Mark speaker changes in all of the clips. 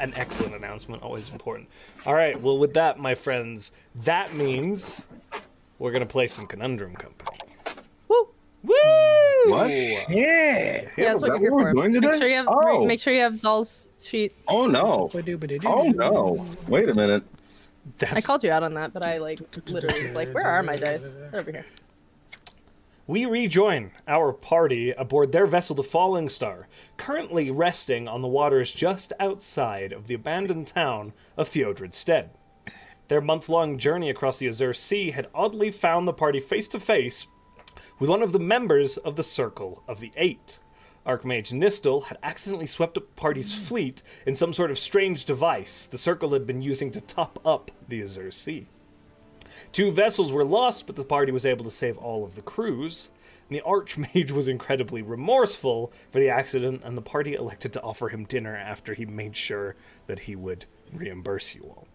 Speaker 1: an excellent announcement, always important. All right, well, with that, my friends, that means we're gonna play some Conundrum Company.
Speaker 2: Woo!
Speaker 1: Woo!
Speaker 3: What?
Speaker 4: Yeah.
Speaker 2: Yeah, that's
Speaker 3: is
Speaker 2: what you're
Speaker 3: that
Speaker 2: here for.
Speaker 3: what we're doing
Speaker 2: Make
Speaker 3: today?
Speaker 2: sure you have
Speaker 3: Oh.
Speaker 2: make sure you have Zol's sheet.
Speaker 3: Oh no. Oh no. Wait a minute.
Speaker 1: That's,
Speaker 2: I called you out on that, but I like literally was like, where are my dice? They're over here.
Speaker 1: We rejoin our party aboard their vessel, the Falling Star, currently resting on the waters just outside of the abandoned town of Theodredstead. Their month long journey across the Azure Sea had oddly found the party face to face with one of the members of the Circle of the Eight. Archmage Nistel had accidentally swept up the party's fleet in some sort of strange device the Circle had been using to top up the Azure Sea. Two vessels were lost, but the party was able to save all of the crews. And the Archmage was incredibly remorseful for the accident, and the party elected to offer him dinner after he made sure that he would reimburse you all.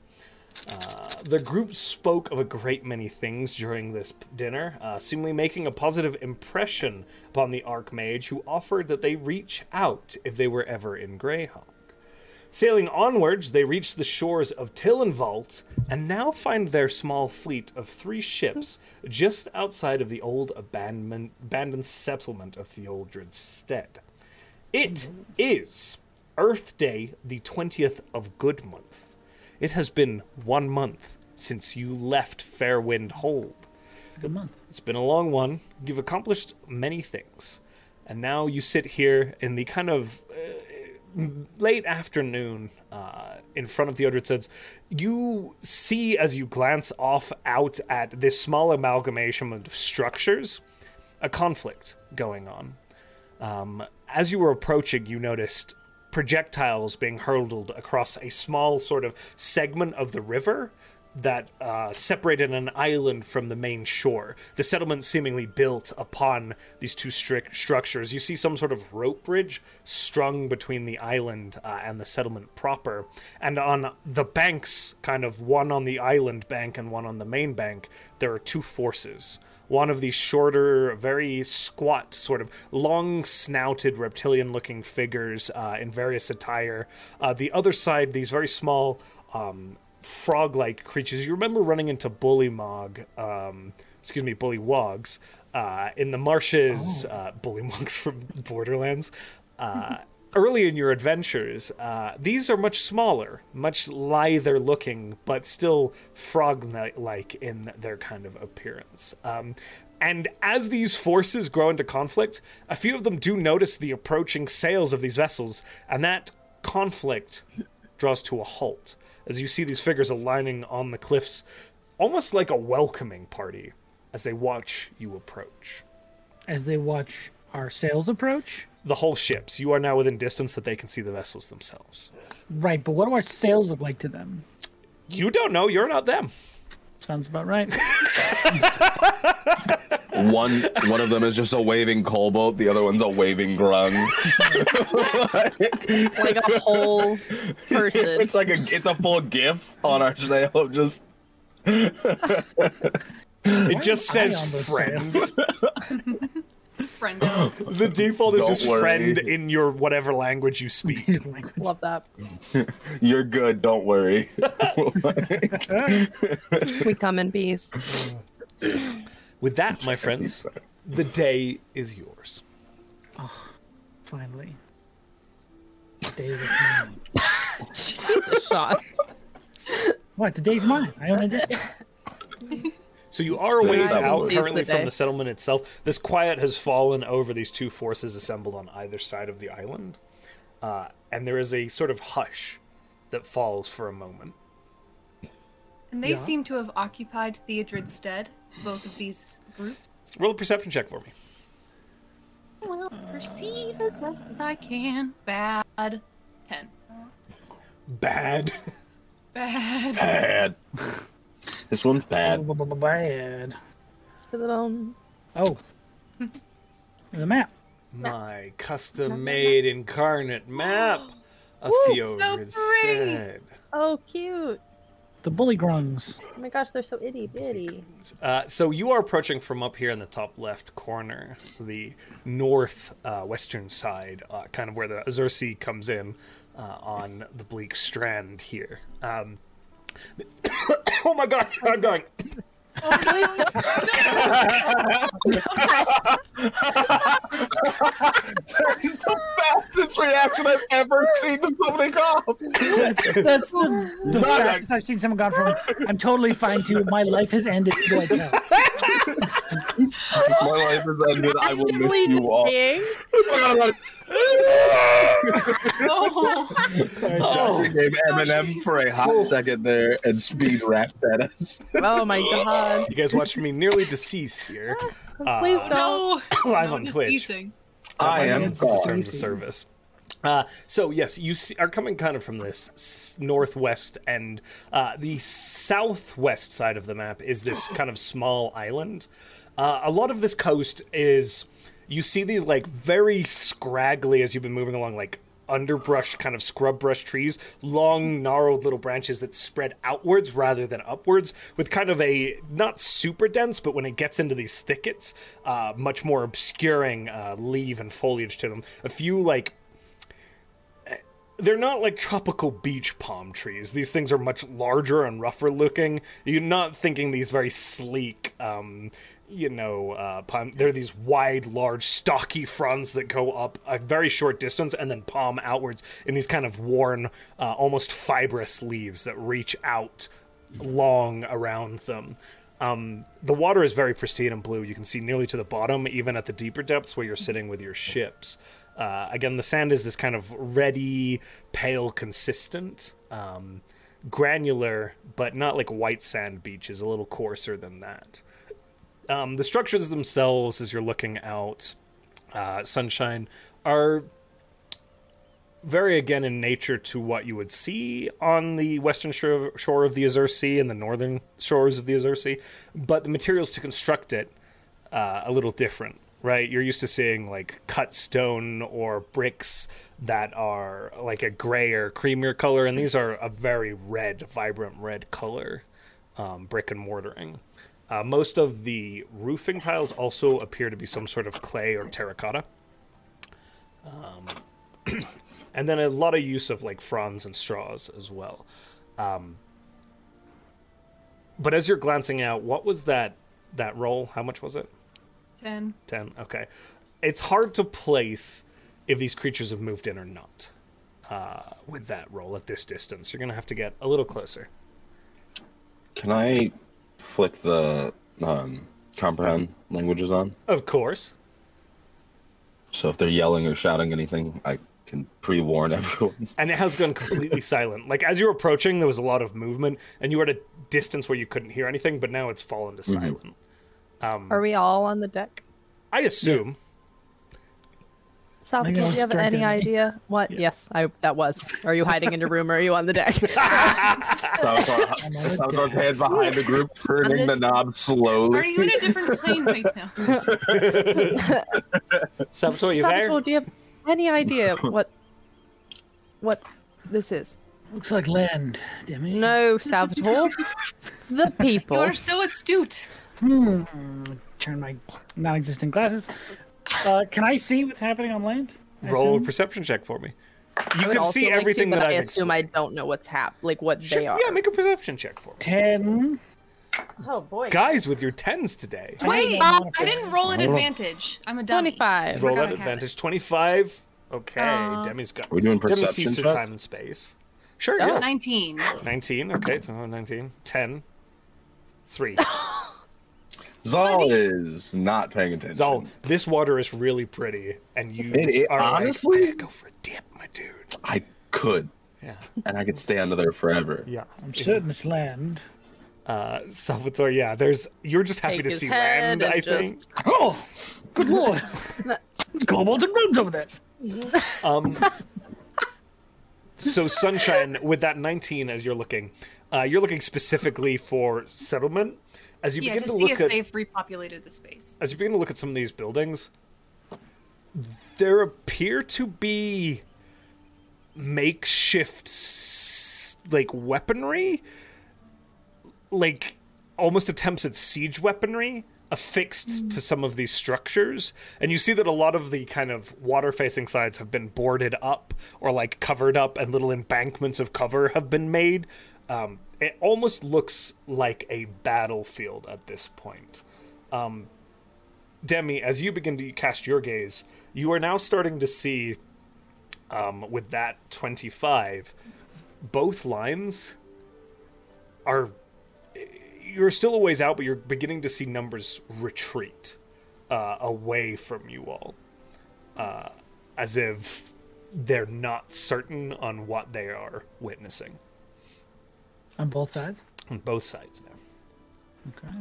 Speaker 1: Uh, the group spoke of a great many things during this p- dinner, uh, seemingly making a positive impression upon the Archmage, who offered that they reach out if they were ever in Greyhawk. Sailing onwards, they reached the shores of Tillenvalt and now find their small fleet of three ships just outside of the old abandonment, abandoned settlement of Theoldred's Stead. It is Earth Day, the 20th of Good Month. It has been one month since you left Fairwind Hold.
Speaker 4: It's a good month.
Speaker 1: It's been a long one. You've accomplished many things. And now you sit here in the kind of late afternoon uh, in front of the Odrid Suds, you see as you glance off out at this small amalgamation of structures a conflict going on. Um, as you were approaching, you noticed projectiles being hurled across a small sort of segment of the river that uh, separated an island from the main shore. The settlement seemingly built upon these two strict structures. You see some sort of rope bridge strung between the island uh, and the settlement proper. And on the banks, kind of one on the island bank and one on the main bank, there are two forces. One of these shorter, very squat, sort of long snouted, reptilian looking figures uh, in various attire. Uh, the other side, these very small, um, frog-like creatures. You remember running into Bullymog, um, excuse me, Bullywogs, uh, in the marshes. Uh, Bullywogs from Borderlands. Uh, early in your adventures, uh, these are much smaller, much lither-looking, but still frog-like in their kind of appearance. Um, and as these forces grow into conflict, a few of them do notice the approaching sails of these vessels, and that conflict draws to a halt as you see these figures aligning on the cliffs, almost like a welcoming party as they watch you approach.
Speaker 4: As they watch our sails approach.
Speaker 1: The whole ships, you are now within distance that they can see the vessels themselves.
Speaker 4: Right, but what do our sails look like to them?
Speaker 1: You don't know, you're not them.
Speaker 4: Sounds about right.
Speaker 3: One one of them is just a waving cobalt, the other one's a waving grung.
Speaker 2: Like a whole person.
Speaker 3: it's like a it's a full gif on our sail of just
Speaker 1: It just
Speaker 4: am I
Speaker 1: says
Speaker 4: on those
Speaker 1: friends.
Speaker 5: Friendo.
Speaker 1: the default is
Speaker 3: Don't
Speaker 1: just
Speaker 3: worry.
Speaker 1: friend in your whatever language you speak.
Speaker 4: Good language.
Speaker 2: Love that.
Speaker 3: you're good, don't worry.
Speaker 2: We come in peace.
Speaker 1: With that, my friends, the day is yours.
Speaker 4: Finally. The day was mine.
Speaker 2: Jesus, Sean.
Speaker 4: What? The day's mine. I own a day.
Speaker 1: So you are a ways
Speaker 3: Seven.
Speaker 1: out
Speaker 2: Seize the
Speaker 1: currently from
Speaker 2: day.
Speaker 1: the settlement itself. This quiet has fallen over these two forces assembled on either side of the island, uh, and there is a sort of hush that falls for a moment.
Speaker 5: And they seem to have occupied Theodred's stead, both of these groups.
Speaker 1: Roll a perception check for me.
Speaker 5: Well, perceive as best as I can. Bad. Ten.
Speaker 1: Bad.
Speaker 5: Bad.
Speaker 3: Bad. This one's bad.
Speaker 4: Bad.
Speaker 2: To the bone.
Speaker 4: Oh. The map.
Speaker 1: My custom-made incarnate map of
Speaker 2: Woo,
Speaker 1: Theodred's
Speaker 5: so pretty.
Speaker 1: stead.
Speaker 2: Oh, cute.
Speaker 4: The bully grungs.
Speaker 2: Oh my gosh, they're so itty bitty.
Speaker 1: Uh, so you are approaching from up here in the top left corner, the north uh, western side, uh, kind of where the Azur Sea comes in. uh, on the bleak strand here. Um, oh my god, I'm going.
Speaker 5: Oh, please don't.
Speaker 3: He's the fastest reaction I've ever seen to somebody cough.
Speaker 4: That's, that's the, the
Speaker 3: Not
Speaker 4: fastest I've seen someone gone from. I'm totally fine too. My life has ended. to like that.
Speaker 3: My life is ended. I will miss
Speaker 2: Actively
Speaker 3: you all. Oh
Speaker 2: dying.
Speaker 5: No.
Speaker 1: Oh.
Speaker 3: Johnson gave Eminem for a hot second there and speed rapped at us.
Speaker 2: Oh my god.
Speaker 1: You guys watched me nearly decease here.
Speaker 2: Please
Speaker 1: Uh,
Speaker 2: don't.
Speaker 5: No.
Speaker 1: Live
Speaker 5: No
Speaker 1: on
Speaker 5: just
Speaker 1: Twitch.
Speaker 5: easing.
Speaker 3: I am
Speaker 4: It's
Speaker 1: in
Speaker 4: God.
Speaker 1: terms of service. Uh, so yes, you see, are coming kind of from this s- northwest and uh, the southwest side of the map is this kind of small island. Uh, a lot of this coast is you see these like very scraggly as you've been moving along, like underbrush, kind of scrub brush trees, long, gnarled little branches that spread outwards rather than upwards, with kind of a not super dense, but when it gets into these thickets, uh, much more obscuring uh, leaf and foliage to them. A few like they're not like tropical beach palm trees. These things are much larger and rougher looking. You're not thinking these very sleek, um, you know, uh, palm. They're these wide, large, stocky fronds that go up a very short distance and then palm outwards in these kind of worn, uh, almost fibrous leaves that reach out long around them. Um, the water is very pristine and blue. You can see nearly to the bottom, even at the deeper depths where you're sitting with your ships. Uh, again, the sand is this kind of reddy, pale, consistent, um, granular, but not like white sand beaches, a little coarser than that. Um, the structures themselves, as you're looking out, uh, sunshine, are very again in nature to what you would see on the western shore, shore of the Azure Sea and the northern shores of the Azure Sea, but the materials to construct it uh, a little different, right? You're used to seeing like cut stone or bricks that are like a gray or creamier color, and these are a very red, vibrant red color um, brick and mortaring. Uh, most of the roofing tiles also appear to be some sort of clay or terracotta. and then a lot of use of like fronds and straws as well. Um, but as you're glancing out, what was that that roll? How much was it?
Speaker 5: Ten.
Speaker 1: 10 okay it's hard to place if these creatures have moved in or not uh, with that roll at this distance you're gonna have to get a little closer
Speaker 3: Can I flick the um, comprehend languages on?
Speaker 1: of course
Speaker 3: So if they're yelling or shouting anything, I can pre-warn everyone.
Speaker 1: and it has gone completely silent like as you were approaching there was a lot of movement and you were at a distance where you couldn't hear anything but now it's fallen to silent um,
Speaker 2: Are we all on the deck?
Speaker 1: i assume
Speaker 2: Salvador,
Speaker 4: I
Speaker 2: do you have
Speaker 4: was
Speaker 2: any
Speaker 4: drinking.
Speaker 2: idea what? Yes, I that was. Are you hiding in your room or are you on the deck?
Speaker 3: Salvador,
Speaker 4: a
Speaker 3: Salvador's hand behind the group, turning the knob
Speaker 5: Are
Speaker 3: slowly.
Speaker 5: you in a different plane right now?
Speaker 1: saboteur you
Speaker 2: Salvatore,
Speaker 1: there
Speaker 2: do you have any idea what what this is?
Speaker 4: Looks like land. Damn it.
Speaker 2: No, Salvatore. the
Speaker 5: You
Speaker 2: people.
Speaker 5: are so astute.
Speaker 4: Hmm. Turn my non-existent glasses. Uh, can I see what's happening on land? I
Speaker 1: roll a
Speaker 4: assume?
Speaker 1: perception check for me
Speaker 2: I
Speaker 1: you
Speaker 2: would
Speaker 1: can
Speaker 2: also
Speaker 1: see
Speaker 2: like to,
Speaker 1: everything
Speaker 2: but
Speaker 1: that
Speaker 2: I
Speaker 1: i've
Speaker 2: assume I don't know what's hap like what
Speaker 1: explored.
Speaker 2: they
Speaker 1: Sure,
Speaker 2: are.
Speaker 1: yeah make a perception check for me
Speaker 4: ten.
Speaker 2: Oh boy.
Speaker 1: guys with your tens today
Speaker 4: I
Speaker 5: Wait,
Speaker 4: have
Speaker 5: I didn't roll at advantage. I'm a dummy.
Speaker 2: 25.
Speaker 5: Roll
Speaker 1: Roll at
Speaker 5: forgot I have it.
Speaker 1: advantage. Twenty-five. Okay,
Speaker 5: Uh,
Speaker 1: Demi's got.
Speaker 3: We're doing
Speaker 1: Demi
Speaker 3: perception
Speaker 1: sees through
Speaker 3: checks?
Speaker 1: time and space. Sure.
Speaker 2: Oh.
Speaker 1: Yeah.
Speaker 5: Nineteen.
Speaker 1: Nineteen. Okay. So 19, 10, three.
Speaker 3: Zal is not paying attention.
Speaker 1: Zol, this water is really pretty, and you
Speaker 3: It- it-
Speaker 1: are like,
Speaker 3: honestly-
Speaker 1: I gotta go for a dip, my dude.
Speaker 3: I could,
Speaker 1: Yeah.
Speaker 3: and I could stay under there forever.
Speaker 1: Yeah.
Speaker 4: I'm certain it's land.
Speaker 1: Uh, Salvatore. Yeah. There's. You're just happy
Speaker 2: Take
Speaker 1: to
Speaker 2: his
Speaker 1: see
Speaker 2: head
Speaker 1: land.
Speaker 2: and
Speaker 1: I
Speaker 2: just-
Speaker 1: think.
Speaker 4: Oh, good lord! Kobold and rooms over there.
Speaker 1: Um, so, Sunshine, with that 19 as you're looking, uh, you're looking specifically for settlement. As you
Speaker 5: Yeah,
Speaker 1: begin
Speaker 5: to
Speaker 1: to
Speaker 5: see
Speaker 1: look
Speaker 5: if
Speaker 1: at
Speaker 5: they've repopulated the space.
Speaker 1: as you begin to look at some of these buildings, there appear to be makeshift s- like weaponry, like almost attempts at siege weaponry affixed to some of these structures. And you see that a lot of the kind of water facing sides have been boarded up or like covered up, and little embankments of cover have been made. Um, it almost looks like a battlefield at this point. Um, Demi, as you begin to cast your gaze, you are now starting to see, um, with that 25, both lines are. You're still a ways out, but you're beginning to see numbers retreat uh, away from you all. Uh, as if they're not certain on what they are witnessing
Speaker 4: on both sides.
Speaker 1: on both sides now.
Speaker 4: Okay.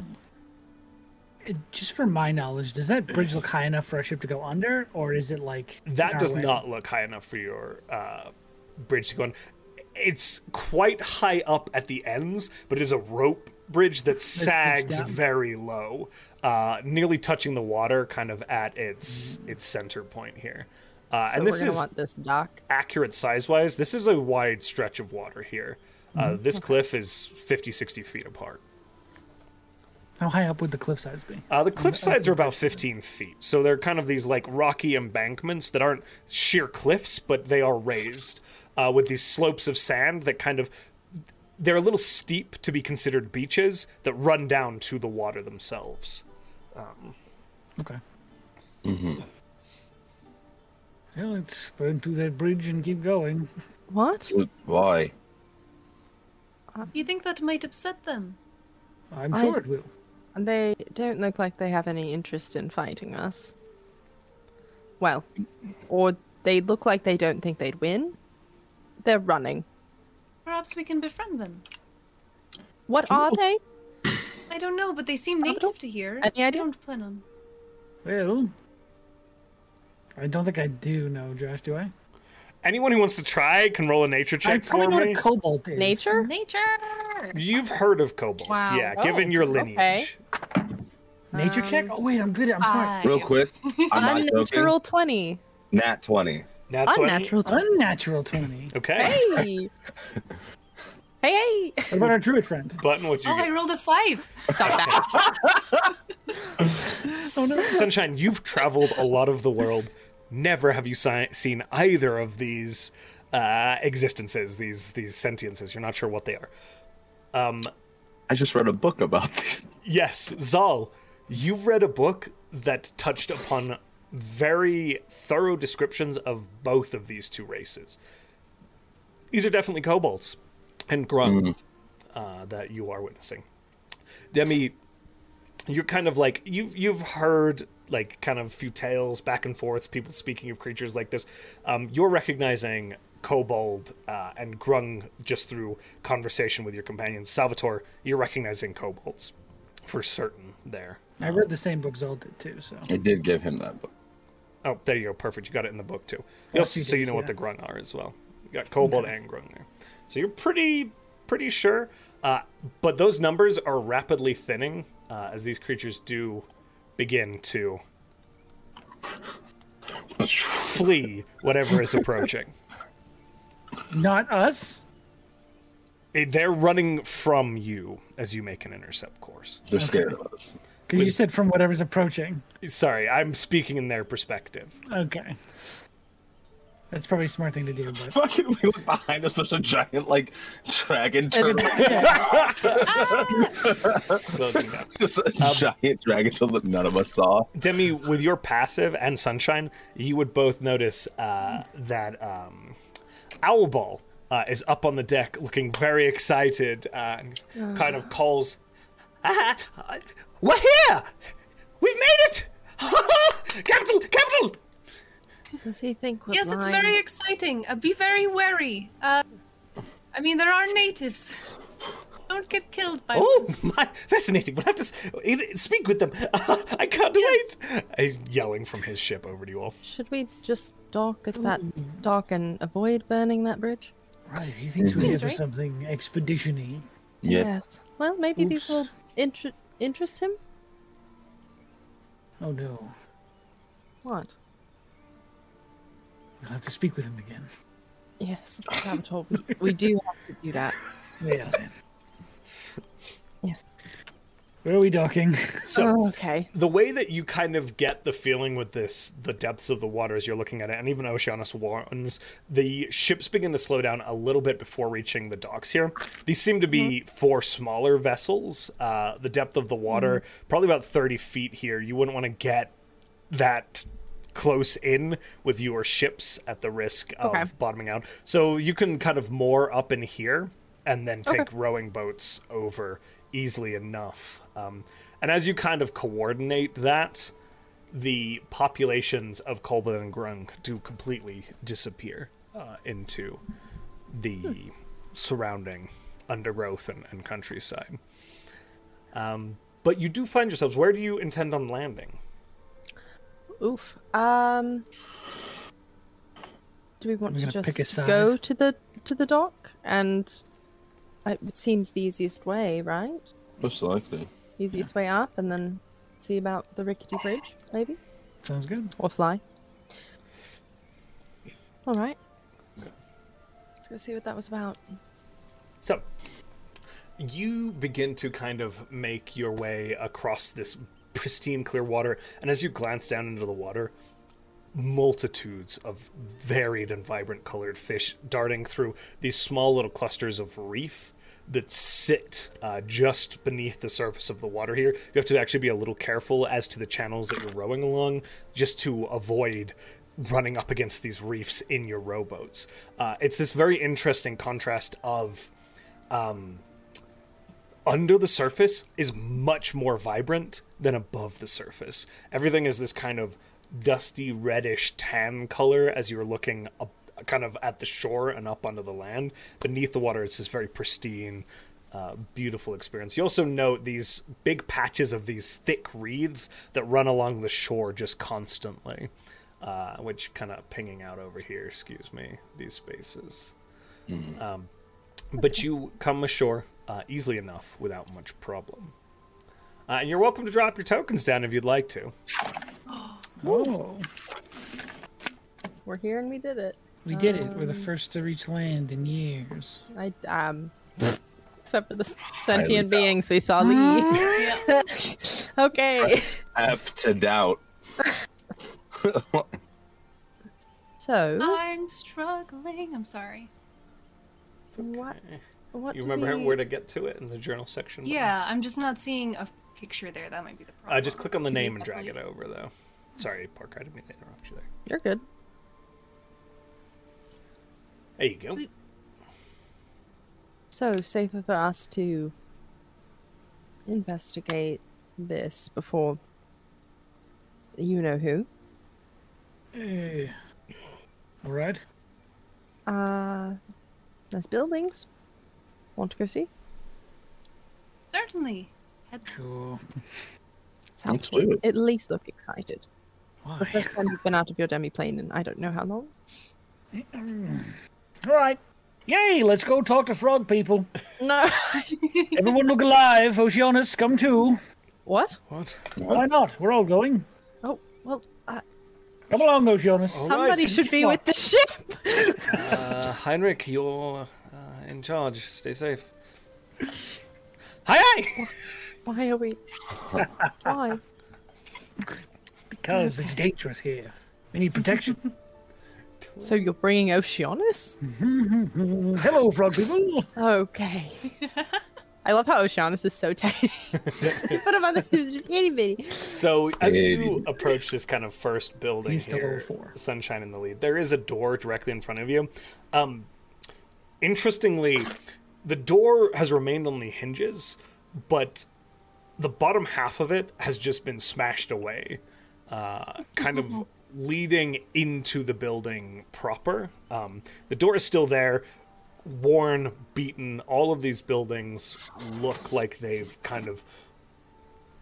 Speaker 4: It, just for my knowledge, does that bridge look high enough for a ship to go under, or is it like in
Speaker 1: That
Speaker 4: our
Speaker 1: does
Speaker 4: way?
Speaker 1: not look high enough for your uh, bridge to go on. It's quite high up at the ends, but it is a rope bridge that sags
Speaker 4: down.
Speaker 1: very low, uh, nearly touching the water, kind of at its its center point here. Uh,
Speaker 2: So
Speaker 1: and this
Speaker 2: we're gonna
Speaker 1: is
Speaker 2: want this dock.
Speaker 1: accurate size wise. This is a wide stretch of water here.
Speaker 2: Mm-hmm.
Speaker 1: Uh, this cliff is 50, 60 feet apart.
Speaker 4: How high up would the cliff sides be?
Speaker 1: Uh, the cliff sides are about 15 feet, so they're kind of these like rocky embankments that aren't sheer cliffs, but they are raised uh, with these slopes of sand that kind of they're a little steep to be considered beaches that run down to the water themselves.
Speaker 4: Okay. Mm-hmm. Yeah, let's burn through that bridge and keep going.
Speaker 2: What?
Speaker 3: Why?
Speaker 5: You think that might upset them?
Speaker 4: I'm
Speaker 2: I-
Speaker 4: sure it will.
Speaker 2: They don't look like they have any interest in fighting us. Well, or they look like they don't think they'd win. They're running.
Speaker 5: Perhaps we can befriend them.
Speaker 2: What are they?
Speaker 5: I don't know, but they seem native to here.
Speaker 2: Any
Speaker 5: I
Speaker 2: idea?
Speaker 5: don't plan on.
Speaker 4: Well, I don't think I do know, Josh. Do I?
Speaker 1: Anyone who wants to try can roll a nature
Speaker 4: I
Speaker 1: check
Speaker 4: probably
Speaker 1: for
Speaker 4: know what
Speaker 1: me.
Speaker 4: a cobalt is.
Speaker 2: Nature?
Speaker 5: Nature.
Speaker 1: You've heard of kobolds,
Speaker 5: Wow.
Speaker 1: yeah,
Speaker 2: Oh,
Speaker 1: given your lineage.
Speaker 2: okay.
Speaker 4: Nature check?
Speaker 2: Um,
Speaker 4: Oh wait, I'm good. at- I'm smart.
Speaker 5: I-
Speaker 3: Real quick, I'm not joking.
Speaker 2: Unnatural 20.
Speaker 3: Nat twenty.
Speaker 1: Nat 20?
Speaker 2: Unnatural 20.
Speaker 4: Unnatural twenty.
Speaker 1: Okay.
Speaker 2: Hey! hey, hey!
Speaker 4: What about our druid friend?
Speaker 1: Button, what you
Speaker 5: Oh, I
Speaker 1: get?
Speaker 5: rolled a five.
Speaker 2: Stop that.
Speaker 1: Sunshine, you've traveled a lot of the world. Never have you si- seen either of these uh, existences, these these sentiences. You're not sure what they are. Um,
Speaker 3: I just read a book about this.
Speaker 1: yes, Zal, you've read a book that touched upon very thorough descriptions of both of these two races. These are definitely kobolds and grung uh, that you are witnessing. Demi, you're kind of like you you've heard like kind of few tales back and forth, people speaking of creatures like this. Um, you're recognizing kobold uh, and grung just through conversation with your companions. Salvatore, you're recognizing kobolds for certain. There.
Speaker 4: I read the same book Zol did too, so
Speaker 3: I did give him that book.
Speaker 1: Oh, there you go. Perfect. You got it in the book too. You
Speaker 4: Yes,
Speaker 1: also,
Speaker 4: you
Speaker 1: so you
Speaker 4: did,
Speaker 1: know what
Speaker 4: yeah.
Speaker 1: the grung are as well. You got kobold and grung there. So you're pretty pretty sure. Uh, but those numbers are rapidly thinning uh, as these creatures do begin to flee whatever is approaching.
Speaker 4: not us.
Speaker 1: Eh, They're running from you as you make an intercept course.
Speaker 3: They're scared of us.
Speaker 4: Because you said from whatever's approaching.
Speaker 1: Sorry, I'm speaking in their perspective.
Speaker 4: Okay. That's probably a smart thing to do, but
Speaker 3: Fucking, we look behind us. There's a giant like dragon
Speaker 2: It
Speaker 3: turtle. Just a giant dragon turtle that none of us saw.
Speaker 1: Demi, with your passive and sunshine, you would both notice uh, that um, Owlball uh, is up on the deck, looking very excited, uh, and kind of calls, ah, uh, "We're here! We've made it! capital, capital!"
Speaker 2: Does he think we're
Speaker 5: Yes, it's
Speaker 2: blind?
Speaker 5: very exciting. Uh, be very wary. Uh, I mean, there are natives. Don't get killed by.
Speaker 1: Oh my, fascinating! We'll have to s- e, speak with them. I can't
Speaker 5: Yes.
Speaker 1: wait! Uh, He's yelling from his ship over to you all.
Speaker 2: Should we just dock at that dock and avoid burning that bridge?
Speaker 4: right, he thinks we're here
Speaker 5: Seems
Speaker 4: for
Speaker 5: right.
Speaker 4: something expeditiony.
Speaker 2: Yes. Well, maybe these will inter- interest him.
Speaker 4: Oh no,
Speaker 2: What?
Speaker 4: we'll have to speak with him again.
Speaker 2: Yes, Salvatore, we, we do have to do that.
Speaker 4: Yeah. then.
Speaker 2: Yes.
Speaker 4: Where are we docking?
Speaker 1: So
Speaker 2: Oh, okay.
Speaker 1: the way that you kind of get the feeling with this, the depths of the water as you're looking at it, and even Oceanus warns, the ships begin to slow down a little bit before reaching the docks here. These seem to be four smaller vessels. Uh, the depth of the water, probably about 30 feet here. You wouldn't want to get that close in with your ships at the risk of
Speaker 2: Okay.
Speaker 1: bottoming out. So you can kind of moor up in here and then take rowing boats over easily enough. Um, and as you kind of coordinate that, the populations of Kolbin and Grung do completely disappear uh, into the surrounding undergrowth and, and countryside. Um, but you do find yourselves. Where do you intend on landing?
Speaker 2: Oof. Um. Do we want
Speaker 4: We're
Speaker 2: to
Speaker 4: gonna pick a
Speaker 2: just go
Speaker 4: side.
Speaker 2: to the to the dock and I- it seems the easiest way, right?
Speaker 3: Most likely.
Speaker 2: Easiest way up, and then see about the rickety bridge, maybe,
Speaker 4: Sounds good.
Speaker 2: or fly. All right. Let's go see what that was about.
Speaker 1: So, you begin to kind of make your way across this pristine, clear water, and as you glance down into the water, multitudes of varied and vibrant colored fish darting through these small little clusters of reef that sit uh, just beneath the surface of the water here. You have to actually be a little careful as to the channels that you're rowing along just to avoid running up against these reefs in your rowboats. Uh, it's this very interesting contrast of under the surface is much more vibrant than above the surface. Everything is this kind of dusty reddish tan color as you're looking up kind of at the shore and up onto the land. Beneath the water it's this very pristine uh, beautiful experience. You also note these big patches of these thick reeds that run along the shore just constantly, uh, which kind of pinging out over here, excuse me, these spaces but you come ashore uh, easily enough without much problem. Uh, and you're welcome to drop your tokens down if you'd like to.
Speaker 4: Oh,
Speaker 2: We're here and we did it.
Speaker 4: we did it. We're the first to reach land in years.
Speaker 2: I um, except for the s- sentient
Speaker 3: doubt.
Speaker 2: beings we saw leave. okay.
Speaker 3: Have to doubt.
Speaker 2: So
Speaker 5: I'm struggling. I'm sorry.
Speaker 2: what? What
Speaker 1: You
Speaker 2: do
Speaker 1: remember
Speaker 2: we-
Speaker 1: where to get to it in the journal section?
Speaker 5: Yeah, I'm just not seeing a picture there. That might be the problem.
Speaker 1: Uh, just click on the name and
Speaker 5: Yeah.
Speaker 2: Um,
Speaker 1: drag it over, though. Sorry, Parker, I didn't mean to interrupt you there.
Speaker 2: You're good.
Speaker 1: There you go.
Speaker 2: So safer for us to investigate this before you know who.
Speaker 4: Eh. All right.
Speaker 2: Uh there's buildings. Want to go see?
Speaker 5: Certainly. Head
Speaker 4: Sure.
Speaker 2: Sounds
Speaker 3: Let's
Speaker 2: cool.
Speaker 3: do it.
Speaker 2: At least look excited. The
Speaker 4: Why?
Speaker 2: first time you've been out of your demi plane in I don't know how long.
Speaker 4: All right. Yay! Let's go talk to frog people.
Speaker 2: No.
Speaker 4: Everyone look alive. Oceanus, come too.
Speaker 2: what?
Speaker 1: What?
Speaker 4: Why not? We're all going.
Speaker 2: Oh well. Uh,
Speaker 4: Come along, Oceanus.
Speaker 1: Oh. All right,
Speaker 2: somebody
Speaker 1: then
Speaker 2: should be
Speaker 4: stop.
Speaker 2: with the ship.
Speaker 1: Uh, Heinrich, you're uh, in charge. Stay safe. Hi, hi!
Speaker 2: Why are we? Why?
Speaker 4: Because it's dangerous here. We need protection.
Speaker 2: So you're bringing Oceanus?
Speaker 3: Hmm.
Speaker 4: Hello, frog people.
Speaker 2: Okay. I love how Oceanus is so tiny. what about this? He's just itty bitty.
Speaker 1: So as you
Speaker 3: Hey.
Speaker 1: approach this kind of first building
Speaker 4: He's still
Speaker 1: here,
Speaker 4: level four.
Speaker 1: Sunshine in the lead, there is a door directly in front of you. Um, interestingly, the door has remained on the hinges, but the bottom half of it has just been smashed away, uh, kind of leading into the building proper. Um, the door is still there, worn, beaten. All of these buildings look like they've kind of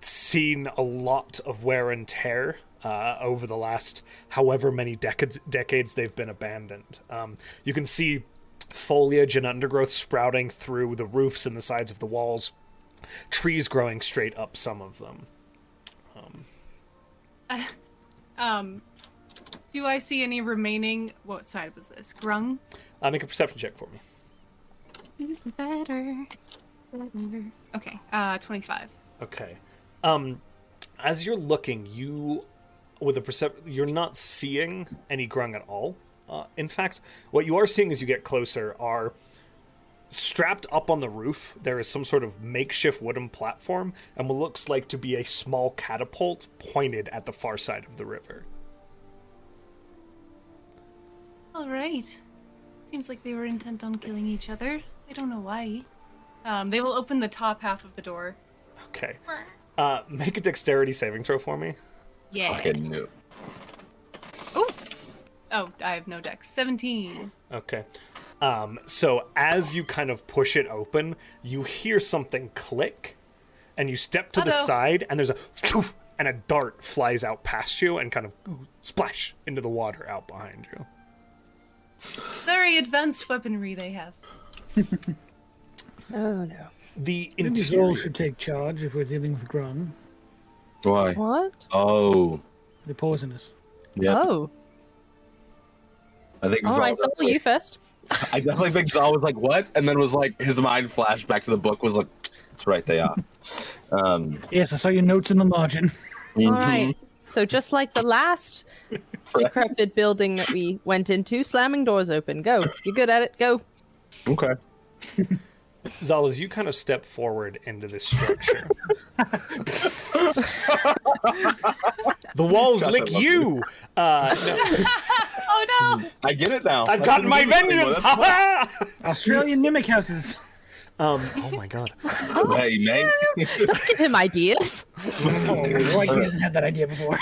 Speaker 1: seen a lot of wear and tear uh, over the last however many decades decades they've been abandoned. Um, you can see foliage and undergrowth sprouting through the roofs and the sides of the walls, trees growing straight up some of them.
Speaker 5: Um, do I see any remaining? What side was this? Grung.
Speaker 1: Uh, make a perception check for me.
Speaker 5: This is better. Better. Okay. Uh, twenty-five.
Speaker 1: Okay. Um, as you're looking, you with a percep, you're not seeing any grung at all. Uh, in fact, what you are seeing as you get closer are strapped up on the roof. There is some sort of makeshift wooden platform, and what looks like to be a small catapult pointed at the far side of the river.
Speaker 5: All right. Seems like they were intent on killing each other. I don't know why. Um, they will open the top half of the door.
Speaker 1: Okay. Uh, make a dexterity saving throw for me.
Speaker 5: Yeah.
Speaker 3: Fucking knew.
Speaker 5: Oh. Oh, I have no dex. Seventeen.
Speaker 1: Okay. Um, so as you kind of push it open, you hear something click, and you step to the
Speaker 5: Uh-oh.
Speaker 1: side, and there's a poof, and a dart flies out past you and kind of ooh, splash into the water out behind you.
Speaker 5: Very advanced weaponry they have.
Speaker 2: Oh no.
Speaker 1: The
Speaker 4: Maybe Zol
Speaker 1: interior.
Speaker 4: should take charge if we're dealing with Grun.
Speaker 3: Why?
Speaker 2: What?
Speaker 3: Oh.
Speaker 4: They're poisonous.
Speaker 3: Yeah.
Speaker 2: Oh.
Speaker 3: I think
Speaker 2: All
Speaker 3: Zal
Speaker 2: right, Zol,
Speaker 3: definitely-
Speaker 2: you first.
Speaker 3: I definitely think Zal was like, "What?" and then was like, his mind flashed back to the book. Was like, "That's right, they are." Um,
Speaker 4: Yes, I saw your notes in the margin.
Speaker 2: All right.
Speaker 3: Mm-hmm.
Speaker 2: So just like the last decrepit building that we went into, slamming doors open. Go. You're good at it. Go.
Speaker 3: Okay.
Speaker 1: Zal, as you kind of step forward into this structure, the walls
Speaker 3: Gosh, I
Speaker 1: lick
Speaker 3: love
Speaker 1: you. Uh, no,
Speaker 5: Oh no!
Speaker 3: I get it now.
Speaker 1: I've
Speaker 3: I
Speaker 1: gotten
Speaker 3: can
Speaker 1: my
Speaker 3: remember the
Speaker 1: vengeance.
Speaker 3: thing. Well,
Speaker 4: Australian mimic houses.
Speaker 1: um, oh my god.
Speaker 3: that's- Hey, man.
Speaker 2: Don't give him ideas.
Speaker 4: Oh, like he hasn't had that idea before.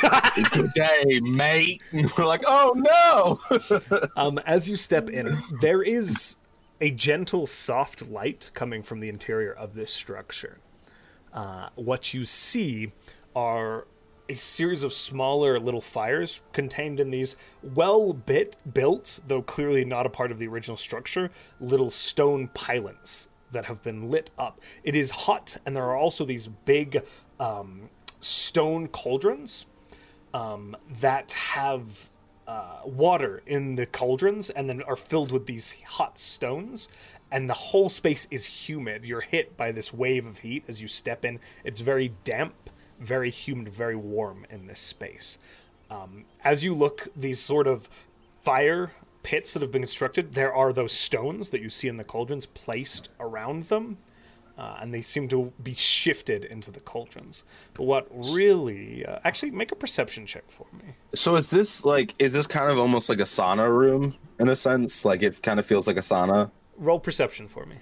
Speaker 3: Good day, mate. And we're like, oh no.
Speaker 1: Um, as you step in, there is a gentle, soft light coming from the interior of this structure. Uh, what you see are a series of smaller little fires contained in these well bit built, though clearly not a part of the original structure, little stone pylons that have been lit up. It is hot, and there are also these big um, stone cauldrons um, that have uh, water in the cauldrons and then are filled with these hot stones. And the whole space is humid. You're hit by this wave of heat as you step in. It's very damp, very humid, very warm in this space. Um, as you look, these sort of fire pits that have been constructed, there are those stones that you see in the cauldrons placed around them uh, and they seem to be shifted into the cauldrons. But what really, uh, actually, make a perception check for me.
Speaker 3: So is this like? Is this kind of almost like a sauna room in a sense? Like it kind of feels like a sauna.
Speaker 1: Roll perception for me.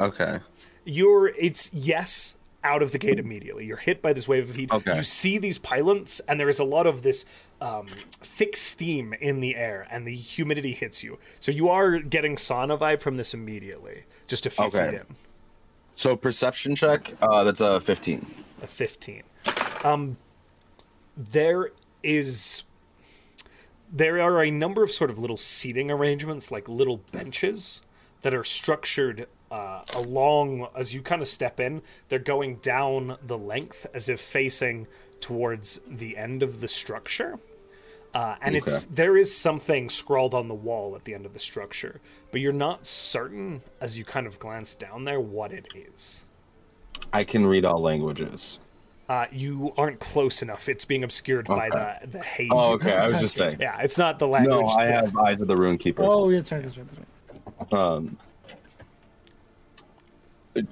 Speaker 3: Okay.
Speaker 1: You're, it's yes out of the gate immediately. You're hit by this wave of heat.
Speaker 3: Okay.
Speaker 1: You see these pylons, and there is a lot of this um, thick steam in the air, and the humidity hits you. So you are getting sauna vibe from this immediately, just a few
Speaker 3: Okay.
Speaker 1: feet in.
Speaker 3: So perception check. Uh, that's a fifteen.
Speaker 1: a 15 um there is there are a number of sort of little seating arrangements like little benches that are structured uh, along as you kind of step in they're going down the length as if facing towards the end of the structure uh, and it's there is something scrawled on the wall at the end of the structure but you're not certain as you kind of glance down there what it is
Speaker 3: I can read all languages.
Speaker 1: uh, you aren't close enough. It's being obscured by
Speaker 3: Okay.
Speaker 1: the the haze.
Speaker 3: Oh, okay. I was just saying.
Speaker 1: Yeah, it's not the language.
Speaker 3: No, I
Speaker 1: that-
Speaker 3: have Eyes of the Rune Keeper.
Speaker 4: Oh, that's right, that's right, that's right.
Speaker 3: Um,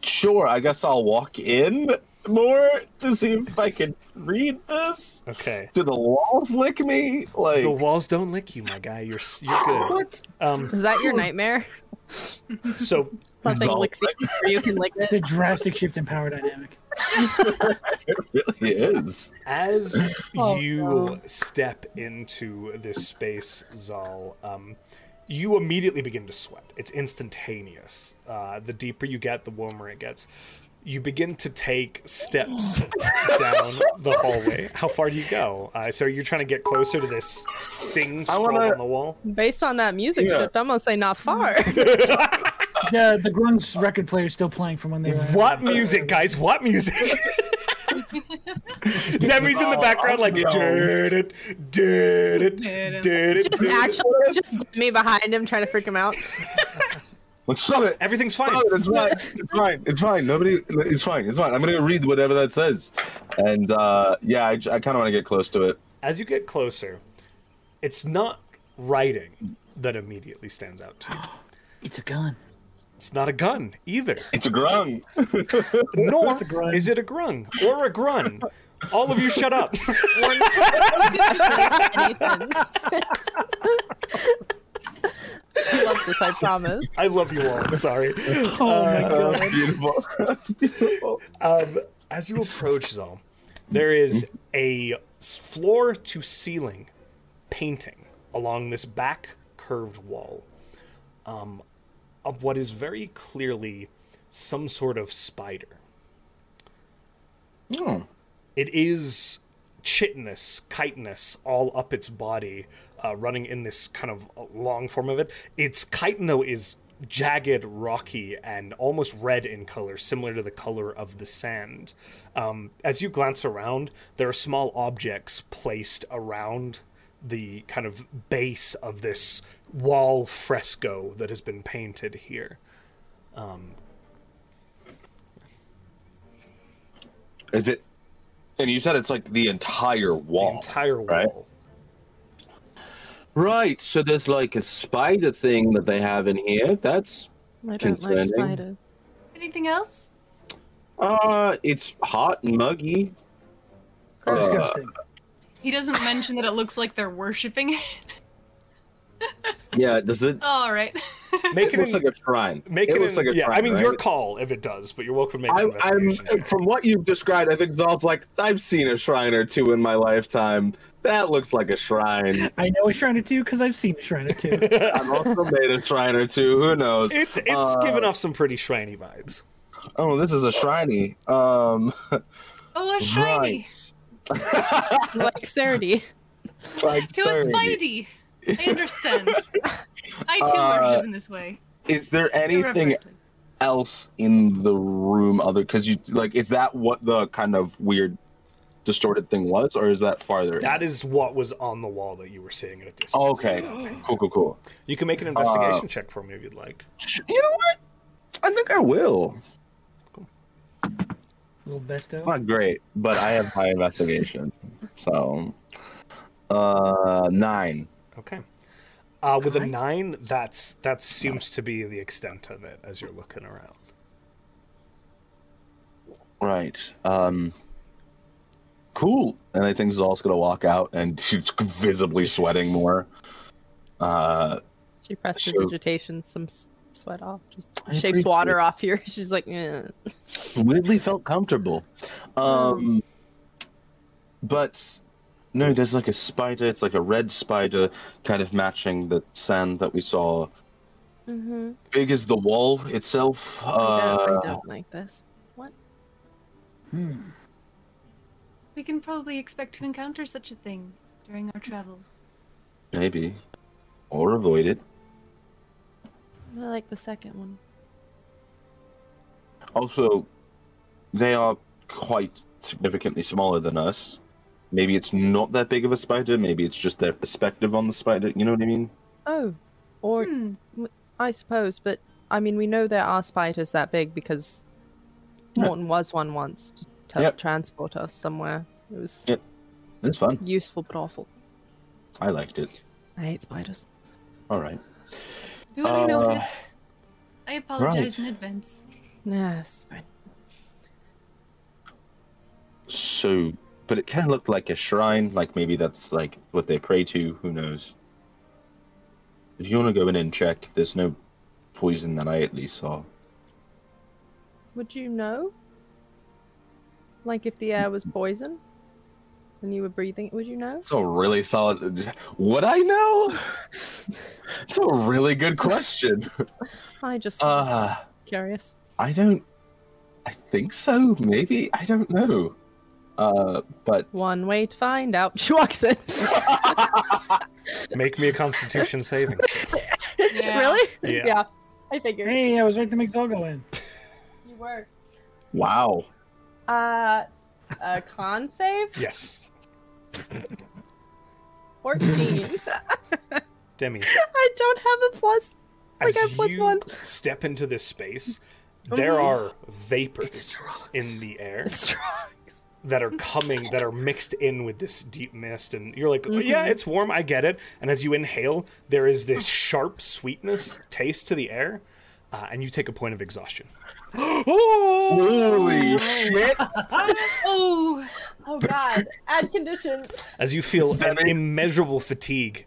Speaker 3: sure, I guess I'll walk in more to see if I can read this.
Speaker 1: Okay.
Speaker 3: Do the walls lick me? Like,
Speaker 1: The walls don't lick you, my guy. You're s- you're good.
Speaker 4: What?
Speaker 1: Um,
Speaker 2: Is that your nightmare?
Speaker 1: so
Speaker 2: Something
Speaker 3: Zol-
Speaker 2: licks you or you can lick
Speaker 4: It's a
Speaker 2: it.
Speaker 4: drastic shift in power dynamic.
Speaker 3: it really is.
Speaker 1: as
Speaker 2: Oh,
Speaker 1: you
Speaker 2: no.
Speaker 1: step into this space, Zal, um, you immediately begin to sweat. It's instantaneous. Uh, the deeper you get, the warmer it gets. You begin to take steps down the hallway. How far do you go? Uh, so you're trying to get closer to this thing
Speaker 3: I
Speaker 1: scrawled
Speaker 3: wanna-
Speaker 1: on the wall.
Speaker 2: Based on that music
Speaker 3: Yeah.
Speaker 2: shift, I'm gonna say not far.
Speaker 4: The the Grun's record player is still playing from when they were.
Speaker 1: What music, guys? What music? Demi's in the background, like
Speaker 3: Oh, no.
Speaker 1: did it, did it, did it.
Speaker 2: just actually just me behind him trying to freak him out.
Speaker 3: Like, stop it.
Speaker 1: Everything's fine.
Speaker 3: Stop it. It's fine. It's fine. It's fine. Nobody. It's fine. It's fine. I'm gonna read whatever that says, and uh, yeah, I, kind of want to get close to it.
Speaker 1: As you get closer, it's not writing that immediately stands out to you.
Speaker 4: It's a gun.
Speaker 1: It's not a gun either.
Speaker 3: It's a grung.
Speaker 1: Nor
Speaker 4: It's a grun.
Speaker 1: is it a grung or a grun. All of you shut up.
Speaker 2: Any sense. she loves this, I promise.
Speaker 1: I love you all. I'm sorry.
Speaker 4: Oh my
Speaker 3: Oh,
Speaker 4: god.
Speaker 3: beautiful. Beautiful.
Speaker 1: Um, as you approach, Zal, there is a floor to ceiling painting along this back curved wall um, of what is very clearly some sort of spider.
Speaker 3: Oh.
Speaker 1: It is chitinous, chitinous all up its body, uh, running in this kind of long form of it. Its chitin, though, is jagged, rocky, and almost red in color, similar to the color of the sand. Um, as you glance around, there are small objects placed around the kind of base of this wall fresco that has been painted here.
Speaker 3: Is it? And you said it's like the entire
Speaker 1: The
Speaker 3: wall.
Speaker 1: entire wall.
Speaker 3: right. right. So there's like a spider thing that they have in here. That's
Speaker 2: I don't like
Speaker 3: Concerning.
Speaker 2: spiders.
Speaker 5: Anything else?
Speaker 3: uh, it's hot and muggy. Uh,
Speaker 4: Disgusting.
Speaker 5: He doesn't mention that it looks like they're worshipping it.
Speaker 3: yeah. Does it?
Speaker 5: All right.
Speaker 1: Make
Speaker 3: It
Speaker 1: it,
Speaker 3: looks
Speaker 1: an-
Speaker 3: like a shrine.
Speaker 1: Make it,
Speaker 3: looks
Speaker 1: an-
Speaker 3: like a
Speaker 1: yeah.
Speaker 3: shrine.
Speaker 1: I mean,
Speaker 3: right?
Speaker 1: your call if it does, but you're welcome to make an
Speaker 3: I, I'm
Speaker 1: investigation. check.
Speaker 3: from what you've described. I think Zalt's like I've seen a shrine or two in my lifetime. That looks like a shrine.
Speaker 4: I know a Shrine of Two because I've seen a Shrine of Two.
Speaker 3: I've also made a shrine or two. Who knows?
Speaker 1: It's it's
Speaker 3: Uh,
Speaker 1: giving off some pretty shiny vibes.
Speaker 3: Oh, this is a shriney. Um,
Speaker 5: Oh, a shiny.
Speaker 3: right.
Speaker 2: Like Serity.
Speaker 3: like,
Speaker 5: To a
Speaker 3: sorry.
Speaker 5: Spidey. I understand. I too
Speaker 3: Uh,
Speaker 5: worship in this way.
Speaker 3: Is there anything
Speaker 5: Irreverently.
Speaker 3: else in the room other? Because you like, is that what the kind of weird, distorted thing was, or is that farther? in?
Speaker 1: That is what was on the wall that you were seeing at a distance.
Speaker 3: okay. Cool, cool, cool.
Speaker 1: You can make an investigation check for me if you'd like.
Speaker 3: Sh- You know what? I think I will.
Speaker 4: Little besto.
Speaker 3: Not great, but I have high investigation, so uh, nine.
Speaker 1: Okay. Uh, with a
Speaker 4: Alright.
Speaker 1: nine, that's that seems to be the extent of it as you're looking around.
Speaker 3: Right. Um cool. And I think Zol's gonna walk out and she's visibly sweating more. Uh
Speaker 2: She presses
Speaker 3: Sure.
Speaker 2: digitation some s- sweat off. Just
Speaker 3: I
Speaker 2: shapes
Speaker 3: appreciate
Speaker 2: water off here. She's like, eh.
Speaker 3: weirdly felt comfortable. Um but no, there's like a spider, it's like a red spider kind of matching the sand that we saw.
Speaker 2: mm-hmm.
Speaker 3: Big as the wall itself.
Speaker 2: I,
Speaker 3: Uh
Speaker 2: don't, I don't like this.
Speaker 4: Hmm.
Speaker 5: We can probably expect to encounter such a thing during our travels.
Speaker 3: maybe. Or avoid it.
Speaker 2: I like the second one.
Speaker 3: Also, they are quite significantly smaller than us. Maybe it's not that big of a spider. Maybe it's just their perspective on the spider. You know what I mean?
Speaker 2: Oh, or
Speaker 5: Hmm.
Speaker 2: I suppose, but I mean, we know there are spiders that big because
Speaker 3: Yeah.
Speaker 2: Morton was one once to tel-
Speaker 3: Yep.
Speaker 2: transport us somewhere. It was
Speaker 3: Yep. It's fun.
Speaker 2: useful but awful.
Speaker 3: I liked it.
Speaker 2: I hate spiders.
Speaker 3: All right.
Speaker 5: Duly
Speaker 3: Uh,
Speaker 5: noticed. I
Speaker 3: right.
Speaker 5: apologize in advance.
Speaker 2: Yes, fine.
Speaker 3: So, but it kind of looked like a shrine. Like maybe that's like what they pray to. Who knows? If you want to go in and check, there's no poison that I at least saw.
Speaker 2: Would you know? Like if the air was
Speaker 3: Mm-hmm.
Speaker 2: poison and you were breathing, it, would you know?
Speaker 3: It's a really solid. Would I know? it's a really good question.
Speaker 2: I just
Speaker 3: Uh,
Speaker 2: curious.
Speaker 3: I don't. I think so. Maybe I don't know. Uh, but
Speaker 2: One way to find out. She walks in.
Speaker 1: Make me a Constitution saving.
Speaker 5: Yeah.
Speaker 2: Really?
Speaker 1: Yeah.
Speaker 2: I figured
Speaker 4: Hey, I was right to make Zal go in.
Speaker 2: you were.
Speaker 3: wow,
Speaker 2: Uh, a con save.
Speaker 1: yes,
Speaker 2: Fourteen.
Speaker 1: Demi.
Speaker 2: I don't have a plus
Speaker 1: as
Speaker 2: I plus
Speaker 1: you
Speaker 2: one.
Speaker 1: step into this space,
Speaker 2: Oh
Speaker 1: there
Speaker 2: my-
Speaker 1: are vapors in the air
Speaker 2: Drugs.
Speaker 1: that are coming that are mixed in with this deep mist, and you're like,
Speaker 2: Mm-hmm.
Speaker 1: yeah, it's warm, I get it. And as you inhale, there is this sharp sweetness taste to the air, uh, and you take a point of exhaustion. Oh!
Speaker 3: Holy shit!
Speaker 2: Oh, oh god. Add conditions.
Speaker 1: as you feel an
Speaker 3: Demi.
Speaker 1: immeasurable fatigue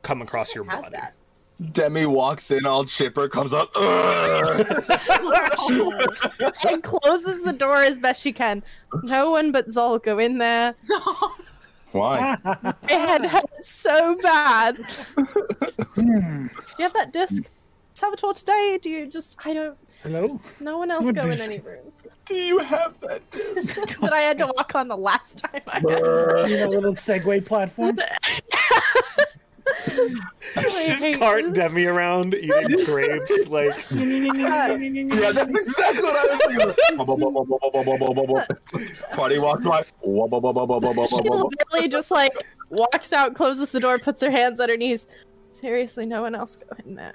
Speaker 1: come across your
Speaker 2: Had
Speaker 1: body.
Speaker 2: that.
Speaker 3: Demi walks in, all chipper, comes up. "Ugh."
Speaker 2: and closes the door as best she can. No one but Zol go in there.
Speaker 5: Oh,
Speaker 3: Why?
Speaker 2: My head hurts so bad. Do
Speaker 4: Hmm.
Speaker 2: you have that disc? Saboteur today? Do you just I don't
Speaker 4: Hello?
Speaker 2: no one else
Speaker 4: What
Speaker 2: go in
Speaker 4: disc?
Speaker 2: any rooms.
Speaker 3: Do you have that disc?
Speaker 2: that I had to walk on the last time I
Speaker 3: Brr.
Speaker 4: You know, little Segway platform.
Speaker 1: Just cart Demi around eating grapes, like
Speaker 3: Yeah, that's exactly what I was thinking. Wah, wah, wah, wah, wah, wah, wah, wah, wah. It's like, Party walks by. Wah, wah, wah, wah, wah, wah, wah,
Speaker 2: She
Speaker 3: wah, wah.
Speaker 2: literally just like walks out, closes the door, puts her hands on her knees. Seriously, no one else go in there.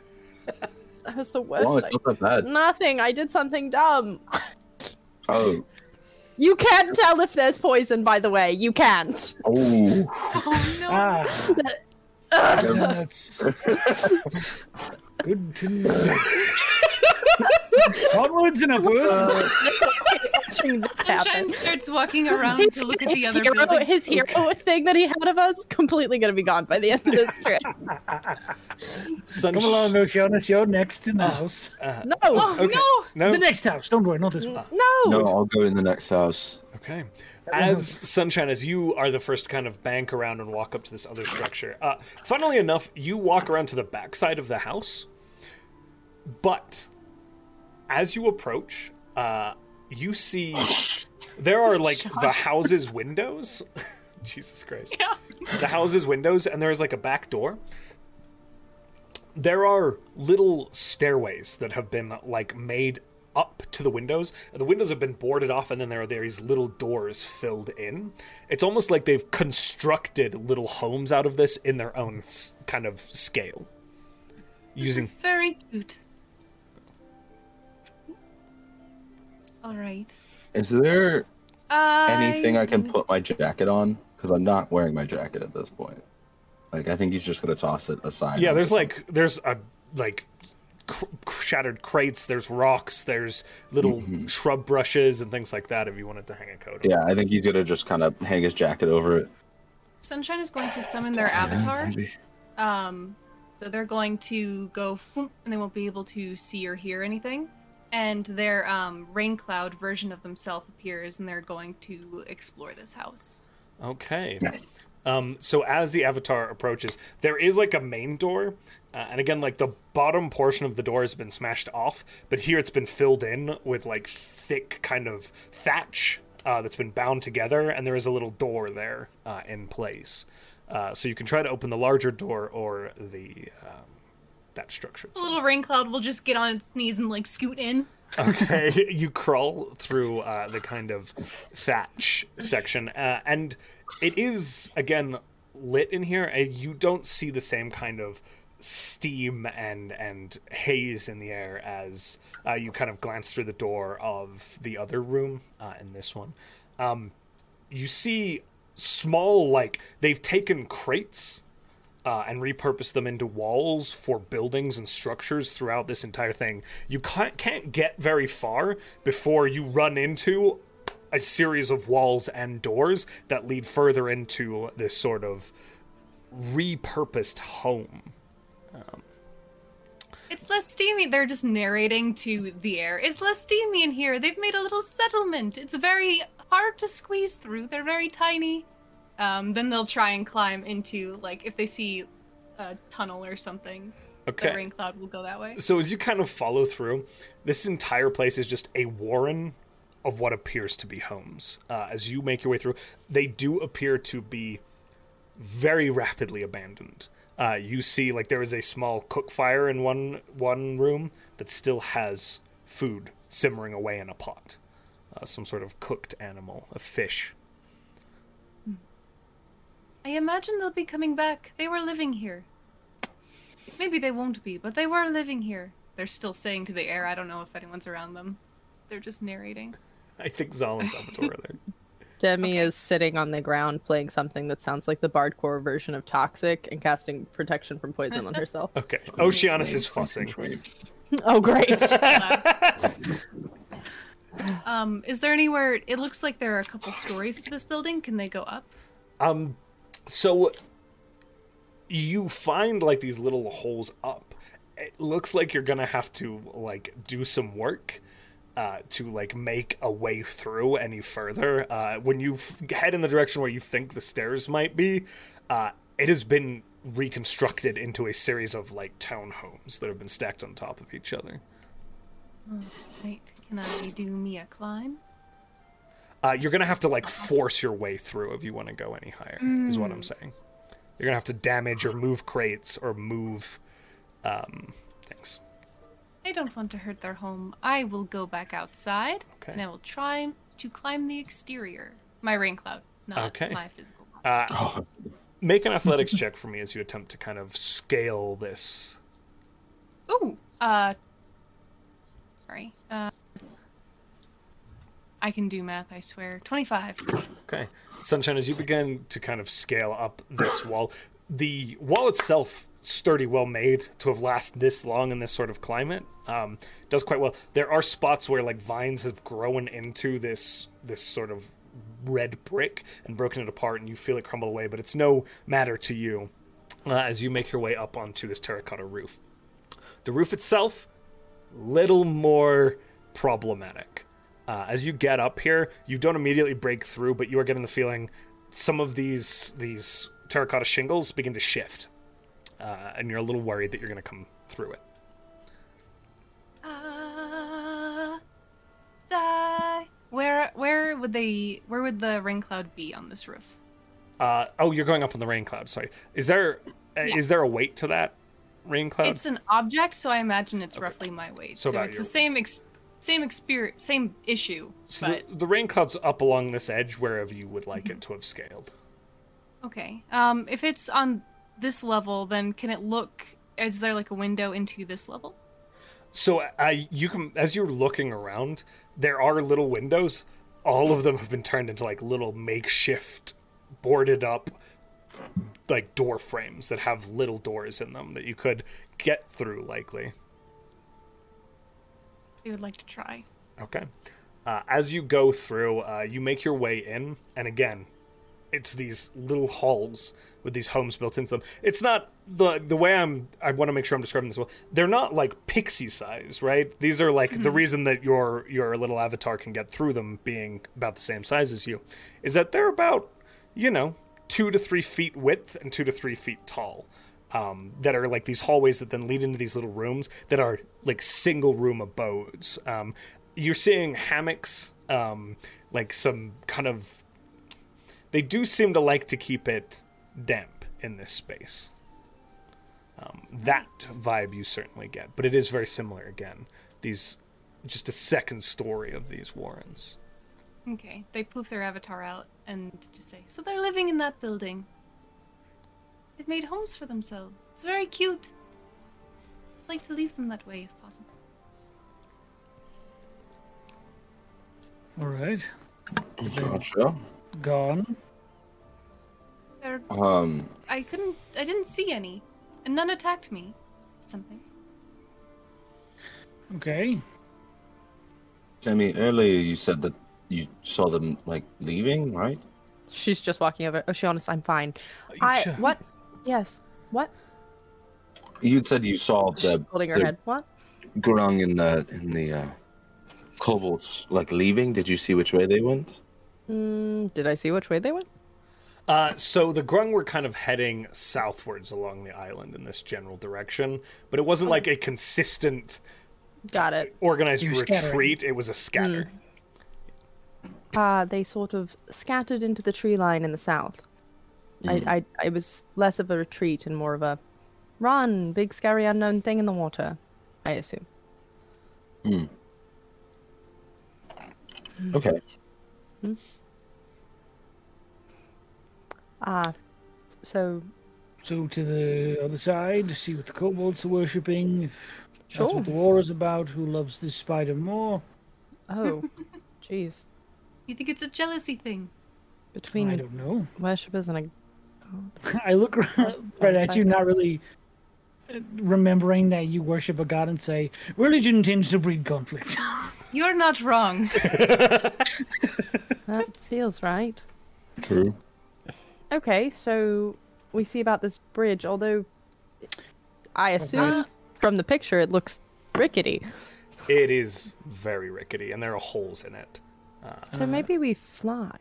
Speaker 2: That was the worst.
Speaker 3: Oh, it's not that
Speaker 2: I-
Speaker 3: bad.
Speaker 2: Nothing. I did something dumb.
Speaker 3: Oh,
Speaker 2: You can't tell if there's poison, by the way. You can't.
Speaker 3: oh.
Speaker 5: Oh no.
Speaker 4: Ah,
Speaker 2: Ugh.
Speaker 4: donuts. Good to know. Onwards and
Speaker 1: Uh,
Speaker 4: upwards.
Speaker 2: That's why I'm watching this
Speaker 5: Sunshine
Speaker 2: happen.
Speaker 5: starts walking around to look at the
Speaker 2: his
Speaker 5: other
Speaker 2: hero,
Speaker 5: building.
Speaker 2: his hero thing that he had of us completely gonna be gone by the end of this trip.
Speaker 1: sun.
Speaker 4: Come along, Oceanus. You're next in the house.
Speaker 1: Uh,
Speaker 2: No,
Speaker 5: Oh
Speaker 1: Okay.
Speaker 5: no!
Speaker 1: no,
Speaker 4: The next house. Don't worry, not this one.
Speaker 2: no.
Speaker 3: No, I'll go in the next house.
Speaker 1: Okay. As Sunshine, as you are the first to kind of bank around and walk up to this other structure, uh, funnily enough, you walk around to the backside of the house. But as you approach, uh, you see there are like the house's windows. Jesus Christ.
Speaker 5: Yeah.
Speaker 1: The house's windows, and there is like a back door. There are little stairways that have been like made up to the windows. The windows have been boarded off, and then there are these little doors filled in. It's almost like they've constructed little homes out of this in their own s- kind of scale. Using
Speaker 5: This is very cute. All right.
Speaker 3: Is there
Speaker 5: Uh,
Speaker 3: anything I can put my jacket on? Because I'm not wearing my jacket at this point. Like, I think he's just gonna toss it aside.
Speaker 1: yeah there's like there's a like cr- shattered crates there's rocks there's little shrub brushes and things like that if you wanted to hang a coat
Speaker 3: Yeah, I think he's gonna just kind of hang his jacket over it.
Speaker 5: Sunshine is going to summon their avatar. Um, so they're going to go foom, and they won't be able to see or hear anything. And their um, rain cloud version of themselves appears, and they're going to explore this house.
Speaker 1: okay um so as the avatar approaches there is like a main door uh, and again like the bottom portion of the door has been smashed off but here it's been filled in with like thick kind of thatch uh, that's been bound together and there is a little door there uh, in place uh, so you can try to open the larger door or the um, that structure
Speaker 5: The
Speaker 1: itself.
Speaker 5: little rain cloud will just get on its knees and like scoot in.
Speaker 1: Okay, you crawl through uh, the kind of thatch section, uh, and it is again lit in here, and you don't see the same kind of steam and and haze in the air as uh, you kind of glance through the door of the other room uh, in this one. Um, you see small like they've taken crates uh, and repurpose them into walls for buildings and structures throughout this entire thing. You can't, can't get very far before you run into a series of walls and doors that lead further into this sort of repurposed home.
Speaker 5: It's less steamy. They're just narrating to the air. It's less steamy in here. They've made a little settlement. It's very hard to squeeze through. They're very tiny. Um, then they'll try and climb into like if they see a tunnel or something. The
Speaker 1: Okay.
Speaker 5: rain cloud will go that way.
Speaker 1: So as you kind of follow through, this entire place is just a warren of what appears to be homes. Uh, as you make your way through, they do appear to be very rapidly abandoned. Uh, you see, like there is a small cook fire in one one room that still has food simmering away in a pot, uh, some sort of cooked animal, a fish.
Speaker 5: I imagine they'll be coming back. They were living here. Maybe they won't be, but they were living here. They're still saying to the air, I don't know if anyone's around them. They're just narrating.
Speaker 1: I think Zal and Salvatore are there.
Speaker 2: Demi
Speaker 5: Okay.
Speaker 2: is sitting on the ground playing something that sounds like the bardcore version of Toxic and casting protection from poison on herself.
Speaker 1: Okay. Oceanus is fussing.
Speaker 2: oh, great.
Speaker 5: Um, is there anywhere? It looks like there are a couple stories to this building. Can they go up?
Speaker 1: Um, so you find like these little holes up. It looks like you're gonna have to like do some work uh, to like make a way through any further. Uh, when you f- head in the direction where you think the stairs might be, uh, it has been reconstructed into a series of like townhomes that have been stacked on top of each other.
Speaker 5: Wait, can I do me a climb?
Speaker 1: Uh, you're gonna have to like force your way through if you want to go any higher. Is what I'm saying. You're gonna have to damage or move crates or move um, things.
Speaker 5: I don't want to hurt their home. I will go back outside,
Speaker 1: Okay.
Speaker 5: and I will try to climb the exterior. My rain cloud, not
Speaker 1: Okay.
Speaker 5: my physical. body.
Speaker 1: Uh,
Speaker 3: Oh,
Speaker 1: make an athletics check for me as you attempt to kind of scale this.
Speaker 5: Ooh, uh, sorry. Uh, I can do math. I swear. Twenty-five.
Speaker 1: Okay, sunshine. As you begin to kind of scale up this wall, the wall itself sturdy, well made to have lasted this long in this sort of climate. Um, does quite well. There are spots where like vines have grown into this this sort of red brick and broken it apart, and you feel it crumble away. But it's no matter to you uh, as you make your way up onto this terracotta roof. The roof itself, little more problematic. Uh, as you get up here, you don't immediately break through, but you are getting the feeling some of these these terracotta shingles begin to shift, uh, and you're a little worried that you're going to come through it.
Speaker 5: Uh, die. Where where would they where would the rain cloud be on this roof?
Speaker 1: Uh, oh, you're going up on the rain cloud. Sorry, is there uh,
Speaker 5: Yeah.
Speaker 1: is there a weight to that rain cloud?
Speaker 5: It's an object, so I imagine it's roughly my weight.
Speaker 1: Oh. So
Speaker 5: So,
Speaker 1: about
Speaker 5: it's
Speaker 1: your-
Speaker 5: the same ex- same experience, same issue.
Speaker 1: so
Speaker 5: but
Speaker 1: the, the rain cloud's up along this edge wherever you would like it to have scaled.
Speaker 5: okay. Um, if it's on this level, then can it look? Is there like a window into this level?
Speaker 1: So uh, you can, as you're looking around, there are little windows. All of them have been turned into like little makeshift, boarded up, like door frames that have little doors in them that you could get through likely.
Speaker 5: I would like to try.
Speaker 1: Okay. Uh, as you go through, uh, you make your way in, and again, it's these little halls with these homes built into them. It's not the the way I'm. I want to make sure I'm describing this well. They're not like pixie size, right? These are like the reason that your your little avatar can get through them, being about the same size as you, is that they're about you know two to three feet width and two to three feet tall. Um, that are like these hallways that then lead into these little rooms that are like single room abodes. Um, you're seeing hammocks, um, like some kind of they do seem to like to keep it damp in this space. Um, that vibe you certainly get, but it is very similar again. These, just a second story of these warrens.
Speaker 5: Okay. They poof their avatar out and just say, "So they're living in that building. They've made homes for themselves. It's very cute. I'd like to leave them that way if possible."
Speaker 4: All right,
Speaker 3: gotcha.
Speaker 4: gone.
Speaker 5: They're
Speaker 3: Um,
Speaker 5: I couldn't. I didn't see any, and none attacked me. Something.
Speaker 4: Okay.
Speaker 3: Demi, earlier you said that you saw them like leaving, right?
Speaker 2: She's just walking over. Oh, she honest, I'm fine.
Speaker 1: Are you
Speaker 2: I
Speaker 1: sure?
Speaker 2: what? Yes. What?
Speaker 3: You'd said you saw
Speaker 2: She's
Speaker 3: the
Speaker 2: holding her
Speaker 3: the
Speaker 2: head. What?
Speaker 3: Gurung in the in the uh, kobolds like leaving. Did you see which way they went?
Speaker 2: Mm, did I see which way they went?
Speaker 1: Uh, so the Grung were kind of heading southwards along the island in this general direction, but it wasn't like a consistent
Speaker 2: Got it.
Speaker 1: organized
Speaker 4: You're
Speaker 1: retreat.
Speaker 4: scattering. Hmm.
Speaker 1: It was a scatter.
Speaker 2: Uh, they sort of scattered into the tree line in the south.
Speaker 3: Mm.
Speaker 2: I, I, it was less of a retreat and more of a run, big scary unknown thing in the water. I assume. Mm-hmm.
Speaker 3: Okay.
Speaker 2: Ah, Uh, so
Speaker 4: So to the other side to see what the kobolds are worshipping. If that's
Speaker 2: Sure.
Speaker 4: what the war is about. Who loves this spider more?
Speaker 2: Oh, jeez.
Speaker 5: You think it's a jealousy thing?
Speaker 4: I
Speaker 2: Between
Speaker 4: don't know.
Speaker 2: worshippers and a
Speaker 4: I look right
Speaker 2: uh, That's
Speaker 4: at you,
Speaker 2: fine.
Speaker 4: not really uh, remembering that you worship a god, and say religion tends to breed conflict.
Speaker 5: You're not wrong.
Speaker 2: that feels right.
Speaker 3: True.
Speaker 2: Okay, so we see about this bridge, although
Speaker 3: Oh,
Speaker 2: I assume
Speaker 4: bridge.
Speaker 2: from the picture it looks rickety.
Speaker 1: It is very rickety, and there are holes in it.
Speaker 3: Uh,
Speaker 2: So maybe we fly.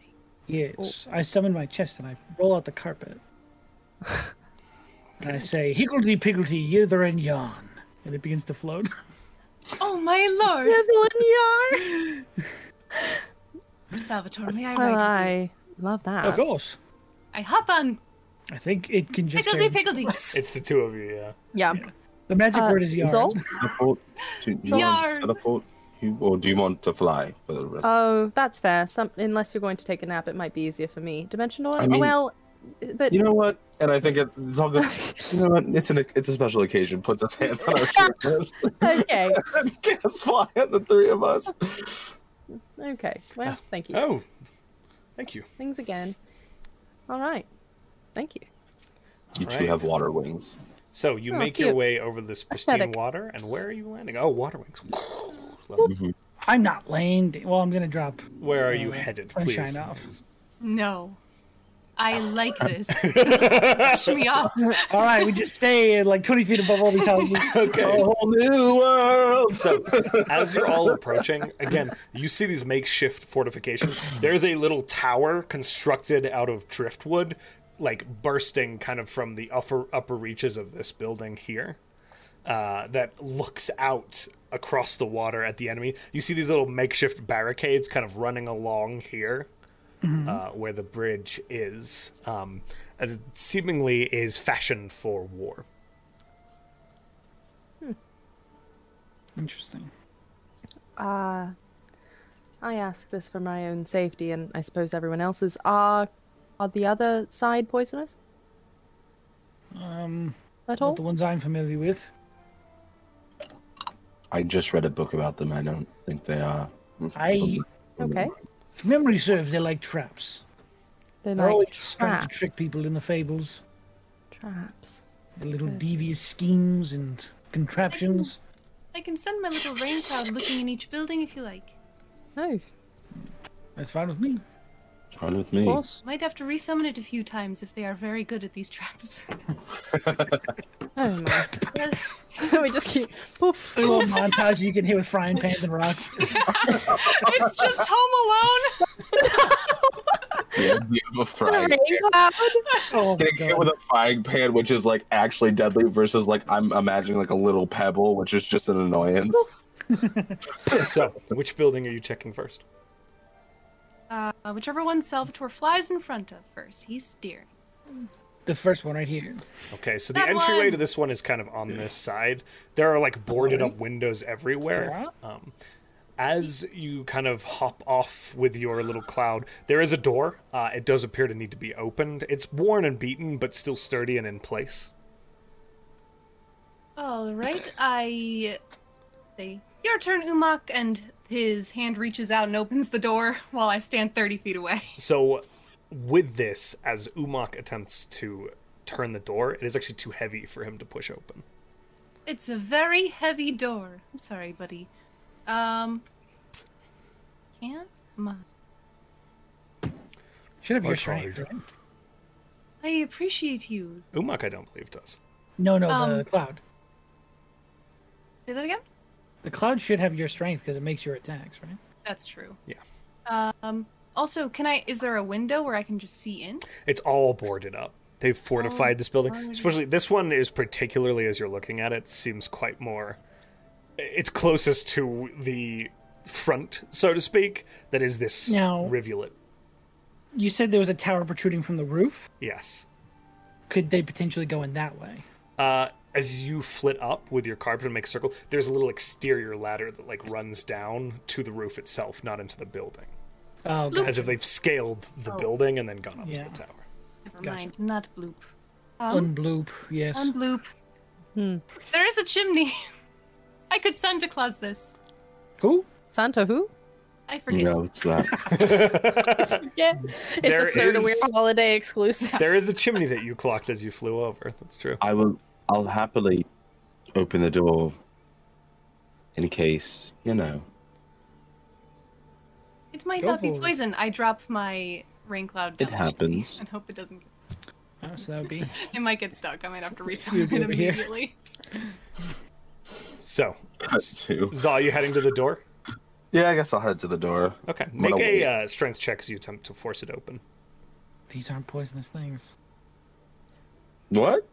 Speaker 4: yes, Oh. I summon my chest and I roll out the carpet. and I say, "Higgledy piggledy, yither and yon," and it begins to float.
Speaker 5: Oh my lord!
Speaker 2: well,
Speaker 5: Salvatore, may I ride? with
Speaker 2: I
Speaker 5: you?
Speaker 2: love that.
Speaker 3: Oh,
Speaker 4: Of course,
Speaker 5: I hop on.
Speaker 4: I think it can just.
Speaker 5: Piggledy
Speaker 4: turn-
Speaker 5: piggledy.
Speaker 1: It's the two of you, yeah.
Speaker 2: Yeah.
Speaker 4: The magic
Speaker 2: Uh,
Speaker 4: word is yarn.
Speaker 2: Zol?
Speaker 3: Teleport. Do you want
Speaker 5: Yarn.
Speaker 3: to teleport? You, or do you want to fly for the rest?
Speaker 2: Oh, that's fair. Some unless you're going to take a nap, it might be easier for me. Dimension door.
Speaker 3: I mean-
Speaker 2: well, but
Speaker 3: you know what? And I think it, it's all good. You know what? It's an it's a special occasion. Puts its hand on our shoulders.
Speaker 2: okay,
Speaker 3: Cast fly at the three of us.
Speaker 2: okay. Well, thank you.
Speaker 1: Oh, thank you.
Speaker 2: Things again. All right. Thank you.
Speaker 3: You two
Speaker 1: Alright.
Speaker 3: have water wings.
Speaker 1: So you
Speaker 2: Oh,
Speaker 1: make your
Speaker 2: cute.
Speaker 1: way over this pristine
Speaker 2: Aesthetic.
Speaker 1: water, and where are you landing? Oh, water wings. Lovely.
Speaker 4: I'm not landing. Well, I'm gonna drop.
Speaker 1: Where are you headed, please?
Speaker 4: Sunshine off.
Speaker 5: No. I like this. Push me off.
Speaker 4: All right, we just stay at like 20 feet above all these houses.
Speaker 1: Okay.
Speaker 3: A whole new world.
Speaker 1: So, as you're all approaching, again, you see these makeshift fortifications. There's a little tower constructed out of driftwood, like bursting kind of from the upper upper reaches of this building here, uh, that looks out across the water at the enemy. You see these little makeshift barricades kind of running along here. Uh, where the bridge is, um, as it seemingly is fashioned for war.
Speaker 4: Interesting.
Speaker 2: Uh, I ask this for my own safety, and I suppose everyone else's. Are are the other side poisonous
Speaker 4: Um,
Speaker 2: at all?
Speaker 4: not the ones I'm familiar with.
Speaker 3: I just read a book about them. I don't think they are.
Speaker 4: I,
Speaker 2: Okay,
Speaker 4: if memory serves, they're like traps.
Speaker 2: they're
Speaker 4: They're always
Speaker 2: like
Speaker 4: trying to
Speaker 2: traps.
Speaker 4: trick people in the fables,
Speaker 2: Traps.
Speaker 4: the little
Speaker 2: Okay.
Speaker 4: devious schemes and contraptions.
Speaker 5: I can send my little rain cloud looking in each building if you like.
Speaker 2: No,
Speaker 4: That's fine with me.
Speaker 3: Fine with me.
Speaker 2: of course.
Speaker 5: Might have to resummon it a few times if they are very good at these traps.
Speaker 2: Oh my!
Speaker 5: Well,
Speaker 2: we just keep poof.
Speaker 4: The little montage you can hear with frying pans and rocks.
Speaker 5: it's just Home Alone.
Speaker 3: Yeah, you have a frying
Speaker 2: rain
Speaker 3: pan.
Speaker 2: cloud.
Speaker 4: Oh my
Speaker 3: Getting hit with
Speaker 4: god!
Speaker 3: a frying pan, which is like actually deadly, versus like I'm imagining like a little pebble, which is just an annoyance.
Speaker 1: So, which building are you checking first?
Speaker 5: Uh, whichever one Salvatore flies in front of first, he's steering.
Speaker 4: The first one right here.
Speaker 1: Okay, so the
Speaker 5: That
Speaker 1: entryway
Speaker 5: one.
Speaker 1: to this one is kind of on this side. There are like boarded up windows everywhere. Um, as you kind of hop off with your little cloud, there is a door. Uh, it does appear to need to be opened. It's worn and beaten, but still sturdy and in place.
Speaker 5: All right, I say your turn, Umak, and his hand reaches out and opens the door while I stand thirty feet away.
Speaker 1: So, with this, as Umak attempts to turn the door, it is actually too heavy for him to push open.
Speaker 5: It's a very heavy door. I'm sorry, buddy. Um, can't. My,
Speaker 4: Should have
Speaker 1: Or
Speaker 4: your strength,
Speaker 1: charge.
Speaker 4: right?
Speaker 5: I appreciate you.
Speaker 1: Umak, I don't believe, does.
Speaker 4: No, no, the
Speaker 5: Um,
Speaker 4: cloud.
Speaker 5: Say that again.
Speaker 4: The cloud should have your strength because it makes your attacks, right?
Speaker 5: That's true.
Speaker 1: Yeah.
Speaker 5: Um. Also, can I? Is there a window where I can just see in?
Speaker 1: It's all boarded up. They've fortified this building.
Speaker 5: alrighty.
Speaker 1: Especially this one is particularly as you're looking at it seems quite more it's closest to the front, so to speak, that is this
Speaker 4: Now-
Speaker 1: rivulet.
Speaker 4: You said there was a tower protruding from the roof.
Speaker 1: Yes.
Speaker 4: Could they potentially go in that way?
Speaker 1: Uh as you flit up with your carpet and make a circle, there's a little exterior ladder that like runs down to the roof itself, not into the building.
Speaker 4: Oh,
Speaker 5: Look.
Speaker 4: gotcha.
Speaker 1: As if they've scaled the building and then gone up to
Speaker 4: Yeah.
Speaker 1: the tower.
Speaker 5: Never
Speaker 4: Gotcha.
Speaker 5: mind. Not bloop. Um,
Speaker 4: Unbloop, yes.
Speaker 5: on bloop.
Speaker 2: Hmm.
Speaker 5: There is a chimney. I could Santa Claus this.
Speaker 4: Who?
Speaker 2: Santa who?
Speaker 5: I forget.
Speaker 3: No, it's that.
Speaker 6: Yeah, it's
Speaker 1: There
Speaker 6: a sort of weird
Speaker 1: is-
Speaker 6: holiday exclusive.
Speaker 1: there is a chimney that you clocked as you flew over. That's true.
Speaker 3: I will. I'll happily open the door in case you know.
Speaker 5: It might
Speaker 4: Go
Speaker 5: not be
Speaker 4: for it.
Speaker 5: poison. I drop my rain cloud.
Speaker 3: It
Speaker 5: down the chimney
Speaker 3: happens.
Speaker 5: And hope it doesn't.
Speaker 4: Oh, so that would be.
Speaker 5: It might get stuck. I might have to
Speaker 4: You'll
Speaker 5: resell
Speaker 4: be
Speaker 5: it
Speaker 4: over here.
Speaker 5: immediately.
Speaker 1: So,
Speaker 3: Cut to.
Speaker 1: Zaw, you heading to the door?
Speaker 3: Yeah, I guess I'll head to the door.
Speaker 1: Okay.
Speaker 3: What
Speaker 1: Make
Speaker 3: a-
Speaker 1: a uh, strength check as you attempt to force it open.
Speaker 4: These aren't poisonous things.
Speaker 3: What?